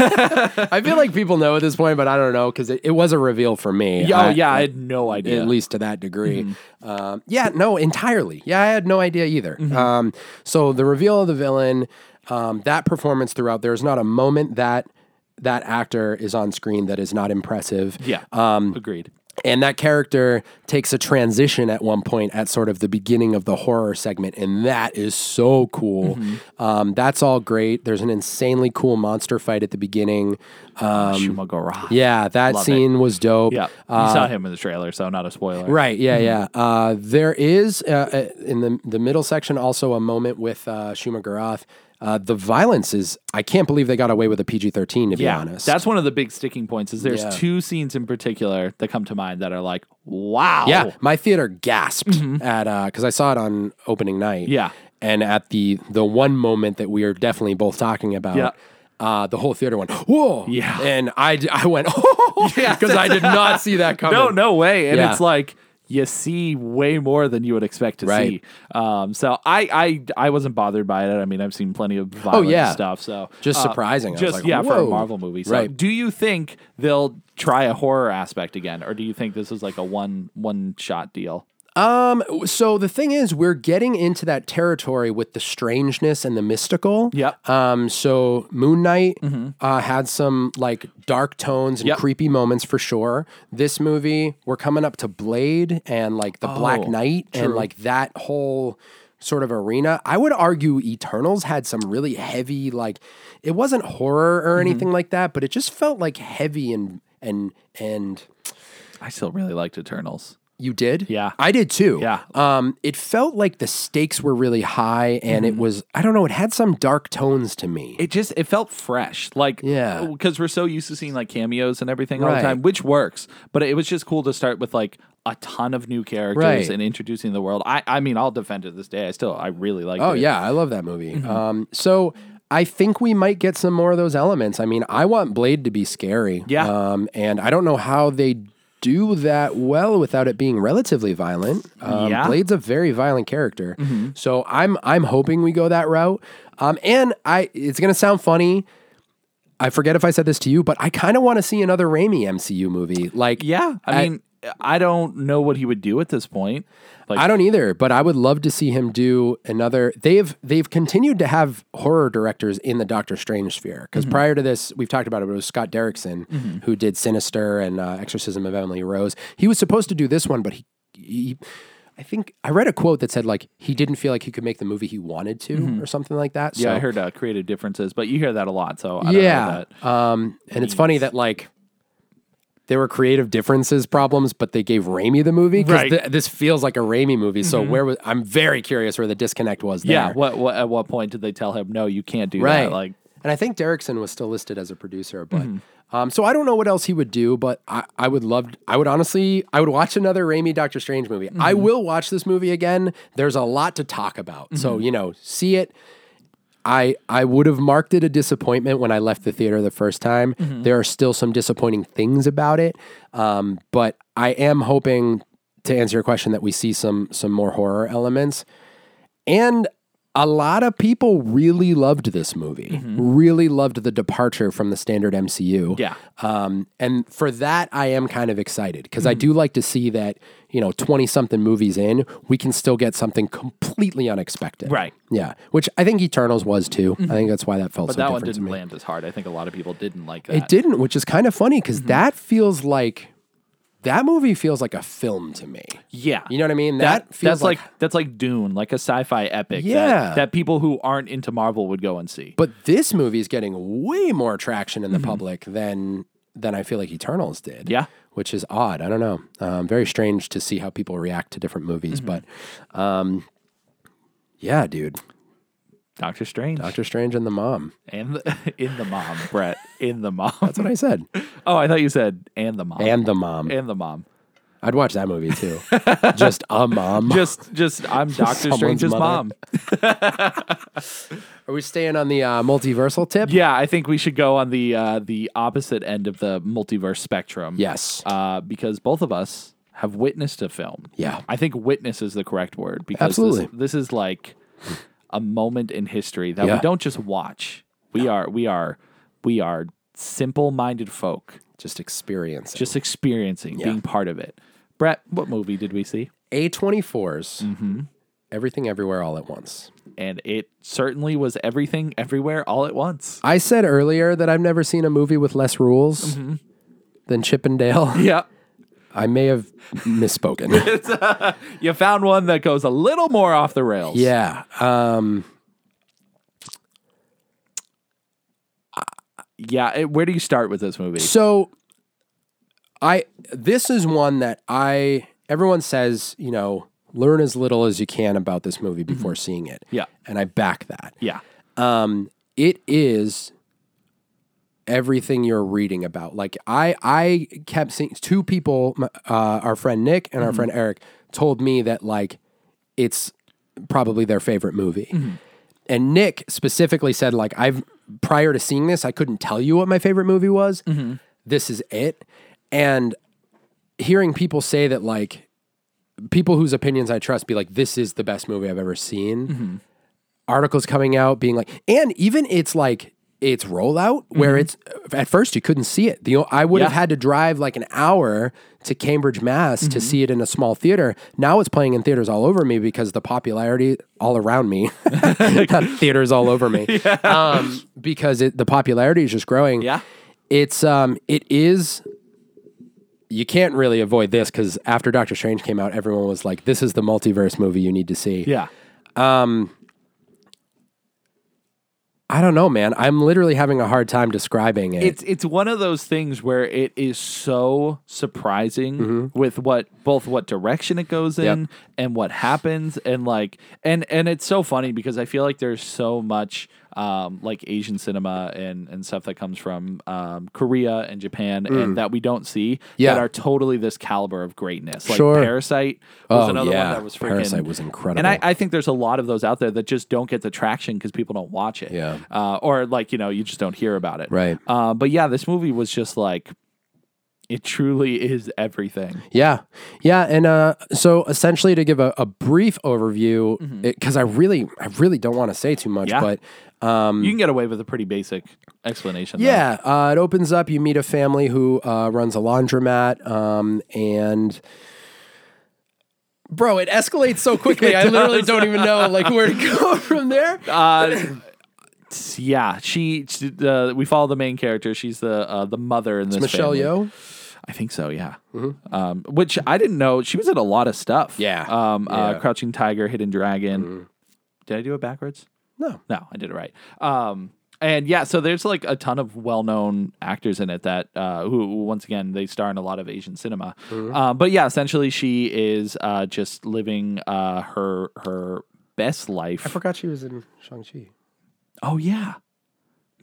Speaker 1: I feel like people know at this point, but I don't know because it, it was a reveal for me.
Speaker 2: Yeah, Oh
Speaker 1: I-
Speaker 2: yeah, Mm-hmm. I had no idea.
Speaker 1: At least to that degree. Um, yeah, no, entirely. Yeah, I had no idea either.
Speaker 2: Mm-hmm.
Speaker 1: Um, so the reveal of the villain, um, that performance throughout, there's not a moment that that actor is on screen that is not impressive.
Speaker 2: Yeah.
Speaker 1: Um,
Speaker 2: agreed.
Speaker 1: And that character takes a transition at one point at sort of the beginning of the horror segment. And that is so cool.
Speaker 2: Mm-hmm.
Speaker 1: Um, that's all great. There's an insanely cool monster fight at the beginning. Uh,
Speaker 2: Shumagora.
Speaker 1: um, Yeah, that
Speaker 2: Love it.
Speaker 1: scene was dope.
Speaker 2: Yeah. you saw him in the trailer, so not a spoiler.
Speaker 1: Right. Yeah.
Speaker 2: Mm-hmm.
Speaker 1: Yeah. Uh, there is uh, uh, in the the middle section also a moment with uh, Shuma Garoth. Uh, the violence is. I can't believe they got away with a PG thirteen. To be
Speaker 2: Yeah.
Speaker 1: honest,
Speaker 2: That's one of the big sticking points is there's
Speaker 1: Yeah.
Speaker 2: two scenes in particular that come to mind that are like, wow.
Speaker 1: yeah. My theater gasped at because I saw it on opening night.
Speaker 2: Mm-hmm. Yeah.
Speaker 1: And at the the one moment that we are definitely both talking about.
Speaker 2: Yeah.
Speaker 1: Uh, the whole theater went, whoa.
Speaker 2: Yeah.
Speaker 1: (laughs)
Speaker 2: (laughs)
Speaker 1: And I, d- I went, oh, because I did not see that coming.
Speaker 2: No, no way. And
Speaker 1: Yeah.
Speaker 2: it's like you see way more than you would expect to
Speaker 1: Right.
Speaker 2: see. Um, so I, I I wasn't bothered by it. I mean, I've seen plenty of violent
Speaker 1: Oh, yeah.
Speaker 2: stuff. So uh,
Speaker 1: Just surprising. I was
Speaker 2: Just
Speaker 1: like,
Speaker 2: yeah, for a
Speaker 1: whoa.
Speaker 2: Marvel movie. So
Speaker 1: Right.
Speaker 2: do you think they'll try a horror aspect again, or do you think this is like a one one shot deal?
Speaker 1: So the thing is, we're getting into that territory with the strangeness and the mystical.
Speaker 2: Yep. Mm-hmm.
Speaker 1: Um. So Moon Knight uh, had some like dark tones and
Speaker 2: Yep.
Speaker 1: creepy moments for sure. This movie, we're coming up to Blade and like the Black
Speaker 2: Oh,
Speaker 1: Knight and like that whole sort of arena. I would argue Eternals had some really heavy like it wasn't horror
Speaker 2: Mm-hmm.
Speaker 1: or anything like that, but it just felt like heavy and and and
Speaker 2: I still really liked Eternals.
Speaker 1: you did?
Speaker 2: Yeah.
Speaker 1: I did too.
Speaker 2: Yeah.
Speaker 1: Um, it felt like the stakes were really high and
Speaker 2: Mm-hmm.
Speaker 1: it was, I don't know, it had some dark tones to me.
Speaker 2: it just it felt fresh like
Speaker 1: Yeah.
Speaker 2: because we're so used to seeing like cameos and everything all the
Speaker 1: Right.
Speaker 2: time which works but it was just cool to start with like a ton of new characters
Speaker 1: Right.
Speaker 2: and introducing the world i i mean i'll defend it this day i still i really like
Speaker 1: oh,
Speaker 2: it Mm-hmm.
Speaker 1: yeah. I love that movie. Um, so I think we might get some more of those elements. I mean, I want Blade to be scary.
Speaker 2: Yeah.
Speaker 1: Um, and I don't know how they do that well without it being relatively violent. Um,
Speaker 2: Yeah. Mm-hmm.
Speaker 1: Blade's a very violent character. So I'm, I'm hoping we go that route. Um, and I, it's going to sound funny. I forget if I said this to you, but I kind of want to see another Raimi MCU movie. Like,
Speaker 2: yeah i, mean i don't know what he would do at this point like
Speaker 1: I don't either, but I would love to see him do another. They've they've continued to have horror directors in the Doctor Strange sphere because
Speaker 2: Mm-hmm.
Speaker 1: prior to this, we've talked about it. But it was Scott Derrickson who did Sinister and uh, Exorcism of Emily Rose. He was supposed to do this one, but he, he, I think I read a quote that said like he didn't feel like he could make the movie he wanted to or something like that.
Speaker 2: Mm-hmm. yeah
Speaker 1: so,
Speaker 2: i heard uh, creative differences but you hear that a lot so I don't know
Speaker 1: yeah,
Speaker 2: that.
Speaker 1: um, and it's funny that like. There were creative differences problems, but they gave Raimi the movie because
Speaker 2: Right. Mm-hmm.
Speaker 1: this feels like a Raimi movie. So where was I'm very curious where the disconnect was. There.
Speaker 2: yeah what, what at what point did they tell him no you can't do
Speaker 1: right.
Speaker 2: that like
Speaker 1: and I think Derrickson was still listed as a producer, but
Speaker 2: Mm-hmm.
Speaker 1: um, so I don't know what else he would do. But I, I would love. I would honestly. I would watch another Raimi Doctor Strange movie. I
Speaker 2: Mm-hmm.
Speaker 1: will watch this movie again. There's a lot to talk about. So
Speaker 2: Mm-hmm.
Speaker 1: you know, see it. I I would have marked it a disappointment when I left the theater the first time. There are still some disappointing things about it, um, but I am hoping to answer your question that we see some some more horror elements. And a lot of people really loved this movie. Really loved the departure from the standard MCU.
Speaker 2: Yeah.
Speaker 1: Um, and for that, I am kind of excited because
Speaker 2: Mm-hmm.
Speaker 1: I do like to see that you know twenty something movies in, we can still get something completely unexpected.
Speaker 2: Right. Mm-hmm.
Speaker 1: Yeah, which I think Eternals was too. I think that's why that felt
Speaker 2: but
Speaker 1: so
Speaker 2: that one
Speaker 1: different
Speaker 2: didn't
Speaker 1: to me.
Speaker 2: land as hard i think a lot of people didn't like that
Speaker 1: It didn't, which is kind of funny because
Speaker 2: Mm-hmm.
Speaker 1: that feels like that movie feels like a film to me.
Speaker 2: Yeah,
Speaker 1: You know what I mean?
Speaker 2: That,
Speaker 1: That feels
Speaker 2: that's like,
Speaker 1: like-
Speaker 2: that's like Dune, like a sci-fi epic. that-
Speaker 1: Yeah.
Speaker 2: that, people who aren't into Marvel would go and see.
Speaker 1: But this movie is getting way more traction in the public than than I feel like Eternals did.
Speaker 2: Mm-hmm. Yeah.
Speaker 1: which is odd. I don't know. Um, very strange to see how people react to different movies,
Speaker 2: Mm-hmm.
Speaker 1: but um, yeah, dude,
Speaker 2: Doctor Strange
Speaker 1: Doctor Strange and the mom.
Speaker 2: and the, (laughs) in the mom, Brett in the mom.
Speaker 1: That's what I said.
Speaker 2: (laughs) oh, I thought you said and the mom
Speaker 1: And the mom.
Speaker 2: and the mom.
Speaker 1: I'd watch that movie too.
Speaker 2: (laughs)
Speaker 1: Just a mom.
Speaker 2: Just just
Speaker 1: (laughs)
Speaker 2: I'm Doctor
Speaker 1: Someone's
Speaker 2: Strange's
Speaker 1: mother.
Speaker 2: mom.
Speaker 1: Are we staying on the uh, multiversal tip?
Speaker 2: Yeah, I think we should go on the uh, the opposite end of the multiverse spectrum.
Speaker 1: Yes.
Speaker 2: uh, because both of us have witnessed a film.
Speaker 1: Yeah.
Speaker 2: I think witness is the correct word because
Speaker 1: Absolutely.
Speaker 2: This, this is like a moment in history that
Speaker 1: Yeah.
Speaker 2: we don't just watch. We are we are we are simple-minded folk
Speaker 1: Just experience.
Speaker 2: just experiencing being part of it. Brett, what movie did we see?
Speaker 1: A24's
Speaker 2: Mm-hmm.
Speaker 1: Everything Everywhere All at Once.
Speaker 2: And it certainly was everything everywhere all at
Speaker 1: (laughs)
Speaker 2: once.
Speaker 1: I said earlier that I've never seen a movie with less rules than
Speaker 2: (laughs)
Speaker 1: Chippendale.
Speaker 2: Yeah.
Speaker 1: I may have misspoken.
Speaker 2: You found one that goes a little more off the rails.
Speaker 1: yeah. Um,
Speaker 2: Yeah, it- where do you start with this movie?
Speaker 1: so I this is one that I everyone says, you know, learn as little as you can about this movie before seeing it.
Speaker 2: Yeah.
Speaker 1: And I back that.
Speaker 2: Yeah.
Speaker 1: Um, it is everything you're reading about like i i kept seeing two people m- uh, our friend nick and our friend eric told me that like it's probably their favorite movie and nick specifically said like i've prior to seeing this i couldn't tell you what my favorite movie was this is it and hearing people say that like people whose opinions I trust be like, this is the best movie I've ever seen.
Speaker 2: Mm-hmm.
Speaker 1: Articles coming out being like, and even it's like, its rollout where it's at first you couldn't see it. The, o- I would have
Speaker 2: Mm-hmm. Yeah.
Speaker 1: had to drive like an hour to Cambridge, Mass
Speaker 2: Mm-hmm.
Speaker 1: to see it in a small theater. Now it's playing in theaters all over me because the popularity all around me,
Speaker 2: (laughs)
Speaker 1: (laughs) theaters all over me, um, because it, the popularity is just growing.
Speaker 2: Yeah.
Speaker 1: It's, um, it is you can't really avoid this because after Doctor Strange came out, everyone was like, "This is the multiverse movie you need to see."
Speaker 2: Yeah.
Speaker 1: I don't know, man. I'm literally having a hard time describing it.
Speaker 2: It's it's one of those things where it is so surprising with what both what direction it goes in
Speaker 1: Mm-hmm. Yep.
Speaker 2: and what happens and like and and it's so funny because I feel like there's so much um, like Asian cinema and and stuff that comes from um, Korea and Japan and that we don't see
Speaker 1: Mm. Yeah.
Speaker 2: that are totally this caliber of greatness. Like
Speaker 1: Sure.
Speaker 2: Parasite was
Speaker 1: Oh,
Speaker 2: another
Speaker 1: yeah.
Speaker 2: one that was freaking
Speaker 1: Parasite was incredible.
Speaker 2: And I, I think there's a lot of those out there that just don't get the traction because people don't watch it.
Speaker 1: Yeah.
Speaker 2: Uh, or like you know you just don't hear about it.
Speaker 1: Right.
Speaker 2: Uh, but yeah, this movie was just like it truly (laughs) is everything.
Speaker 1: yeah, yeah, and uh, so essentially, to give a, a brief overview, because I really, I really don't want to say too much,
Speaker 2: Mm-hmm. Yeah.
Speaker 1: but
Speaker 2: You can get away with a pretty basic explanation. though.
Speaker 1: Mm. Yeah, uh, it opens up. You meet a family who uh, runs a laundromat, um, and bro, it escalates
Speaker 2: (laughs)
Speaker 1: so quickly. I literally don't even know like where to go (laughs) from there.
Speaker 2: Uh, s- yeah, she. she- Uh, we follow the main character. She's the uh, the mother in this.
Speaker 1: Michelle
Speaker 2: family.
Speaker 1: Yeoh.
Speaker 2: I think so. Yeah. Um, which I didn't know she was in a lot of stuff.
Speaker 1: Mm-hmm. Yeah.
Speaker 2: Um, Uh,
Speaker 1: Yeah. Mm-hmm.
Speaker 2: Crouching Tiger, Hidden Dragon. Did I do it backwards?
Speaker 1: No,
Speaker 2: No, I did it right. Um, and yeah, so there's like a ton of well-known actors in it that uh, who, who, once again, they star in a lot of Asian cinema.
Speaker 1: Mm-hmm.
Speaker 2: Uh, but yeah, essentially, she is uh, just living uh, her her best life.
Speaker 1: I forgot she was in Shang Chi.
Speaker 2: oh yeah,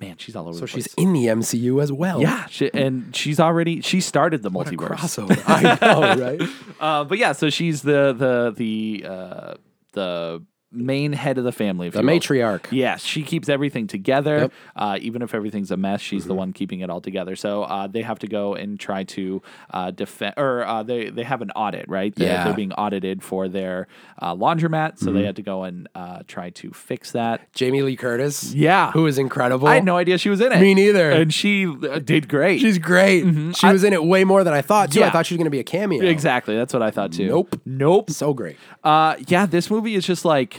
Speaker 2: man, she's all over.
Speaker 1: So
Speaker 2: the
Speaker 1: she's
Speaker 2: place.
Speaker 1: in the MCU as well.
Speaker 2: yeah, she, and she's already she started the multiverse.
Speaker 1: Crossover. (laughs) I know, right?
Speaker 2: Uh, but yeah, so she's the the the uh, the main head of the family. if
Speaker 1: The
Speaker 2: you will.
Speaker 1: matriarch.
Speaker 2: Yes, she keeps everything together.
Speaker 1: Yep. Mm-hmm.
Speaker 2: Uh, even if everything's a mess, she's the one keeping it all together. So uh, they have to go and try to uh, defend, or uh, they they have an audit, right? They're,
Speaker 1: Yeah. Mm-hmm.
Speaker 2: they're being audited for their uh, laundromat, so they had to go and uh, try to fix that.
Speaker 1: Jamie Lee Curtis.
Speaker 2: Yeah.
Speaker 1: Who is incredible.
Speaker 2: I had no idea she was in it.
Speaker 1: Me neither.
Speaker 2: And she uh, did great.
Speaker 1: She's great. She was in it way more than Mm-hmm. I thought, too. I
Speaker 2: Yeah.
Speaker 1: thought she was going to be a cameo.
Speaker 2: exactly. That's what I thought too.
Speaker 1: Nope.
Speaker 2: Nope.
Speaker 1: So great.
Speaker 2: Uh, yeah, this movie is just like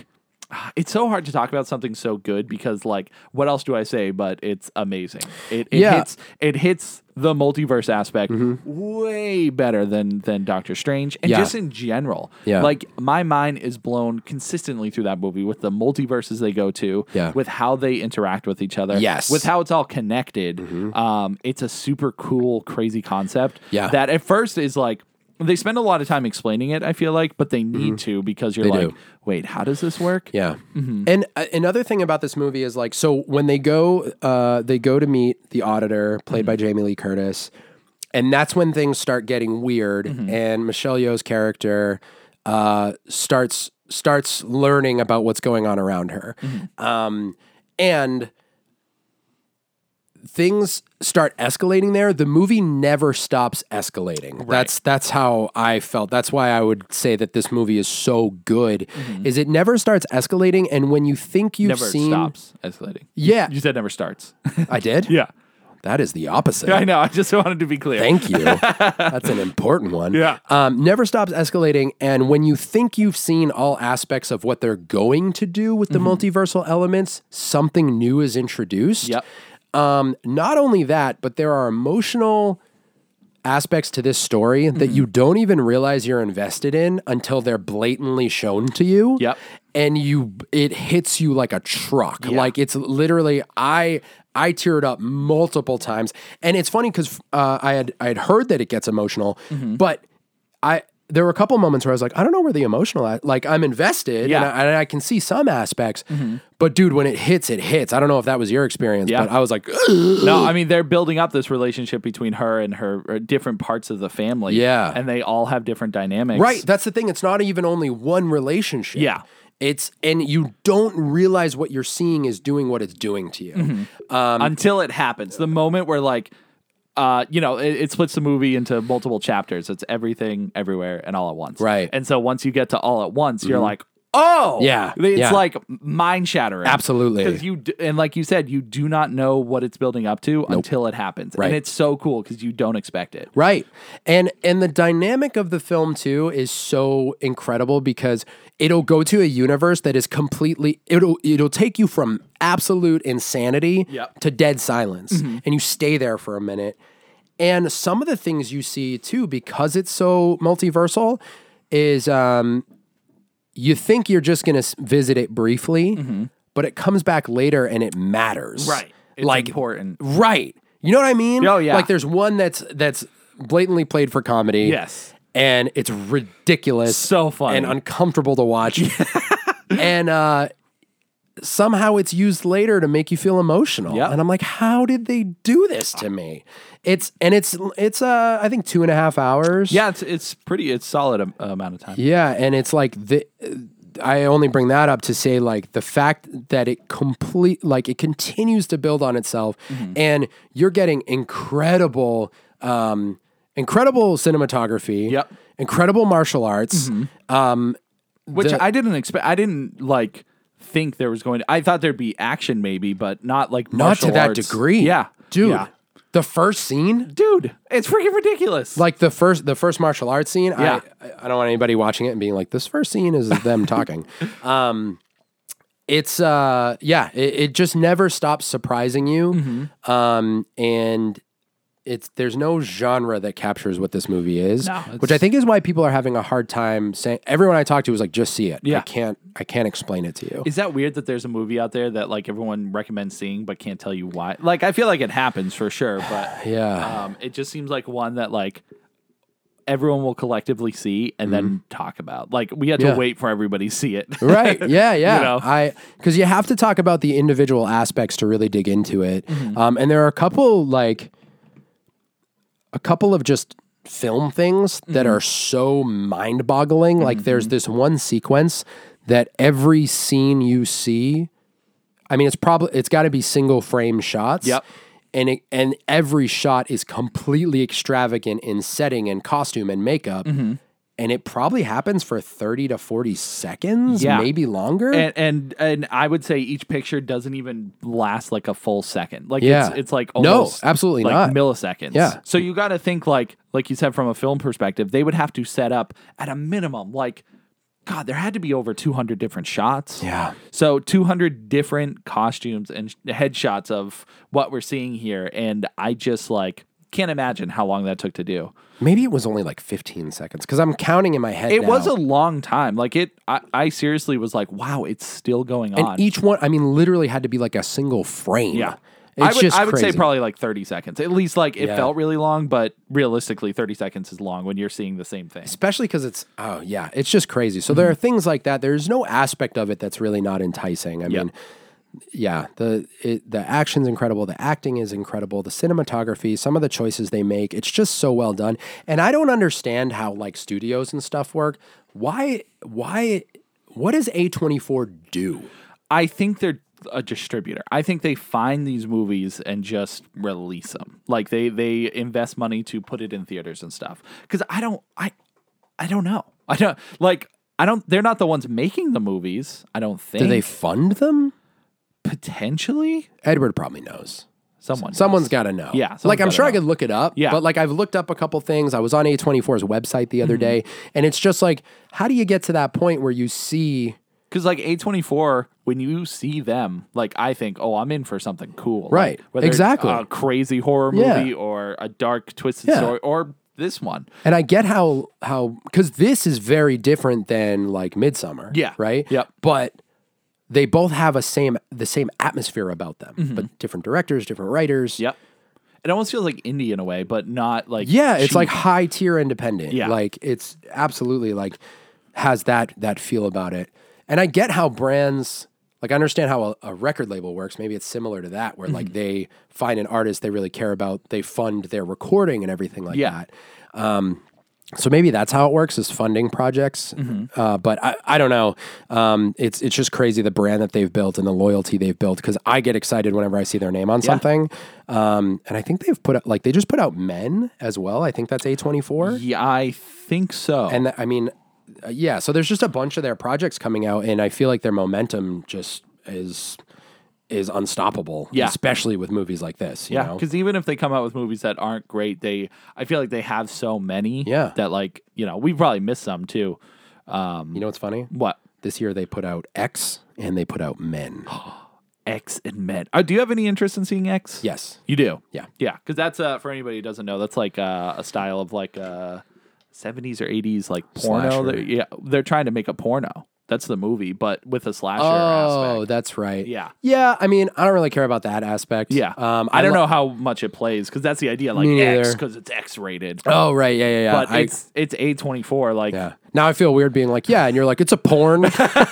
Speaker 2: it's so hard to talk about something so good because like what else do I say? But it's amazing. It, it
Speaker 1: Yeah. Mm-hmm.
Speaker 2: hits it hits the multiverse aspect way better than than Doctor Strange and
Speaker 1: Yeah.
Speaker 2: just in general.
Speaker 1: Yeah.
Speaker 2: Like my mind is blown consistently through that movie with the multiverses they go to,
Speaker 1: Yeah.
Speaker 2: with how they interact with each other,
Speaker 1: Yes. Mm-hmm.
Speaker 2: with how it's all connected. Um, it's a super cool, crazy concept.
Speaker 1: Yeah.
Speaker 2: That at first is like they spend a lot of time explaining it. I feel like, but they need to because you're
Speaker 1: Mm-hmm. They
Speaker 2: like,
Speaker 1: do.
Speaker 2: wait, how does this work?
Speaker 1: Yeah. And uh, another thing about this movie is like, so when they go, uh, they go to meet the auditor, played by Jamie Lee Curtis, and that's when things start getting weird. And Michelle Yeoh's character uh, starts starts learning about what's going on around her, um, and things start escalating there the movie never stops escalating that's that's how i felt that's why i would say that this movie is so good is it never starts escalating and when you think you've
Speaker 2: Mm-hmm. Never
Speaker 1: seen
Speaker 2: stops escalating.
Speaker 1: yeah
Speaker 2: You said never starts.
Speaker 1: i did
Speaker 2: (laughs) yeah.
Speaker 1: that is the opposite
Speaker 2: I know. I just wanted to be clear.
Speaker 1: Thank
Speaker 2: (laughs)
Speaker 1: you. That's an important one.
Speaker 2: Yeah.
Speaker 1: Um, never stops escalating. And when you think you've seen all aspects of what they're going to do with
Speaker 2: Mm-hmm.
Speaker 1: the multiversal elements, something new is introduced.
Speaker 2: Yep.
Speaker 1: Um, not only that, but there are emotional aspects to this story
Speaker 2: Mm-hmm.
Speaker 1: that you don't even realize you're invested in until they're blatantly shown to you.
Speaker 2: Yep.
Speaker 1: And you it hits you like a truck. Like it's literally I I teared up multiple times. And it's funny cuz uh, I had I had heard that it gets emotional,
Speaker 2: Mm-hmm.
Speaker 1: but I there were a couple moments where I was like, I don't know where the emotional a- like I'm invested
Speaker 2: Yeah. Mm-hmm.
Speaker 1: and, I, and I can see some aspects, but dude, when it hits, it hits. I don't know if that was your experience,
Speaker 2: Yeah.
Speaker 1: but I was like,
Speaker 2: No, I mean they're building up this relationship between her and her or different parts of the family.
Speaker 1: Yeah.
Speaker 2: and they all have different dynamics.
Speaker 1: Right. That's the thing. It's not even only one relationship.
Speaker 2: Yeah.
Speaker 1: It's and you don't realize what
Speaker 2: Mm-hmm.
Speaker 1: you're seeing is doing what it's doing to you.
Speaker 2: until it happens. The moment where like uh, you know, it, it splits the movie into multiple chapters. It's everything, everywhere, and all at once.
Speaker 1: Right. Mm-hmm.
Speaker 2: And so once you get to all at once, you're like, oh,
Speaker 1: Yeah,
Speaker 2: It's
Speaker 1: yeah.
Speaker 2: like mind shattering.
Speaker 1: Absolutely.
Speaker 2: Because you d- and like you said, you do not know what it's building up to until it happens,
Speaker 1: Right.
Speaker 2: and it's so cool because you don't expect it.
Speaker 1: Right. And and the dynamic of the film too is so incredible because it'll go to a universe that is completely it'll it'll take you from absolute insanity
Speaker 2: Yep. Mm-hmm.
Speaker 1: to dead silence and you stay there for a minute. And some of the things you see too because it's so multiversal is um you think you're just going to visit it briefly,
Speaker 2: Mm-hmm.
Speaker 1: but it comes back later and it matters.
Speaker 2: It's
Speaker 1: like
Speaker 2: important.
Speaker 1: Right. You know what I mean?
Speaker 2: Oh, yeah.
Speaker 1: Like there's one that's that's blatantly played for comedy.
Speaker 2: Yes.
Speaker 1: And it's ridiculous.
Speaker 2: So funny.
Speaker 1: And uncomfortable to
Speaker 2: (laughs)
Speaker 1: watch. and uh somehow it's used later to make you feel emotional.
Speaker 2: Yep.
Speaker 1: And I'm like, how did they do this to me? It's and it's it's uh I think two and a half hours.
Speaker 2: Yeah, it's it's pretty. It's solid am- amount of time.
Speaker 1: Yeah, and it's like the I only bring that up to say like the fact that it complete like it continues to build on itself
Speaker 2: Mm-hmm.
Speaker 1: and you're getting incredible um incredible cinematography.
Speaker 2: Yep. Mm-hmm.
Speaker 1: Incredible martial arts.
Speaker 2: which
Speaker 1: The-
Speaker 2: I didn't expect. I didn't like think there was going. to I thought there'd be action maybe, but not
Speaker 1: Not
Speaker 2: like
Speaker 1: to
Speaker 2: martial
Speaker 1: that
Speaker 2: arts.
Speaker 1: degree.
Speaker 2: Yeah,
Speaker 1: Dude.
Speaker 2: Yeah.
Speaker 1: The first scene?
Speaker 2: dude, it's freaking ridiculous.
Speaker 1: Like the first the first martial arts scene,
Speaker 2: Yeah.
Speaker 1: I I don't want anybody watching it and being like, this first scene is them
Speaker 2: (laughs)
Speaker 1: talking. Um it's uh yeah, it, it just never stops surprising you.
Speaker 2: Mm-hmm.
Speaker 1: Um and it's there's no genre that captures what this movie is.
Speaker 2: No,
Speaker 1: which I think is why people are having a hard time saying everyone I talked to was like, just see it. I
Speaker 2: Yeah.
Speaker 1: can't I can't explain it to you.
Speaker 2: is that weird that there's a movie out there that like everyone recommends seeing but can't tell you why? Like, I feel like it happens
Speaker 1: (sighs)
Speaker 2: for sure, but
Speaker 1: yeah.
Speaker 2: um, it just seems like one that like everyone will collectively see and then talk about. Like, we had to
Speaker 1: Mm-hmm. Yeah.
Speaker 2: wait for everybody to
Speaker 1: (laughs)
Speaker 2: see it.
Speaker 1: right yeah yeah
Speaker 2: know?
Speaker 1: i because you have to talk about the individual aspects to really dig into it um, and there are a couple like a couple of just film things that are so mind-boggling like there's this one sequence that every scene you see i mean it's probably it's got to be single frame shots
Speaker 2: Yep.
Speaker 1: and it, and every shot is completely extravagant in setting and costume and makeup
Speaker 2: Mm-hmm.
Speaker 1: and it probably happens for 30 to 40 seconds,
Speaker 2: Yeah.
Speaker 1: maybe longer.
Speaker 2: and and and I would say each picture doesn't even last like a full second. Like
Speaker 1: Yeah.
Speaker 2: it's, it's like
Speaker 1: No,
Speaker 2: almost
Speaker 1: absolutely
Speaker 2: like
Speaker 1: not.
Speaker 2: milliseconds.
Speaker 1: Yeah.
Speaker 2: So you got to think like like you said from a film perspective, they would have to set up at a minimum like God, there had to be over 200 different shots.
Speaker 1: Yeah.
Speaker 2: So 200 different costumes and sh- headshots of what we're seeing here and I just like can't imagine how long that took to do.
Speaker 1: maybe it was only like 15 seconds because I'm counting in my head.
Speaker 2: It was
Speaker 1: now.
Speaker 2: a long time. Like it I, I seriously was like, wow, it's still going
Speaker 1: and
Speaker 2: on.
Speaker 1: each one, I mean, literally had to be like a single frame.
Speaker 2: Yeah.
Speaker 1: It's
Speaker 2: I would,
Speaker 1: just
Speaker 2: I would say
Speaker 1: crazy.
Speaker 2: probably like 30 seconds. At least like it
Speaker 1: Yeah.
Speaker 2: felt really long, but realistically 30 seconds is long when you're seeing the same thing.
Speaker 1: Especially because it's, oh, yeah, it's just crazy. So there are things like that. There's no aspect of it that's really not enticing. I
Speaker 2: Yeah.
Speaker 1: mean, yeah, the it, the action's incredible. The acting is incredible. The cinematography, some of the choices they make, it's just so well done. And I don't understand how like studios and stuff work. Why? Why? What does A twenty four do?
Speaker 2: I think they're a distributor. I think they find these movies and just release them. Like they they invest money to put it in theaters and stuff. Cuz I don't I I don't know. I don't like I don't they're not the ones making the movies, I don't think.
Speaker 1: Do they fund them?
Speaker 2: potentially
Speaker 1: Edward probably knows.
Speaker 2: someone
Speaker 1: Someone's got to know.
Speaker 2: Yeah,
Speaker 1: Like,
Speaker 2: someone's
Speaker 1: I'm
Speaker 2: gotta
Speaker 1: sure I
Speaker 2: know.
Speaker 1: could look it up.
Speaker 2: Yeah.
Speaker 1: But, like, I've looked up a couple things. I was on A24's website the other
Speaker 2: Mm-hmm.
Speaker 1: day, and it's just like, how do you get to that point where you see
Speaker 2: Because like A twenty four, when you see them, like I think, oh, I'm in for something cool, Like,
Speaker 1: Right.
Speaker 2: whether it's
Speaker 1: Exactly.
Speaker 2: a crazy horror
Speaker 1: Yeah.
Speaker 2: movie or a dark twisted
Speaker 1: Yeah.
Speaker 2: story or this one.
Speaker 1: And I get how how because this is very different than like Midsummer.
Speaker 2: Yeah.
Speaker 1: Right.
Speaker 2: Yep.
Speaker 1: But they both have a same the same atmosphere about them,
Speaker 2: Mm-hmm.
Speaker 1: but different directors, different writers.
Speaker 2: Yep, it almost feels like indie in a way, but not like
Speaker 1: Yeah, it's
Speaker 2: cheap.
Speaker 1: like high tier independent.
Speaker 2: Yeah.
Speaker 1: Like it's absolutely like has that that feel about it. And I get how brands like I understand how a, a record label works. Maybe it's similar to that where like they find an artist they really care about, they fund their recording and everything like
Speaker 2: Yeah.
Speaker 1: that. Um So maybe that's how it works is funding projects.
Speaker 2: Mm-hmm.
Speaker 1: Uh, but I, I don't know. Um, it's it's just crazy the brand that they've built and the loyalty they've built because I get excited whenever I see their name on something. Um, and I think they've put out, like they just put out men as well. I think that's A24.
Speaker 2: Yeah, I think so.
Speaker 1: And that, I mean, uh, yeah, so there's just a bunch of their projects coming out and I feel like their momentum just is is unstoppable,
Speaker 2: Yeah.
Speaker 1: especially with movies like this, you
Speaker 2: yeah,
Speaker 1: know.
Speaker 2: because even if they come out with movies that aren't great, they I feel like they have so many.
Speaker 1: Yeah.
Speaker 2: that like you know we probably missed some too. Um,
Speaker 1: You know what's funny?
Speaker 2: what
Speaker 1: This year they put out X and they put out
Speaker 2: (gasps)
Speaker 1: Men.
Speaker 2: X and Men? Uh, do you have any interest in seeing X?
Speaker 1: yes.
Speaker 2: you do.
Speaker 1: Yeah.
Speaker 2: yeah, because that's uh, for anybody who doesn't know, that's like uh, a style of like uh, 70s or 80s like porno.
Speaker 1: Slasher.
Speaker 2: They're, yeah, they're trying to make a porno. That's the movie, but with a slasher
Speaker 1: Oh,
Speaker 2: aspect.
Speaker 1: that's right.
Speaker 2: Yeah.
Speaker 1: Yeah. I mean, I don't really care about that aspect.
Speaker 2: Yeah,
Speaker 1: Um,
Speaker 2: I, don't
Speaker 1: lo-
Speaker 2: know how much it plays because that's the idea, like
Speaker 1: Me
Speaker 2: X
Speaker 1: neither.
Speaker 2: because it's X rated.
Speaker 1: Oh, right. Yeah. Yeah. Yeah.
Speaker 2: but
Speaker 1: I-
Speaker 2: it's it's a twenty four. Like
Speaker 1: yeah. Now I feel weird being like, yeah. And you're like, it's a
Speaker 2: (laughs)
Speaker 1: porn.
Speaker 2: it's
Speaker 1: (laughs)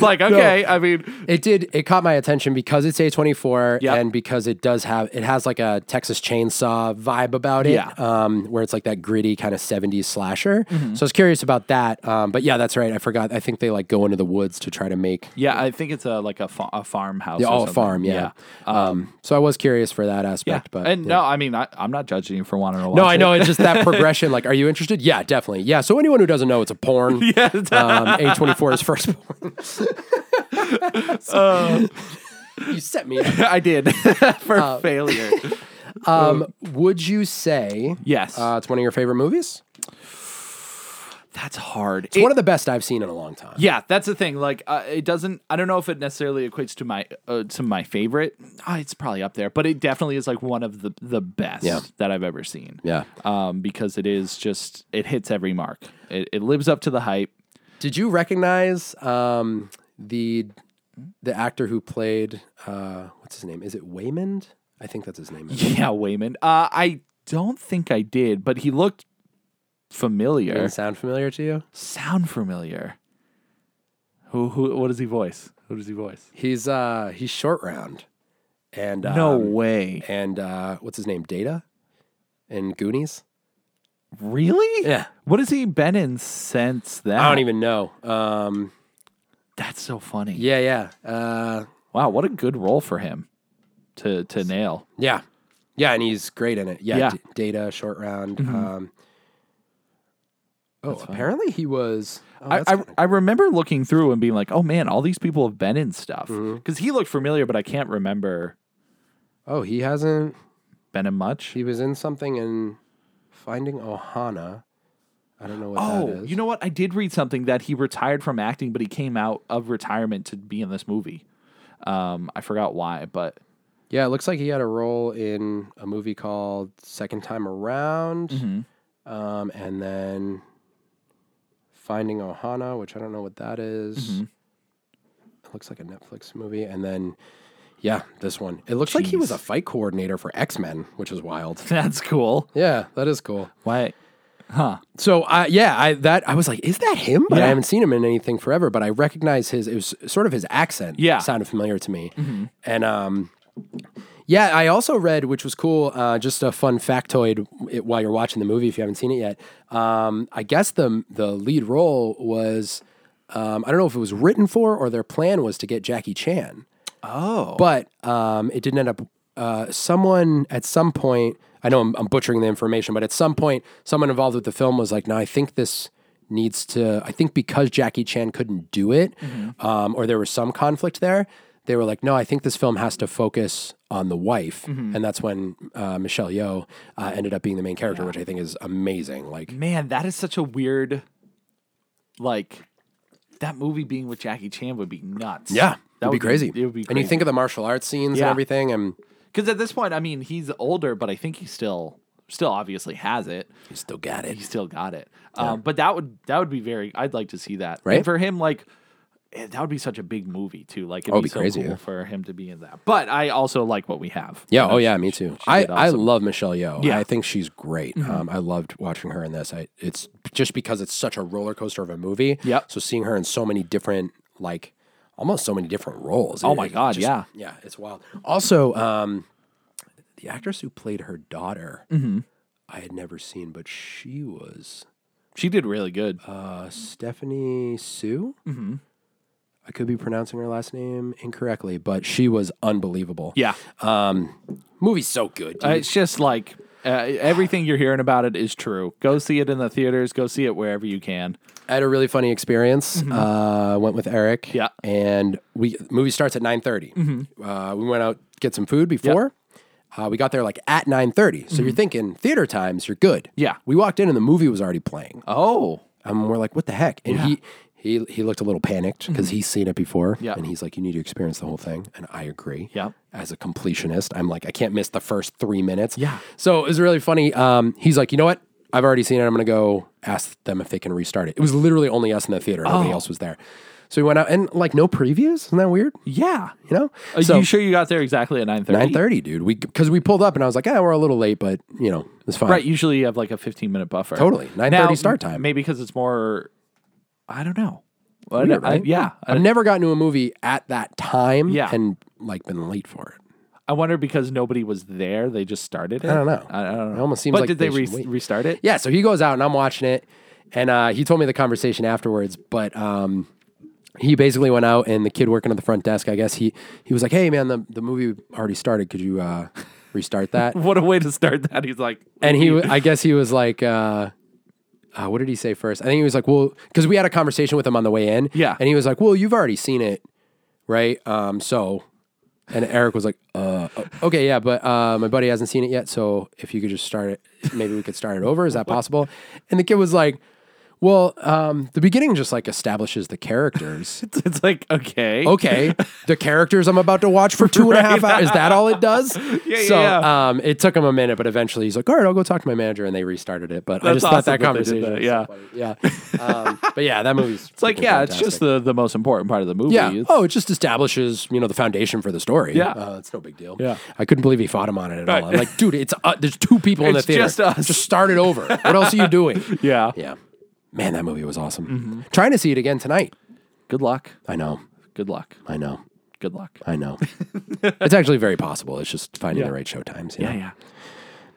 Speaker 2: like okay. I mean,
Speaker 1: it did. It caught my attention because it's A24
Speaker 2: Yep.
Speaker 1: and because it does have, it has like a Texas chainsaw vibe about it.
Speaker 2: Yeah.
Speaker 1: Um, where it's like that gritty kind of 70s slasher.
Speaker 2: Mm-hmm.
Speaker 1: So I was curious about that. Um, but yeah, that's right. I forgot. I think they like go into the woods to try to make
Speaker 2: yeah, I think it's a like a, fa- a farmhouse.
Speaker 1: Yeah,
Speaker 2: or
Speaker 1: oh, a
Speaker 2: something.
Speaker 1: farm, yeah. Um, so I was curious for that
Speaker 2: yeah.
Speaker 1: aspect, but
Speaker 2: and
Speaker 1: yeah.
Speaker 2: no, I mean, I, I'm not judging you for wanting to. Watch
Speaker 1: no, I know
Speaker 2: (laughs) It.
Speaker 1: it's just (laughs) that progression. Like, are you interested? Yeah, definitely. Yeah. So anyone who doesn't know, it's a porn. (laughs) yeah, um, A24 is first porn. (laughs) Uh,
Speaker 2: uh,
Speaker 1: you set me. up.
Speaker 2: I
Speaker 1: (laughs)
Speaker 2: did for failure. (laughs)
Speaker 1: Um, would you say
Speaker 2: Yes,
Speaker 1: uh, it's one of your favorite movies?
Speaker 2: that's hard.
Speaker 1: It's one of the best I've seen in a long time.
Speaker 2: yeah, that's the thing. Like, uh, it doesn't. I don't know if it necessarily equates to my uh, to my favorite. Ah, it's probably up there, but it definitely is like one of the the best
Speaker 1: Yeah.
Speaker 2: that I've ever seen.
Speaker 1: Yeah.
Speaker 2: um, because it is just it hits every mark. It, it lives up to the hype. (laughs)
Speaker 1: Did you recognize um, the the actor who played uh, what's his name? Is it Waymond? I think that's his name.
Speaker 2: Yeah, Wayman. Uh, I don't think I did, but he looked familiar.
Speaker 1: Doesn't sound familiar to you?
Speaker 2: Sound familiar? Who? Who? What does he voice? Who does he voice?
Speaker 1: He's uh he's short round, and um,
Speaker 2: No way.
Speaker 1: and uh, what's his name? Data, in Goonies.
Speaker 2: Really?
Speaker 1: Yeah.
Speaker 2: What has he been in since then?
Speaker 1: I don't even know. Um,
Speaker 2: That's so funny.
Speaker 1: yeah, yeah, uh,
Speaker 2: Wow, what a good role for him to to nail.
Speaker 1: yeah, yeah, and he's great in it. Yeah,
Speaker 2: Yeah. Mm-hmm.
Speaker 1: D- Data, short round. Um, oh, apparently he was. Oh, that's
Speaker 2: I, I, I remember looking through and being like, oh man, all these people have been in stuff. Because
Speaker 1: Mm-hmm.
Speaker 2: he looked familiar, but I can't remember
Speaker 1: oh, he hasn't.
Speaker 2: been in much.
Speaker 1: He was in something in Finding Ohana. I don't know what that
Speaker 2: Oh,
Speaker 1: is.
Speaker 2: you know what? I did read something that he retired from acting, but he came out of retirement to be in this movie. Um, I forgot why, but (laughs)
Speaker 1: Yeah, it looks like he had a role in a movie called Second Time Around, um, and then Finding Ohana, which I don't know what that is. It looks like a Netflix movie, and then yeah, this one. It looks like he was
Speaker 2: Jeez.
Speaker 1: a fight coordinator for X Men, which is wild.
Speaker 2: that's cool.
Speaker 1: Yeah, that is cool.
Speaker 2: Why?
Speaker 1: So I yeah, I that I was like, is that him? But
Speaker 2: Yeah.
Speaker 1: I haven't seen him in anything forever. But I recognize his it was sort of his accent
Speaker 2: Yeah. Mm-hmm.
Speaker 1: sounded familiar to me. And um yeah, I also read, which was cool, uh, just a fun factoid it, while you're watching the movie if you haven't seen it yet. Um, I guess the the lead role was um, I don't know if it was written for or their plan was to get Jackie Chan.
Speaker 2: Oh,
Speaker 1: But um, it didn't end up. Uh, someone at some point, I know I'm, I'm butchering the information, but at some point, someone involved with the film was like, "No, I think this needs to. I think because Jackie Chan couldn't do it,
Speaker 2: Mm-hmm.
Speaker 1: um, or there was some conflict there." They were like, "No, I think this film has to focus on the wife,"
Speaker 2: Mm-hmm.
Speaker 1: and that's when uh, Michelle Yeoh uh, ended up being the main character, which I think is amazing. Like,
Speaker 2: man, that is such a weird, like, that movie being with Jackie Chan would be nuts.
Speaker 1: yeah,
Speaker 2: that
Speaker 1: that'd be crazy.
Speaker 2: It would be. Crazy.
Speaker 1: and you think of the martial arts scenes
Speaker 2: Yeah.
Speaker 1: and everything, and
Speaker 2: because at this point, I mean, he's older, but I think he still still obviously has it.
Speaker 1: you still got it.
Speaker 2: he still got it. Um, but that would that would be very. I'd like to see that.
Speaker 1: Right?
Speaker 2: And for him, like eh, that would be such a big movie too. Like it'd
Speaker 1: Oh,
Speaker 2: be,
Speaker 1: it'd be
Speaker 2: so
Speaker 1: crazy,
Speaker 2: cool
Speaker 1: yeah.
Speaker 2: for him to be in that. But I also like what we have.
Speaker 1: Yeah.
Speaker 2: You know,
Speaker 1: Oh, yeah.
Speaker 2: she-
Speaker 1: Me
Speaker 2: she-
Speaker 1: too.
Speaker 2: she
Speaker 1: I,
Speaker 2: did
Speaker 1: I
Speaker 2: awesome.
Speaker 1: love Michelle Yeoh.
Speaker 2: Yeah. Mm-hmm.
Speaker 1: I think she's great. Um, I loved watching her in this. I it's just because it's such a roller coaster of a movie.
Speaker 2: Yep.
Speaker 1: So seeing her in so many different like almost so many different roles.
Speaker 2: Oh
Speaker 1: it-
Speaker 2: my
Speaker 1: it
Speaker 2: God,
Speaker 1: just-
Speaker 2: yeah. Mm-hmm.
Speaker 1: Yeah. It's wild. Also, um, the actress who played her daughter. I had never seen, but she was
Speaker 2: She did really good.
Speaker 1: uh, Stephanie Sue. Mm-hmm. I could be pronouncing her last name incorrectly, but she was unbelievable.
Speaker 2: yeah.
Speaker 1: movie's so good. dude.
Speaker 2: Uh, it's just like uh, everything you're hearing about it is true. Go see it in the theaters. Go see it wherever you can.
Speaker 1: I had a really funny experience. Uh, went with Eric.
Speaker 2: Mm-hmm. Yeah. Mm-hmm.
Speaker 1: and we movie starts at nine Uh, we went out get some food before. Uh, we got there like at nine thirty. So you're thinking theater times, you're good.
Speaker 2: Mm-hmm. Yeah.
Speaker 1: we walked in and the movie was already playing.
Speaker 2: Oh,
Speaker 1: Um, we're like, what the heck? And he. He, he looked a little panicked because he's seen it before.
Speaker 2: Mm-hmm. Yeah.
Speaker 1: And he's like, You need to experience the whole thing. And I agree.
Speaker 2: Yeah.
Speaker 1: As a completionist, I'm like, I can't miss the first three minutes.
Speaker 2: Yeah.
Speaker 1: So it was really funny. Um, he's like, You know what? I've already seen it. I'm going to go ask them if they can restart it. It was literally only us in the theater. Nobody
Speaker 2: Oh.
Speaker 1: else was there. So we went out and like no previews. Isn't that weird?
Speaker 2: yeah.
Speaker 1: You know?
Speaker 2: Are
Speaker 1: so
Speaker 2: you sure you got there exactly at nine thirty?
Speaker 1: 9.30, dude. We Because we pulled up and I was like, Yeah, we're a little late, but you know, it's fine.
Speaker 2: Right. Usually you have like a 15 minute buffer.
Speaker 1: Totally. 9:30
Speaker 2: Now,
Speaker 1: start time.
Speaker 2: Maybe because it's more, I don't know. I
Speaker 1: Weird,
Speaker 2: don't- I-
Speaker 1: right?
Speaker 2: yeah. I,
Speaker 1: I've never gotten to a movie at that time
Speaker 2: Yeah.
Speaker 1: and like been late for it.
Speaker 2: I wonder because nobody was there. They just started it.
Speaker 1: I don't know.
Speaker 2: I, I don't know.
Speaker 1: It almost seems
Speaker 2: but
Speaker 1: like
Speaker 2: did they,
Speaker 1: they
Speaker 2: re-
Speaker 1: should wait.
Speaker 2: restart it? (laughs)
Speaker 1: Yeah, so he goes out and I'm watching it, and uh, he told me the conversation afterwards. But um, he basically went out and the kid working at the front desk, I guess he he was like, "Hey man, the the movie already started. Could you uh, restart that?"
Speaker 2: What a way to start that. He's like, (laughs)
Speaker 1: and he, I guess he was like. Uh, uh, what did he say first? I think he was like, "Well," because we had a conversation with him on the way in.
Speaker 2: Yeah.
Speaker 1: and he was like, "Well, you've already seen it, right?" Um, so, and Eric was like, "Uh, okay, yeah, but uh, my buddy hasn't seen it yet. So if you could just start it, maybe we could start it over. Is that possible?" And the kid was like, "Well, um, the beginning just like establishes the characters.
Speaker 2: it's like, okay. (laughs)
Speaker 1: okay, the characters I'm about to watch for two and a half hours. Is that all it does?
Speaker 2: (laughs) Yeah,
Speaker 1: so
Speaker 2: yeah, yeah.
Speaker 1: Um, it took him a minute, but eventually he's like, all right, I'll go talk to my manager. And they restarted it. But I
Speaker 2: That's
Speaker 1: just thought
Speaker 2: awesome
Speaker 1: that
Speaker 2: that they
Speaker 1: conversation.
Speaker 2: did that,
Speaker 1: was so funny. Yeah. Um, but yeah, that movie's
Speaker 2: (laughs) It's like, yeah, it's just the, the most important part of the movie.
Speaker 1: Yeah.
Speaker 2: It's-
Speaker 1: oh, it just establishes, you know, the foundation for the story.
Speaker 2: Yeah.
Speaker 1: Uh, it's no big deal.
Speaker 2: Yeah.
Speaker 1: I couldn't believe he fought him on it at
Speaker 2: Right.
Speaker 1: all. I'm like, dude, it's uh, there's two people in the
Speaker 2: It's
Speaker 1: theater.
Speaker 2: just us.
Speaker 1: Just start it over. what else are you
Speaker 2: (laughs)
Speaker 1: doing?
Speaker 2: yeah.
Speaker 1: Yeah. Man, that movie was awesome.
Speaker 2: Mm-hmm.
Speaker 1: Trying to see it again tonight.
Speaker 2: Good luck.
Speaker 1: I know.
Speaker 2: Good luck.
Speaker 1: I know.
Speaker 2: Good luck.
Speaker 1: I
Speaker 2: (laughs)
Speaker 1: know. it's actually very possible. It's just finding the right show times. You know?
Speaker 2: Yeah, yeah.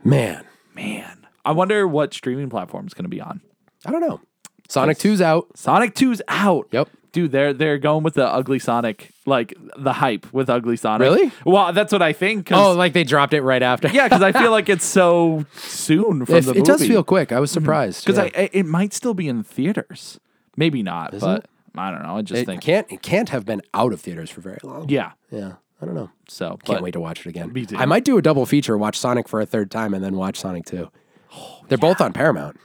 Speaker 1: Man,
Speaker 2: Man. I wonder what streaming platform's going to be on.
Speaker 1: I don't know. Sonic 2's out.
Speaker 2: Sonic 2's out.
Speaker 1: Yep.
Speaker 2: Dude, they're they're going with the ugly Sonic, like the hype with ugly Sonic.
Speaker 1: Really?
Speaker 2: Well, that's what I think. 'cause-
Speaker 1: Oh, like they dropped it right after.
Speaker 2: yeah, because I
Speaker 1: (laughs)
Speaker 2: feel like it's so soon from
Speaker 1: If-
Speaker 2: the
Speaker 1: it does
Speaker 2: movie.
Speaker 1: feel quick. I was surprised.
Speaker 2: because
Speaker 1: yeah.
Speaker 2: I, I- it might still be in theaters. Maybe not, but
Speaker 1: it?
Speaker 2: I don't know. I just
Speaker 1: it
Speaker 2: think
Speaker 1: can't it can't have been out of theaters for very long.
Speaker 2: yeah.
Speaker 1: Yeah. I don't know.
Speaker 2: So
Speaker 1: Can't
Speaker 2: but
Speaker 1: wait to watch it again.
Speaker 2: Me too.
Speaker 1: I might do a double feature, watch Sonic for a third time, and then watch Sonic 2.
Speaker 2: Oh,
Speaker 1: They're both on Paramount.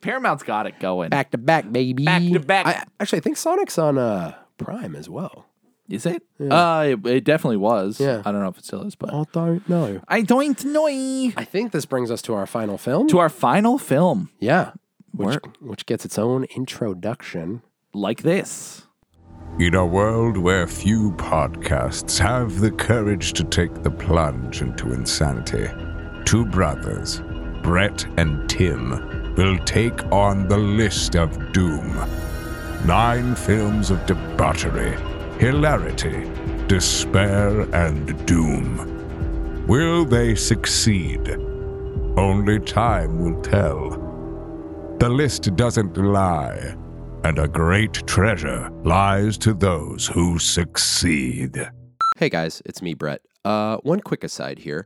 Speaker 2: Paramount's got it going.
Speaker 1: Back to back, baby.
Speaker 2: Back to back.
Speaker 1: I, actually, I think Sonic's on uh, Prime as well.
Speaker 2: Is it? Uh, it, it definitely was.
Speaker 1: Yeah. Oh.
Speaker 2: I don't know if it still is, but
Speaker 1: I don't know.
Speaker 2: I don't know.
Speaker 1: I think this brings us to our final film.
Speaker 2: To our final film,
Speaker 1: yeah. Which,
Speaker 2: Work.
Speaker 1: which gets its own introduction.
Speaker 2: like this.
Speaker 5: In a world where few podcasts have the courage to take the plunge into insanity, two brothers, Brett and Tim, will take on the list of doom. Nine films of debauchery, hilarity, despair, and doom. Will they succeed? Only time will tell. The list doesn't lie, and a great treasure lies to those who succeed.
Speaker 6: Hey guys, it's me, Brett. Uh, one quick aside here.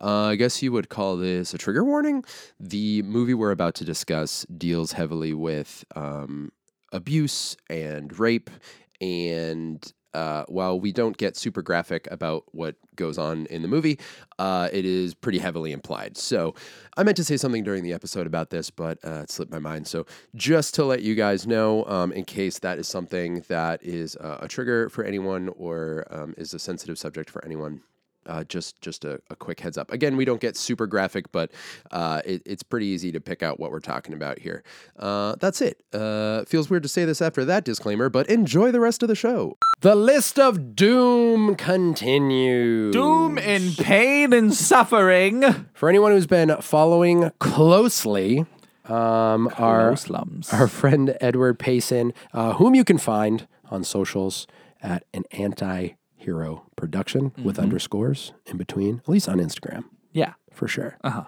Speaker 6: Uh, I guess you would call this a trigger warning. The movie we're about to discuss deals heavily with um, abuse and rape. And uh, while we don't get super graphic about what goes on in the movie, uh, it is pretty heavily implied. So I meant to say something during the episode about this, but uh, it slipped my mind. So just to let you guys know, um, in case that is something that is uh, a trigger for anyone or um, is a sensitive subject for anyone. Uh, just just a, a quick heads up. Again, we don't get super graphic, but uh, it, it's pretty easy to pick out what we're talking about here. Uh, that's it. Uh, feels weird to say this after that disclaimer, but enjoy the rest of the show.
Speaker 1: The list of doom continues.
Speaker 2: Doom in pain and suffering.
Speaker 1: For anyone who's been following closely, um, our
Speaker 2: Muslims.
Speaker 1: our friend Edward Payson, uh, whom you can find on socials at an anti-hero production with underscores in between, at least on Instagram
Speaker 2: Yeah.
Speaker 1: for sure. Uh-huh.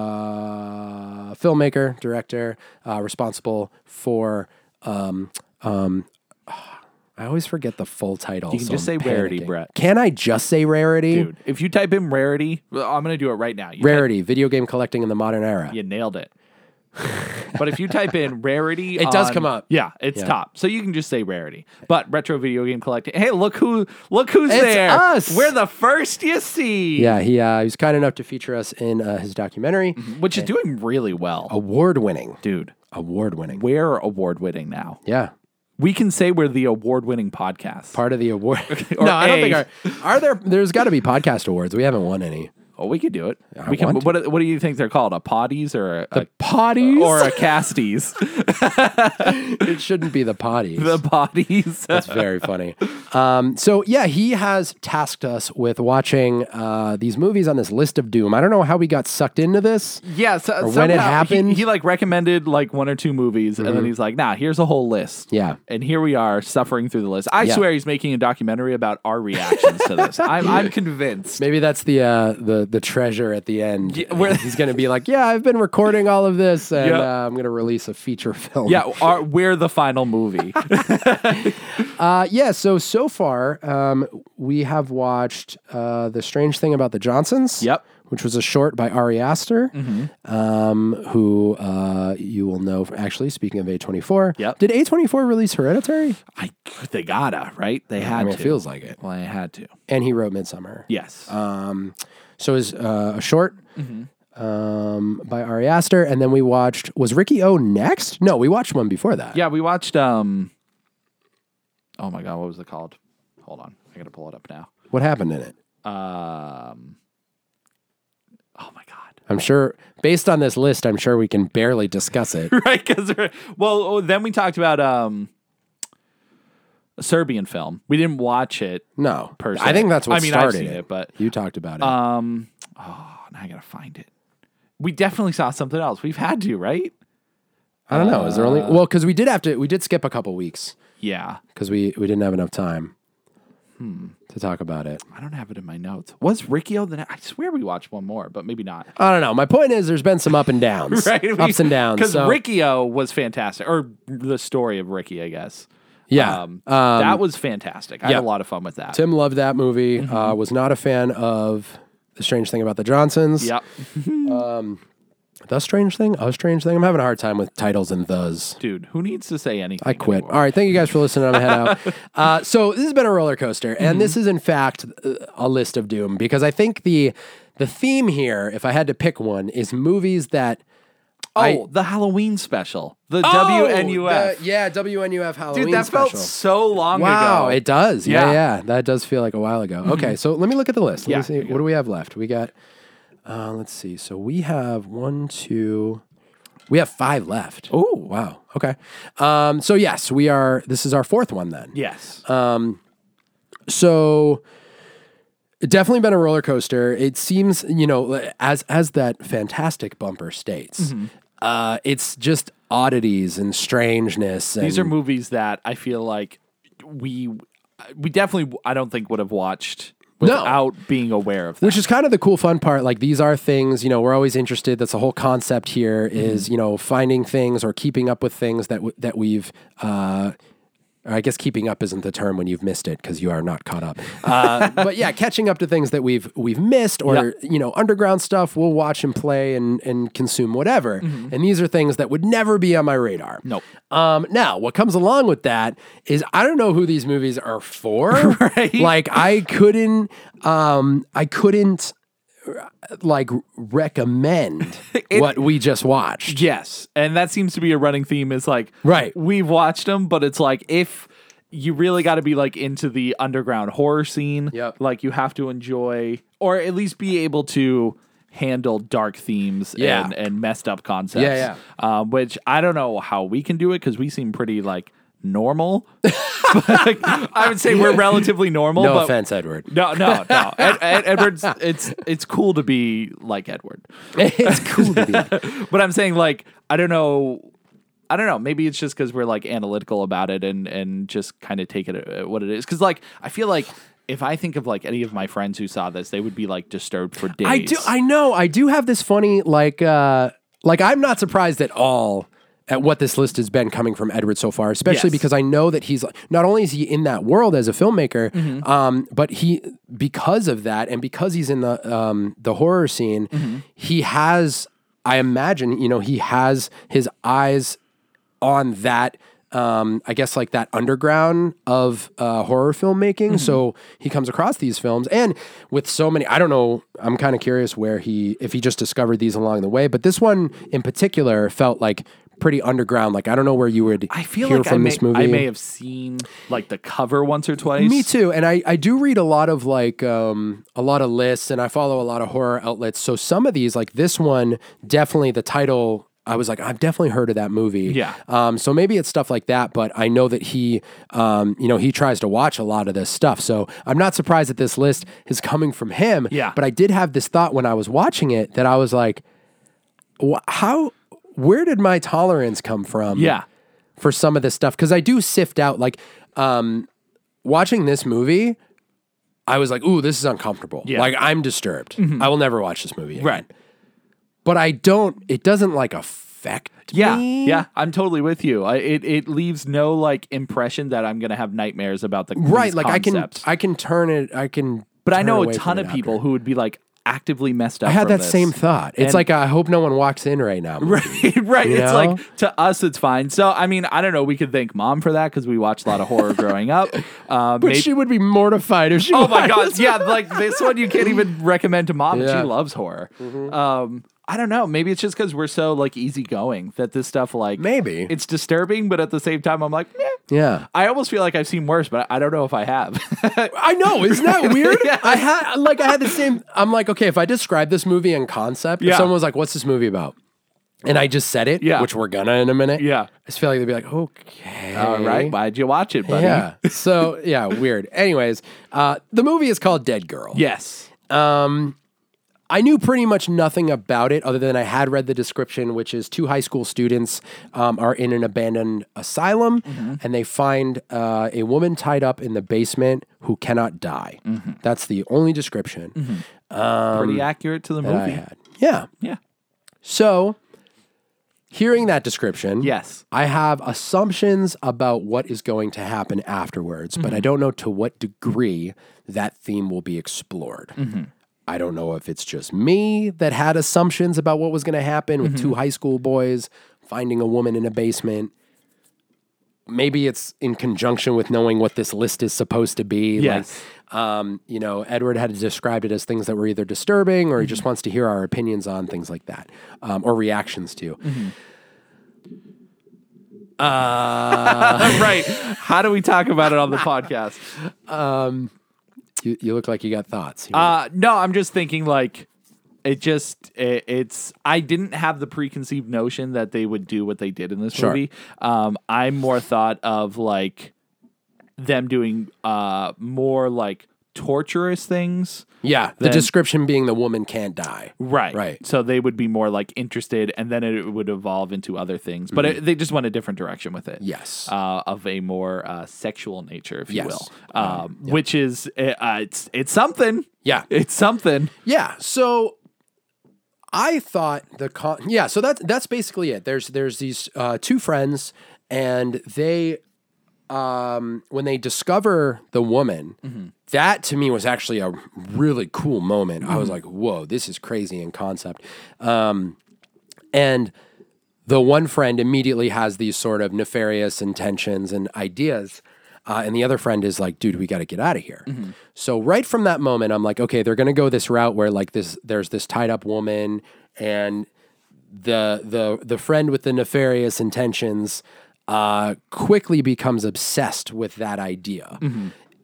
Speaker 1: uh, filmmaker, director, uh, responsible for. Um, um, (sighs) I always forget the full title.
Speaker 2: You can
Speaker 1: so
Speaker 2: just
Speaker 1: I'm
Speaker 2: say Rarity,
Speaker 1: panicking.
Speaker 2: Brett.
Speaker 1: Can I just say Rarity?
Speaker 2: Dude, if you type in rarity, well, I'm going to do it right now. You
Speaker 1: Rarity, video game collecting in the modern era.
Speaker 2: type- you nailed it. but if you
Speaker 1: (laughs)
Speaker 2: type in rarity,
Speaker 1: It does
Speaker 2: on-
Speaker 1: come up.
Speaker 2: Yeah, it's top. So you can just say rarity. But retro video game collecting. Hey, look who look who's
Speaker 1: It's
Speaker 2: there.
Speaker 1: us.
Speaker 2: We're the first you see.
Speaker 1: Yeah, he, uh, he was kind enough to feature us in uh, his documentary.
Speaker 2: Which is doing really well.
Speaker 1: Award winning.
Speaker 2: Dude,
Speaker 1: Award winning.
Speaker 2: we're award winning now.
Speaker 1: Yeah.
Speaker 2: We can say we're the award winning podcast.
Speaker 1: Part of the award.
Speaker 2: (laughs) or
Speaker 1: no, I don't
Speaker 2: A.
Speaker 1: think. Our, are there? There's got to be podcast awards. We haven't won any.
Speaker 2: oh, we could do it.
Speaker 1: I
Speaker 2: we can
Speaker 1: want to.
Speaker 2: what, what do you think they're called? A potties or a, a
Speaker 1: Potties.
Speaker 2: or a casties? (laughs)
Speaker 1: it shouldn't be the potties.
Speaker 2: the potties. (laughs)
Speaker 1: That's very funny. Um, so yeah, he has tasked us with watching uh, these movies on this list of doom. I don't know how we got sucked into this.
Speaker 2: Yeah, so,
Speaker 1: Or
Speaker 2: somehow
Speaker 1: when it
Speaker 2: he-
Speaker 1: happened. Mm-hmm.
Speaker 2: he, like recommended like one or two movies, and then he's like, "Nah, here's a whole list."
Speaker 1: Yeah.
Speaker 2: and here we are suffering through the list. I
Speaker 1: Yeah.
Speaker 2: swear he's making a documentary about our reactions to (laughs) this. I'm, I'm convinced.
Speaker 1: Maybe that's the uh, the the treasure at the end.
Speaker 2: Yeah, where-
Speaker 1: He's going to be like, "Yeah, I've been recording all of this, and
Speaker 2: Yeah.
Speaker 1: uh, I'm going to release a feature film."
Speaker 2: Yeah, our, we're the final (laughs) movie.
Speaker 1: Uh, yeah, so so far um, we have watched uh, the strange thing about the Johnsons.
Speaker 2: Yep. Mm-hmm.
Speaker 1: which was a short by Ari Aster, um, who uh, you will know. Actually, speaking of A twenty four,
Speaker 2: Yep.
Speaker 1: did A twenty four release Hereditary?
Speaker 2: I, they gotta right. They had
Speaker 1: I mean,
Speaker 2: to.
Speaker 1: it feels like it.
Speaker 2: well, they had to.
Speaker 1: And he wrote Midsummer.
Speaker 2: Yes.
Speaker 1: Um, so it was uh, a short
Speaker 2: Mm-hmm.
Speaker 1: um, by Ari Aster, and then we watched. Was Ricky O next? No, we watched one before that.
Speaker 2: yeah, we watched. Um. Oh my god, what was it called? Hold on, I gotta pull it up now.
Speaker 1: What happened in it?
Speaker 2: Um. Oh my god.
Speaker 1: I'm sure, based on this list, I'm sure we can barely discuss
Speaker 2: (laughs)
Speaker 1: it.
Speaker 2: right? Because well, oh, then we talked about um, a Serbian film. We didn't watch it
Speaker 1: No,
Speaker 2: per se.
Speaker 1: I think that's what
Speaker 2: I mean, I've
Speaker 1: started
Speaker 2: seen it, but
Speaker 1: you talked about it.
Speaker 2: um, oh, now I gotta find it. We definitely saw something else. We've had to, right?
Speaker 1: I don't know. Is there only well because we did have to we did skip a couple weeks
Speaker 2: Yeah,
Speaker 1: because we we didn't have enough time to talk about it.
Speaker 2: I don't have it in my notes. Was Riccio the? I swear we watched one more, but
Speaker 1: (laughs)
Speaker 2: maybe not.
Speaker 1: I don't know. My point is, there's been some up and (laughs) downs, ups and downs.
Speaker 2: Because
Speaker 1: so,
Speaker 2: Riccio was fantastic, or the story of Ricky, I guess.
Speaker 1: yeah,
Speaker 2: Um,
Speaker 1: Um,
Speaker 2: that was fantastic. I
Speaker 1: yeah.
Speaker 2: had a lot of fun with that.
Speaker 1: Tim loved that movie. Uh, was not a fan of the strange thing about the Johnsons.
Speaker 2: Yep.
Speaker 1: the strange thing, a strange thing. I'm having a hard time with titles and thes.
Speaker 2: Dude, who needs to say anything?
Speaker 1: I quit.
Speaker 2: anymore?
Speaker 1: All right. Thank you guys for listening. I'm gonna (laughs) head out. Uh, so this has been a roller coaster, and this is in fact uh, a list of doom because I think the the theme here, if I had to pick one, is movies that
Speaker 2: Oh,
Speaker 1: I-
Speaker 2: the Halloween special. The
Speaker 1: Oh,
Speaker 2: WNUF.
Speaker 1: the- yeah, WNUF Halloween.
Speaker 2: Dude, that
Speaker 1: special.
Speaker 2: felt so long ago.
Speaker 1: Wow, it does. Yeah. Mm-hmm. yeah,
Speaker 2: Yeah.
Speaker 1: that does feel like a while ago. Okay, so let me look at the list. Let
Speaker 2: Yeah,
Speaker 1: me see.
Speaker 2: here you
Speaker 1: What do we have left? We got. Uh, let's see. So we have one, two. We have five left.
Speaker 2: Ooh.
Speaker 1: wow. Okay. Um, so yes, we are. This is our fourth one then.
Speaker 2: Yes.
Speaker 1: Um, So definitely been a roller coaster. It seems, you know, as as that fantastic bumper states, uh, it's just oddities and strangeness. And
Speaker 2: These are movies that I feel like we we definitely I don't think would have watched
Speaker 1: No.
Speaker 2: without being aware of that.
Speaker 1: Which is kind of the cool fun part. Like these are things, you know, we're always interested. That's the whole concept here is, you know, finding things or keeping up with things that w- that we've uh or I guess keeping up isn't the term when you've missed it because you are not caught up. Uh, but yeah, catching up to things that we've we've missed or you know underground stuff we'll watch and play and and consume whatever. And these are things that would never be on my radar.
Speaker 2: Nope.
Speaker 1: Um, now, what comes along with that is I don't know who these movies are for.
Speaker 2: (laughs) Right.
Speaker 1: Like I couldn't, um, I couldn't uh, like
Speaker 2: (laughs)
Speaker 1: recommend what we just watched.
Speaker 2: yes. And that seems to be a running theme is like
Speaker 1: Right.
Speaker 2: we've watched them, but it's like if you really got to be like into the underground horror scene,
Speaker 1: Yep.
Speaker 2: like you have to enjoy or at least be able to handle dark themes
Speaker 1: Yeah.
Speaker 2: and, and messed up concepts.
Speaker 1: Yeah,
Speaker 2: Um, which I don't know how we can do it because we seem pretty like
Speaker 1: (laughs)
Speaker 2: normal. I would say we're relatively normal.
Speaker 1: No
Speaker 2: but
Speaker 1: offense,
Speaker 2: (laughs)
Speaker 1: Edward.
Speaker 2: No, no, no. Ed, Ed, Edward's it's it's cool to be like Edward
Speaker 1: it's cool to be.
Speaker 2: but I'm saying like I don't know. I don't know. Maybe it's uh, just because we're like analytical about it and and just kind of take it at what it is. Because like I feel like if I think of like any of my friends who saw this, they would be like disturbed for days.
Speaker 1: I do. I know. I do have this funny like uh like I'm not surprised at all at what this list has been coming from Edward so far, especially
Speaker 2: Yes.
Speaker 1: because I know that he's not only is he in that world as a filmmaker, um, but he because of that and because he's in the um the horror scene, he has. I imagine you know he has his eyes on that um, I guess like that underground of uh, horror filmmaking.
Speaker 2: Mm-hmm.
Speaker 1: So he comes across these films and with so many, I don't know, I'm kind of curious where he, if he just discovered these along the way, but this one in particular felt like pretty underground. Like, I don't know where you would
Speaker 2: I feel
Speaker 1: hear
Speaker 2: like
Speaker 1: from
Speaker 2: I may,
Speaker 1: this movie.
Speaker 2: I may have seen like the cover once or twice.
Speaker 1: Me too. And I, I do read a lot of like um, a lot of lists and I follow a lot of horror outlets. So some of these, like this one, definitely the title, I was like, I've definitely heard of that movie.
Speaker 2: Yeah.
Speaker 1: Um, so maybe it's stuff like that, but I know that he, um, you know, he tries to watch a lot of this stuff. So I'm not surprised that this list is coming from him.
Speaker 2: Yeah.
Speaker 1: But I did have this thought when I was watching it that I was like, wh- how, where did my tolerance come from?
Speaker 2: Yeah.
Speaker 1: for some of this stuff because I do sift out like um watching this movie. I was like, "Ooh, this is uncomfortable.
Speaker 2: Yeah. Mm-hmm.
Speaker 1: Like, I'm disturbed. I will never watch this movie." Again.
Speaker 2: Right.
Speaker 1: but I don't. It doesn't like affect.
Speaker 2: Yeah,
Speaker 1: me.
Speaker 2: yeah, I'm totally with you. I, it it leaves no like impression that I'm gonna have nightmares about the
Speaker 1: right.
Speaker 2: these
Speaker 1: Like,
Speaker 2: concepts.
Speaker 1: I can, I can turn it. I can.
Speaker 2: but I
Speaker 1: turn
Speaker 2: know a
Speaker 1: away from
Speaker 2: ton
Speaker 1: it
Speaker 2: of people
Speaker 1: after.
Speaker 2: who would be like actively messed up.
Speaker 1: I had
Speaker 2: from
Speaker 1: that
Speaker 2: this.
Speaker 1: same thought. It's
Speaker 2: And-
Speaker 1: like I hope no one walks in right now. Right.
Speaker 2: (laughs) right.
Speaker 1: You
Speaker 2: it's
Speaker 1: know?
Speaker 2: like to us, it's fine. So I mean, I don't know. We could thank mom for that because we watched a lot
Speaker 1: (laughs)
Speaker 2: of horror growing up. Uh,
Speaker 1: But
Speaker 2: maybe-
Speaker 1: she would be mortified if she.
Speaker 2: oh my
Speaker 1: watched
Speaker 2: god,
Speaker 1: this.
Speaker 2: yeah, like this one you can't
Speaker 1: (laughs)
Speaker 2: even recommend to mom. and
Speaker 1: Yeah. Mm-hmm.
Speaker 2: She loves horror. Um, I don't know. Maybe it's just because we're so like easygoing that this stuff like
Speaker 1: Maybe.
Speaker 2: it's disturbing, but at the same time, I'm like, eh.
Speaker 1: (laughs) Yeah.
Speaker 2: I almost feel like I've seen worse, but I don't know if I have. (laughs)
Speaker 1: I know, isn't that weird? I had like I had the same. I'm like, okay, if I describe this movie in concept,
Speaker 2: Yeah.
Speaker 1: if someone was like, "What's this movie about?" and I just said it,
Speaker 2: Yeah.
Speaker 1: which we're gonna in a minute,
Speaker 2: Yeah.
Speaker 1: I just feel like they'd be like, "Okay,
Speaker 2: All right, why'd you watch it, buddy?
Speaker 1: yeah." (laughs) so yeah, weird. Anyways, uh, the movie is called Dead Girl.
Speaker 2: Yes.
Speaker 1: I knew pretty much nothing about it other than I had read the description, which is two high school students um, are in an abandoned asylum
Speaker 2: Mm-hmm.
Speaker 1: and they find uh, a woman tied up in the basement who cannot die.
Speaker 2: Mm-hmm.
Speaker 1: That's the only description
Speaker 2: Pretty accurate to the
Speaker 1: that I
Speaker 2: movie.
Speaker 1: had. Um, Yeah.
Speaker 2: Yeah.
Speaker 1: So, hearing that description,
Speaker 2: Yes. (laughs)
Speaker 1: I have assumptions about what is going to happen afterwards, but I don't know to what degree that theme will be explored. I don't know if it's just me that had assumptions about what was going to happen with two high school boys finding a woman in a basement. Maybe it's in conjunction with knowing what this list is supposed to be.
Speaker 2: Yes.
Speaker 1: Like, um, you know, Edward had described it as things that were either disturbing or he just wants to hear our opinions on things like that um, or reactions to.
Speaker 2: right. How do we talk about it on the podcast?
Speaker 1: You, you look like you got thoughts. You
Speaker 2: Uh, no, I'm just thinking like it just it, it's I didn't have the preconceived notion that they would do what they did in this
Speaker 1: Sure.
Speaker 2: movie. Um, I more thought of like them doing uh more like torturous things.
Speaker 1: Yeah, the
Speaker 2: then-
Speaker 1: description being the woman can't die.
Speaker 2: Right.
Speaker 1: Right.
Speaker 2: So they would be more like interested and then it would evolve into other things. But it, they just went a different direction with it.
Speaker 1: Mm-hmm. Yes.
Speaker 2: Uh, of a more uh, sexual nature, if
Speaker 1: Yes.
Speaker 2: you will. Um, Which is, uh, uh, it's, it's something.
Speaker 1: Yeah.
Speaker 2: It's something.
Speaker 1: Yeah. So I thought the con. Yeah. So that's that's basically it. There's there's these uh, two friends, and they, um, when they discover the woman,
Speaker 2: Mm-hmm.
Speaker 1: that to me was actually a really cool moment. I was
Speaker 2: Mm-hmm.
Speaker 1: like, whoa, this is crazy in concept. Um, and the one friend immediately has these sort of nefarious intentions and ideas. Uh, and the other friend is like, dude, we got to get out of here. So right from that moment, I'm like, okay, they're going to go this route where like this, there's this tied up woman and the, the, the friend with the nefarious intentions uh, quickly becomes obsessed with that idea.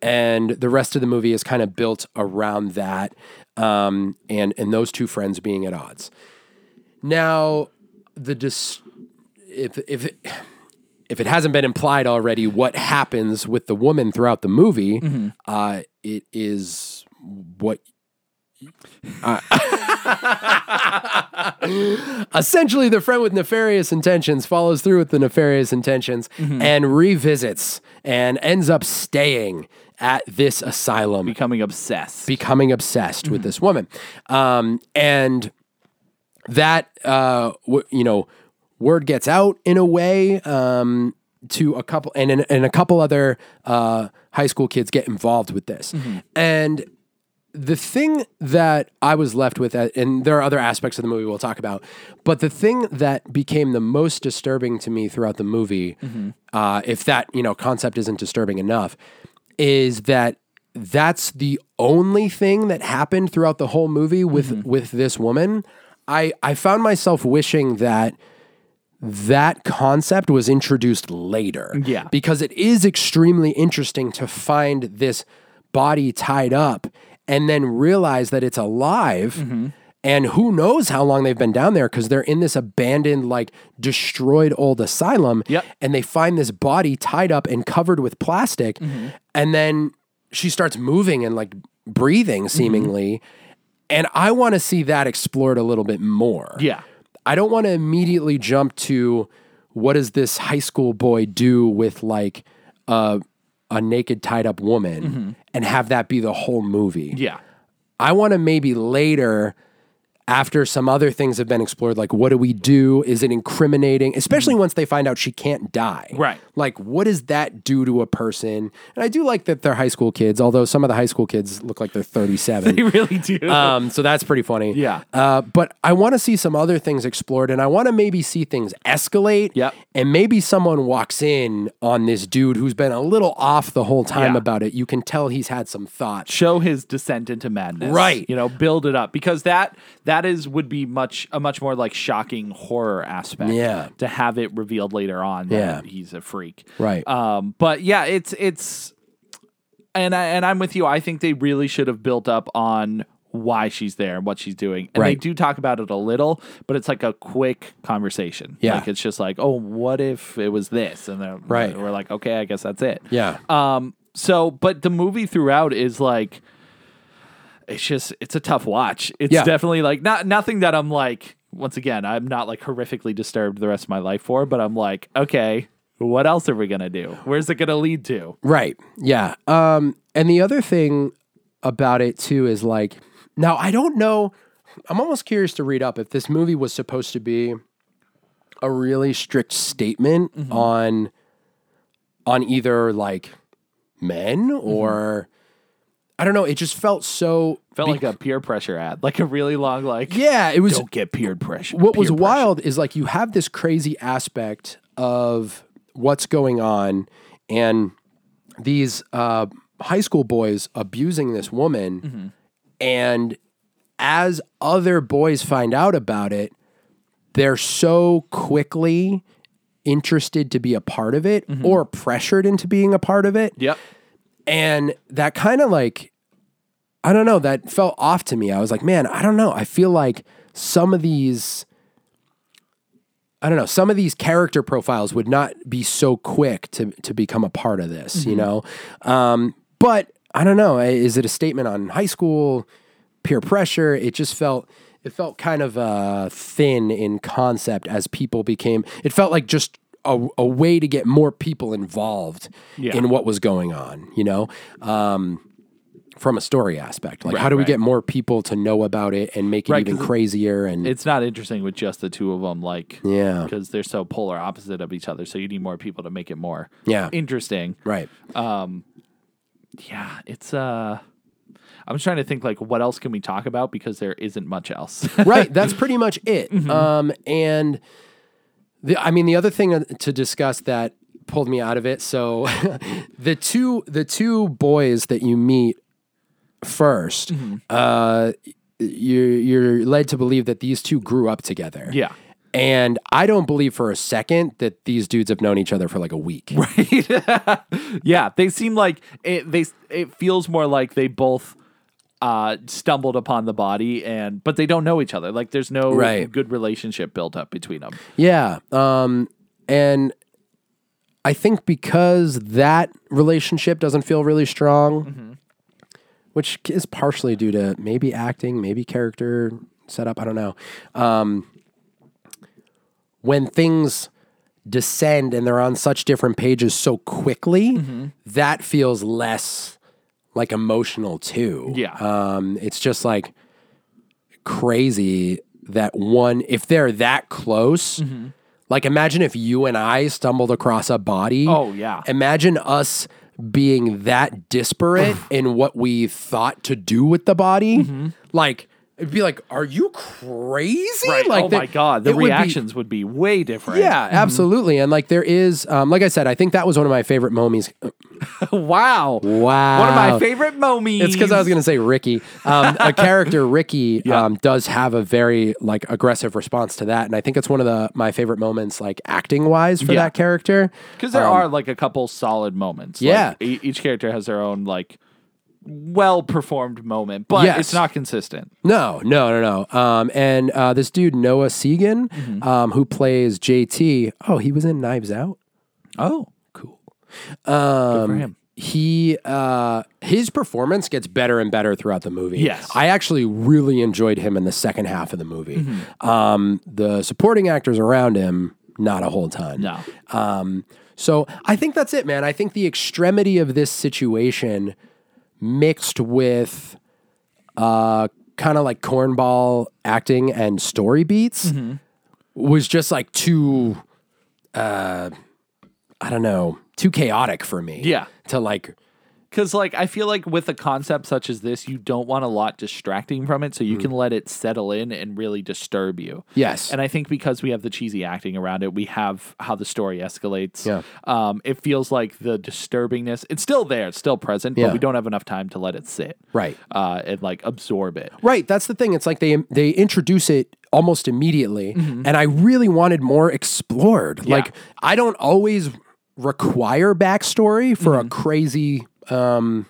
Speaker 1: And the rest of the movie is kind of built around that um, and, and those two friends being at odds. Now, the dis- if if it, if it hasn't been implied already, what happens with the woman throughout the movie? Uh, it is what. Uh, (laughs) essentially, the friend with nefarious intentions follows through with the nefarious intentions and revisits and ends up staying at this asylum
Speaker 2: becoming obsessed.
Speaker 1: becoming obsessed with this woman. Um, and that, uh, w- you know, word gets out in a way um, to a couple, and, and, and a couple other uh, high school kids get involved with this. And the thing that I was left with, uh, and there are other aspects of the movie we'll talk about, but the thing that became the most disturbing to me throughout the movie, uh, if that you know concept isn't disturbing enough, is that that's the only thing that happened throughout the whole movie with with this woman. I I found myself wishing that that concept was introduced later.
Speaker 2: Yeah.
Speaker 1: Because it is extremely interesting to find this body tied up and then realize that it's alive.
Speaker 2: Mm-hmm.
Speaker 1: And who knows how long they've been down there because they're in this abandoned, like destroyed old asylum.
Speaker 2: Yep.
Speaker 1: And they find this body tied up and covered with plastic.
Speaker 2: Mm-hmm.
Speaker 1: And then she starts moving and like breathing
Speaker 2: Mm-hmm.
Speaker 1: seemingly. And I want to see that explored a little bit more.
Speaker 2: yeah.
Speaker 1: I don't want to immediately jump to what does this high school boy do with like a a naked tied up woman and have that be the whole movie.
Speaker 2: Mm-hmm.
Speaker 1: (laughs)
Speaker 2: Yeah.
Speaker 1: I want to maybe later after some other things have been explored like what do we do? Is it incriminating? Especially once they find out she can't die.
Speaker 2: Mm-hmm. Right.
Speaker 1: Like what does that do to a person? And I do like that they're high school kids, although some of the high school kids look like they're 37
Speaker 2: They really do.
Speaker 1: um, so that's pretty funny.
Speaker 2: Yeah.
Speaker 1: Uh, but I want to see some other things explored, and I want to maybe see things escalate.
Speaker 2: Yep.
Speaker 1: And maybe someone walks in on this dude who's been a little off the whole time
Speaker 2: Yeah.
Speaker 1: about it. You can tell he's had some thoughts.
Speaker 2: show his descent into madness
Speaker 1: Right.
Speaker 2: you know build it up because that that is would be much a much more like shocking horror aspect
Speaker 1: Yeah.
Speaker 2: to have it revealed later on that
Speaker 1: Yeah.
Speaker 2: he's a freak
Speaker 1: Right.
Speaker 2: um but yeah it's it's and I, and I'm with you I think they really should have built up on why she's there and what she's doing and they
Speaker 1: Right.
Speaker 2: do talk about it a little but it's like a quick conversation
Speaker 1: Yeah.
Speaker 2: like it's just like oh what if it was this and then
Speaker 1: Right.
Speaker 2: we're like okay I guess that's it
Speaker 1: yeah.
Speaker 2: um, so, but the movie throughout is like, it's just, it's a tough watch. It's
Speaker 1: Yeah.
Speaker 2: definitely like not nothing that I'm like. Once again, I'm not like horrifically disturbed the rest of my life for, but I'm like, okay, what else are we gonna do? Where's it gonna lead to?
Speaker 1: Right. Yeah. Um, and the other thing about it too is like, now I don't know. I'm almost curious to read up if this movie was supposed to be a really strict statement
Speaker 2: Mm-hmm.
Speaker 1: on on either like men
Speaker 2: Mm-hmm.
Speaker 1: or I don't know. It just felt so.
Speaker 2: Felt like a peer pressure ad, like a really long, like
Speaker 1: Yeah, it was
Speaker 2: don't get peer pressure.
Speaker 1: what was
Speaker 2: peer pressure.
Speaker 1: wild is like you have this crazy aspect of what's going on and these uh, high school boys abusing this woman
Speaker 2: Mm-hmm.
Speaker 1: and as other boys find out about it they're so quickly interested to be a part of it
Speaker 2: Mm-hmm.
Speaker 1: or pressured into being a part of it
Speaker 2: Yep.
Speaker 1: and that kind of like i don't know that felt off to me i was like man i don't know i feel like some of these i don't know some of these character profiles would not be so quick to to become a part of this
Speaker 2: Mm-hmm.
Speaker 1: you know um but i don't know I- is it a statement on high school peer pressure it just felt it felt kind of uh, thin in concept as people became it felt like just a, a way to get more people involved
Speaker 2: Yeah.
Speaker 1: in what was going on you know um, from a story aspect like how do we
Speaker 2: right.
Speaker 1: get more people to know about it and make it
Speaker 2: Right,
Speaker 1: even
Speaker 2: 'cause it-
Speaker 1: crazier and
Speaker 2: It's not interesting with just the two of them, like
Speaker 1: Yeah.
Speaker 2: because they're so polar opposite of each other. So you need more people to make it more
Speaker 1: Yeah.
Speaker 2: interesting.
Speaker 1: right
Speaker 2: yeah, it's uh I'm just trying to think like what else can we talk about because there isn't much else. (laughs)
Speaker 1: right that's pretty much it um, and the, i mean the other thing uh, to discuss that pulled me out of it so (laughs) the two the two boys that you meet 1st uh, you're, you're led to believe that these two grew up together
Speaker 2: yeah. (laughs)
Speaker 1: and i don't believe for a second that these dudes have known each other for like a week
Speaker 2: yeah, they seem like it they it feels more like they both uh stumbled upon the body and but they don't know each other. Like there's no
Speaker 1: Right.
Speaker 2: good relationship built up between them.
Speaker 1: Yeah. Um, and I think because that relationship doesn't feel really strong, which is partially due to maybe acting, maybe character setup, I don't know. Um, when things descend and they're on such different pages so quickly, that feels less like emotional too.
Speaker 2: Yeah.
Speaker 1: Um, it's just like crazy that one, if they're that close,
Speaker 2: Mm-hmm.
Speaker 1: like imagine if you and I stumbled across a body.
Speaker 2: Oh, yeah.
Speaker 1: Imagine us being that
Speaker 2: (sighs)
Speaker 1: disparate in what we thought to do with the body.
Speaker 2: Mm-hmm.
Speaker 1: Like, it'd be like, are you crazy? Like,
Speaker 2: oh
Speaker 1: that-
Speaker 2: my god, the
Speaker 1: it would be-
Speaker 2: reactions Mm-hmm. would be, way different.
Speaker 1: yeah, absolutely. And like there is, um, like I said, I think that was one of my favorite momies.
Speaker 2: (laughs) wow.
Speaker 1: Wow.
Speaker 2: One of my favorite momies.
Speaker 1: It's because I was going to say Ricky. Um,
Speaker 2: (laughs)
Speaker 1: a character Ricky um, does have a very like aggressive response to that, and I think it's one of the my favorite moments, like acting wise, for
Speaker 2: Yeah.
Speaker 1: that character.
Speaker 2: Because there are like a couple solid moments. Like,
Speaker 1: Yeah.
Speaker 2: e- each character has their own like well performed moment, but
Speaker 1: Yes.
Speaker 2: it's not consistent.
Speaker 1: No, no, no, no. Um, and uh, this dude Noah Segan,
Speaker 2: Mm-hmm.
Speaker 1: um, who plays JT. Oh, he was in Knives Out.
Speaker 2: Oh, cool. Um, Good for him.
Speaker 1: he uh his performance gets better and better throughout the movie.
Speaker 2: Yes.
Speaker 1: I actually really enjoyed him in the second half of the movie.
Speaker 2: Mm-hmm.
Speaker 1: Um the supporting actors around him not a whole ton.
Speaker 2: No.
Speaker 1: Um so I think that's it man. I think the extremity of this situation mixed with uh kind of like cornball acting and story beats was just like too uh I don't know, too chaotic for me.
Speaker 2: Yeah.
Speaker 1: To like
Speaker 2: Because like I feel like with a concept such as this, you don't want a lot distracting from it, so you can let it settle in and really disturb you.
Speaker 1: Yes.
Speaker 2: And I think because we have the cheesy acting around it, we have how the story escalates.
Speaker 1: Yeah.
Speaker 2: Um, it feels like the disturbingness. It's still there. It's still present,
Speaker 1: Yeah.
Speaker 2: but we don't have enough time to let it sit.
Speaker 1: Right.
Speaker 2: Uh, and like absorb it.
Speaker 1: Right, that's the thing. It's like they they introduce it almost immediately, and I really wanted more explored. Like I don't always require backstory for a crazy um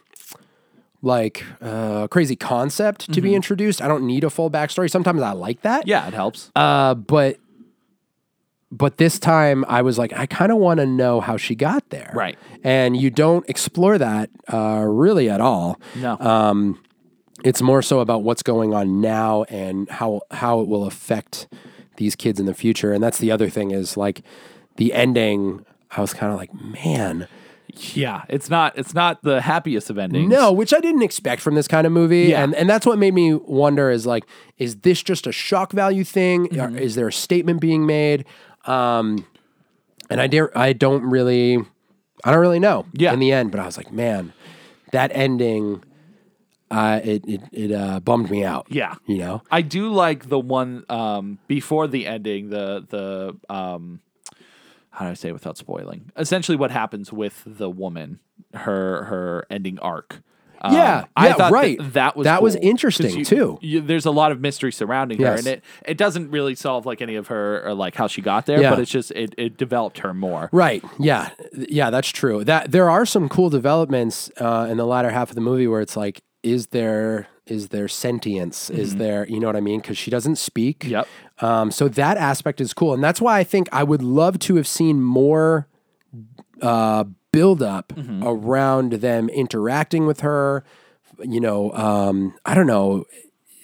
Speaker 1: like uh crazy concept to be introduced. I don't need a full backstory. Sometimes I like that.
Speaker 2: Yeah, it helps.
Speaker 1: Uh but but this time I was like I kind of want to know how she got there.
Speaker 2: Right.
Speaker 1: And you don't explore that uh really at all
Speaker 2: no.
Speaker 1: uh, it's more so about what's going on now and how how it will affect these kids in the future and that's the other thing is like the ending i was kind of like man
Speaker 2: yeah, it's not. It's not the happiest of endings.
Speaker 1: no which i didn't expect from this kind of movie
Speaker 2: Yeah.
Speaker 1: and and that's what made me wonder is like is this just a shock value thing Or is there a statement being made um and i dare i don't really i don't really know
Speaker 2: Yeah.
Speaker 1: in the end but i was like man that ending uh it it, it uh bummed me out
Speaker 2: Yeah.
Speaker 1: you know
Speaker 2: I do like the one um, before the ending. The the um, how do I say it without spoiling? Essentially, what happens with the woman, her her ending arc. Um,
Speaker 1: Yeah, yeah,
Speaker 2: thought that-
Speaker 1: right.
Speaker 2: That, was
Speaker 1: That was
Speaker 2: cool. 'Cause
Speaker 1: interesting,
Speaker 2: you-
Speaker 1: too.
Speaker 2: you- there's a lot of mystery surrounding her,
Speaker 1: Yes.
Speaker 2: and it it doesn't really solve like any of her or like how she got there,
Speaker 1: Yeah.
Speaker 2: but it's just it it developed her more.
Speaker 1: Right. Yeah. Yeah, that's true. That there are some cool developments uh, in the latter half of the movie where it's like, is there is there sentience? Is there you know what I mean? Because she doesn't speak.
Speaker 2: Yep.
Speaker 1: Um, so that aspect is cool, and that's why I think I would love to have seen more uh, build up around them interacting with her. You know, um, I don't know.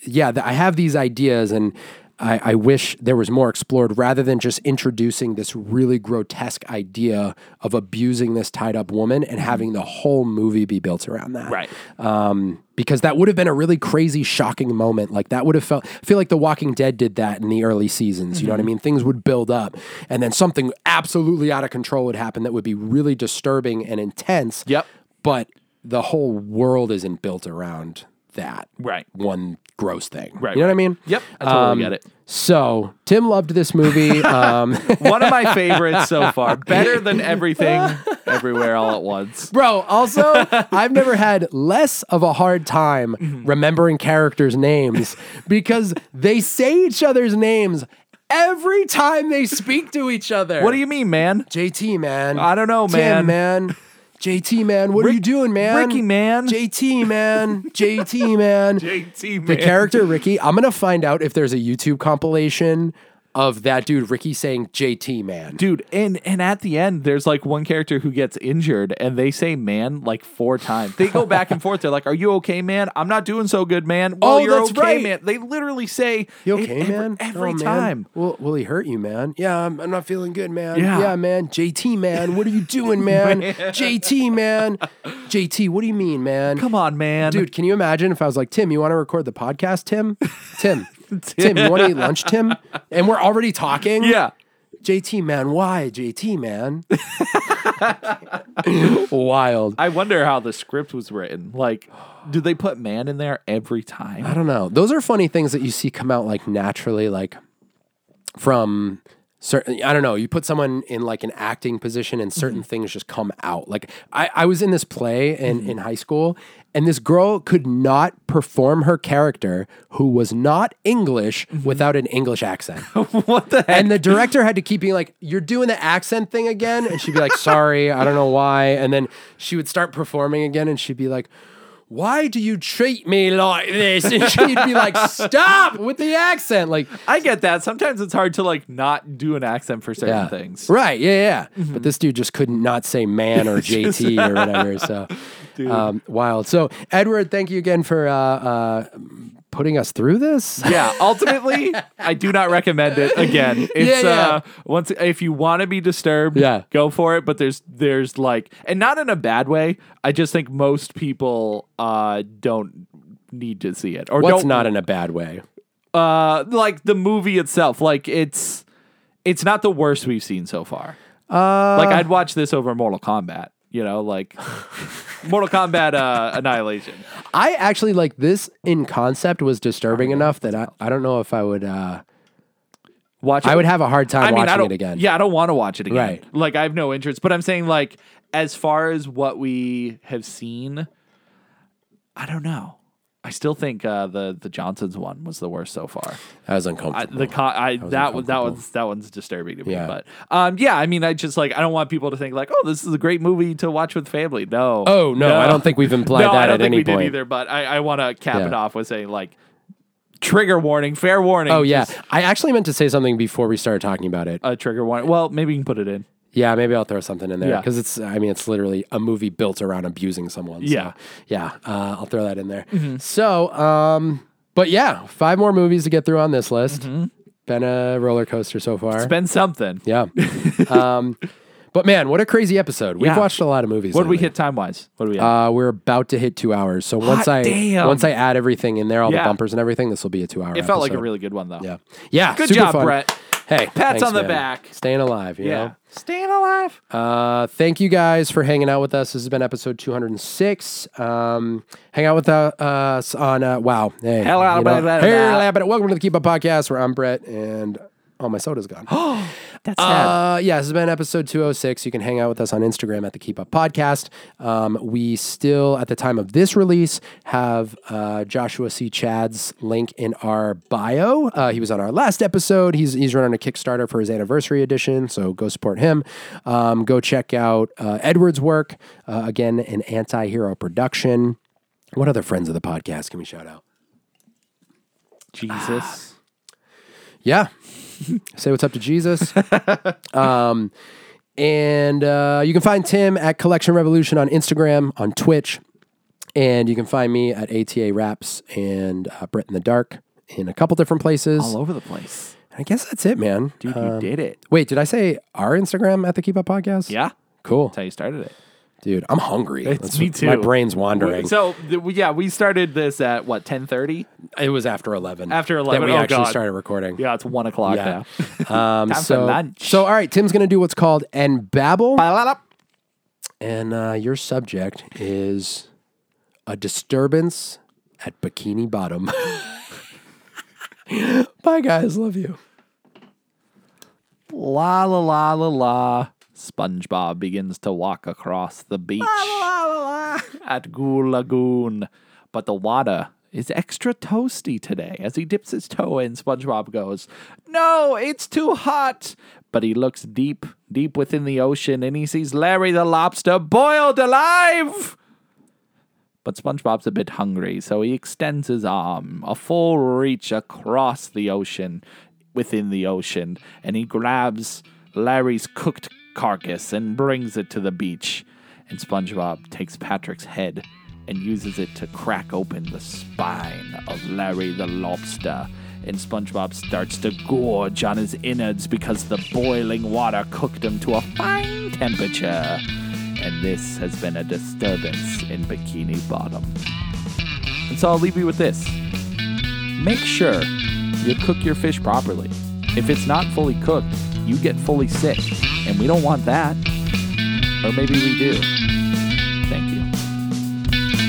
Speaker 1: Yeah, th- I have these ideas, and I, I wish there was more explored rather than just introducing this really grotesque idea of abusing this tied up woman and having the whole movie be built around that
Speaker 2: Right.
Speaker 1: um, because that would have been a really crazy, shocking moment. Like that would have felt. I feel like The Walking Dead did that in the early seasons. You know what I
Speaker 2: Mm-hmm.
Speaker 1: mean? Things would build up, and then something absolutely out of control would happen that would be really disturbing and intense.
Speaker 2: Yep.
Speaker 1: But the whole world isn't built around that.
Speaker 2: Right.
Speaker 1: One gross thing.
Speaker 2: Right,
Speaker 1: You know what I
Speaker 2: right.
Speaker 1: mean?
Speaker 2: Yep, I totally
Speaker 1: Um,
Speaker 2: get it.
Speaker 1: So Tim loved this
Speaker 2: (laughs)
Speaker 1: movie. um,
Speaker 2: One of my favorites so
Speaker 1: (laughs)
Speaker 2: far, better than everything, everywhere, all at once.
Speaker 1: Bro,
Speaker 2: (laughs)
Speaker 1: also, I've never had less of a hard time
Speaker 2: Mm-hmm.
Speaker 1: remembering characters'
Speaker 2: (laughs)
Speaker 1: names because they say each other's names every time they speak to each other.
Speaker 2: What do you mean, man?
Speaker 1: JT, man.
Speaker 2: I don't know,
Speaker 1: Tim,
Speaker 2: man.
Speaker 1: man. JT, man. What are
Speaker 2: Rick-
Speaker 1: you doing, man?
Speaker 2: Ricky, man.
Speaker 1: JT, man. JT, man.
Speaker 2: JT, (laughs)
Speaker 1: The character Ricky, I'm going to find out if there's a YouTube compilation of that dude Ricky saying JT man.
Speaker 2: dude and and at the end there's like one character who gets injured and they say man like four times they go back and forth they're like are you okay man i'm not doing so good man well
Speaker 1: Oh,
Speaker 2: you're
Speaker 1: that's
Speaker 2: okay
Speaker 1: right.
Speaker 2: man they literally say
Speaker 1: You
Speaker 2: it
Speaker 1: okay,
Speaker 2: every,
Speaker 1: man?
Speaker 2: every
Speaker 1: Oh, man.
Speaker 2: time
Speaker 1: Will, will he hurt you, man? Yeah, I'm, I'm not feeling good, man.
Speaker 2: Yeah.
Speaker 1: man. JT, man. What are you
Speaker 2: (laughs)
Speaker 1: doing, man? JT, man. JT, what do you mean, man?
Speaker 2: come on man
Speaker 1: Dude, can you imagine if I was like, Tim, you want to record the podcast,
Speaker 2: (laughs)
Speaker 1: Tim? Tim, Tim, you want to eat lunch, Tim? And we're already talking?
Speaker 2: yeah
Speaker 1: JT, man. Why, JT,
Speaker 2: (laughs)
Speaker 1: man? (laughs) Wild.
Speaker 2: i wonder how the script was written like do they put man in there every time (laughs)
Speaker 1: I don't know. Those are funny things that you see come out like naturally, like from certain. I don't know. You put someone in like an acting position, and certain things just come out. Like I, I was in this play in in high school, and this girl could not perform her character, who was not English, without an English accent.
Speaker 2: what the heck
Speaker 1: And the director had to keep being like, "You're doing the accent thing again," and she'd be like, "Sorry, I don't know why." And then she would start performing again, and she'd be like, "Why do you treat me like this?" And she'd be like, "Stop with the accent!" Like,
Speaker 2: i get that sometimes it's hard to like not do an accent for certain
Speaker 1: yeah,
Speaker 2: things
Speaker 1: right? Yeah, yeah. But this dude just couldn't not say "man" (laughs) or "JT" or whatever. So, um, wild. So, Edward, thank you again for uh, uh, putting us through this.
Speaker 2: yeah ultimately i do not recommend it again
Speaker 1: (laughs)
Speaker 2: it's
Speaker 1: Yeah, yeah.
Speaker 2: uh once if you want to be disturbed
Speaker 1: Yeah.
Speaker 2: go for it but there's there's like and not in a bad way i just think most people uh don't need to see it or
Speaker 1: What's
Speaker 2: don't
Speaker 1: not in a bad way?
Speaker 2: uh like the movie itself like it's it's not the worst we've seen so far uh like i'd watch this over mortal kombat you know like mortal kombat uh annihilation
Speaker 1: I actually like this in concept was disturbing enough that I, I don't know if I would uh
Speaker 2: watch it
Speaker 1: I would have a hard time
Speaker 2: I
Speaker 1: watching
Speaker 2: don't,
Speaker 1: it again.
Speaker 2: Yeah, I don't want to watch it again.
Speaker 1: Right.
Speaker 2: Like I have no interest. But I'm saying like as far as what we have seen, I don't know. I still think uh, the the Johnsons one was the worst so far.
Speaker 1: That was
Speaker 2: I,
Speaker 1: uncomfortable.
Speaker 2: the co- I that was that one's that one's disturbing to me.
Speaker 1: Yeah.
Speaker 2: But um, yeah, I mean, I just like I don't want people to think like, oh, this is a great movie to watch with family. No.
Speaker 1: oh no, I don't think we've implied
Speaker 2: no,
Speaker 1: that
Speaker 2: I don't
Speaker 1: at
Speaker 2: think
Speaker 1: any
Speaker 2: we
Speaker 1: point.
Speaker 2: did either. But I, I want to cap
Speaker 1: Yeah.
Speaker 2: it off with saying like, trigger warning, fair warning.
Speaker 1: Oh yeah,
Speaker 2: just Uh,
Speaker 1: I actually meant to say something before we started talking about it.
Speaker 2: a trigger warning. Well, maybe you can put it in.
Speaker 1: yeah, maybe I'll throw something in there
Speaker 2: Yeah.
Speaker 1: because it's. I mean, it's literally a movie built around abusing someone. so,
Speaker 2: Yeah. Mm-hmm.
Speaker 1: yeah, uh, I'll throw that in there. So, um, but yeah, five more movies to get through on this list. Been a roller coaster so far.
Speaker 2: Mm-hmm. It's been something. (laughs)
Speaker 1: yeah. um, but man, what a crazy episode! We've
Speaker 2: Yeah.
Speaker 1: watched a lot of movies.
Speaker 2: What did we
Speaker 1: lately.
Speaker 2: hit time wise? What do we? At?
Speaker 1: Uh, we're about to hit two hours. So once
Speaker 2: Hot
Speaker 1: I
Speaker 2: damn.
Speaker 1: once I add everything in there, all
Speaker 2: Yeah.
Speaker 1: the bumpers and everything, this will be a two hour.
Speaker 2: it felt like a really good one though.
Speaker 1: yeah yeah.
Speaker 2: Good
Speaker 1: super
Speaker 2: job,
Speaker 1: fun.
Speaker 2: Brett.
Speaker 1: Hey, pats
Speaker 2: on the back.
Speaker 1: Staying alive. You
Speaker 2: Yeah. Staying alive.
Speaker 1: Know? Uh, thank you guys for hanging out with us. This has been episode 206. Um, hang out with uh, us on uh, wow. Hey, you
Speaker 2: Hello, blah,
Speaker 1: know,
Speaker 2: blah, blah.
Speaker 1: Hey, blah, blah. welcome to the Keep Up Podcast, where I'm Brett and all my soda's
Speaker 2: (gasps)
Speaker 1: gone. (gasps)
Speaker 2: That's
Speaker 1: Uh, yeah, this has been episode 206. You can hang out with us on Instagram at the Keep Up Podcast. Um, we still, at the time of this release, have uh, Joshua C. Chad's link in our bio. Uh, he was on our last episode. He's, he's running a Kickstarter for his anniversary edition, so go support him. Um, go check out uh, Edward's work. Uh, again, an anti hero production. What other friends of the podcast can we shout out?
Speaker 2: Jesus.
Speaker 1: Yeah. Say what's up to
Speaker 2: (laughs)
Speaker 1: Jesus. um, and uh, you can find Tim at Collection Revolution on Instagram, on Twitch. And you can find me at ATA Raps and uh, Brett in the Dark in a couple different places.
Speaker 2: (sighs) All over the place.
Speaker 1: I guess that's it, man.
Speaker 2: Dude,
Speaker 1: Uh,
Speaker 2: you did it.
Speaker 1: wait, did I say our Instagram at the Keep Up Podcast?
Speaker 2: Yeah.
Speaker 1: Cool.
Speaker 2: That's how you started it.
Speaker 1: Dude, I'm hungry. That's-
Speaker 2: me too.
Speaker 1: My brain's wandering.
Speaker 2: So th- we- yeah, we started this at what, ten thirty?
Speaker 1: it was after 11.
Speaker 2: After 11,
Speaker 1: That we
Speaker 2: oh,
Speaker 1: actually
Speaker 2: God.
Speaker 1: started recording.
Speaker 2: Yeah, it's one o'clock
Speaker 1: Yeah.
Speaker 2: now.
Speaker 1: Um,
Speaker 2: Time for
Speaker 1: so,
Speaker 2: lunch.
Speaker 1: so, all right, Tim's going to do what's called and babble.
Speaker 2: Ba-la-la.
Speaker 1: and uh, your subject is a disturbance at Bikini Bottom. (laughs) Bye, guys. Love you.
Speaker 2: La la la la la. SpongeBob begins to walk across the beach at Goo Lagoon, but the water is extra toasty today. As he dips his toe in, SpongeBob goes, "No, it's too hot." But he looks deep, deep within the ocean, and he sees Larry the lobster boiled alive. But SpongeBob's a bit hungry, so he extends his arm, a full reach across the ocean within the ocean, and he grabs Larry's cooked carcass and brings it to the beach. And SpongeBob takes Patrick's head and uses it to crack open the spine of Larry the lobster. And SpongeBob starts to gorge on his innards because the boiling water cooked him to a fine temperature. And this has been a disturbance in Bikini Bottom. And so I'll leave you with this make sure you cook your fish properly. If it's not fully cooked, you get fully sick, and we don't want that. Or maybe we do. Thank you.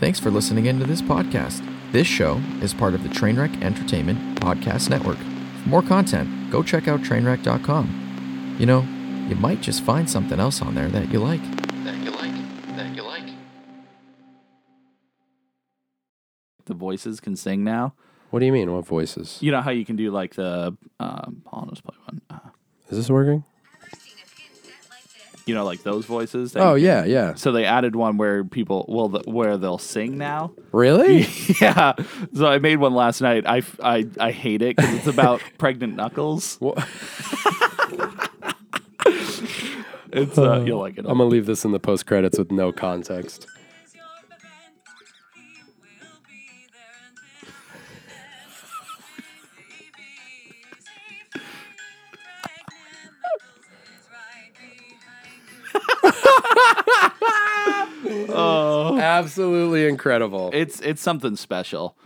Speaker 7: Thanks for listening in to this podcast. This show is part of the Trainwreck Entertainment Podcast Network. For more content, go check out trainwreck.com. You know, you might just find something else on there that you like. That you like. That you like.
Speaker 2: The voices can sing now.
Speaker 1: What do you mean? What voices?
Speaker 2: You know how you can do like the um, hold on, let's play one. Uh,
Speaker 1: Is this working?
Speaker 2: you know, like those voices. that-
Speaker 1: Oh yeah, yeah.
Speaker 2: So they added one where people, well, the, where they'll sing now.
Speaker 1: (laughs) Really?
Speaker 2: (laughs) yeah. So I made one last night. I, f- I, I hate it because
Speaker 1: (laughs)
Speaker 2: it's about pregnant knuckles.
Speaker 1: Wha-
Speaker 2: (laughs)
Speaker 1: (laughs)
Speaker 2: It's uh, you'll like it.
Speaker 1: I'm gonna leave this in the post credits with no context. Absolutely incredible.
Speaker 2: It's it's something special.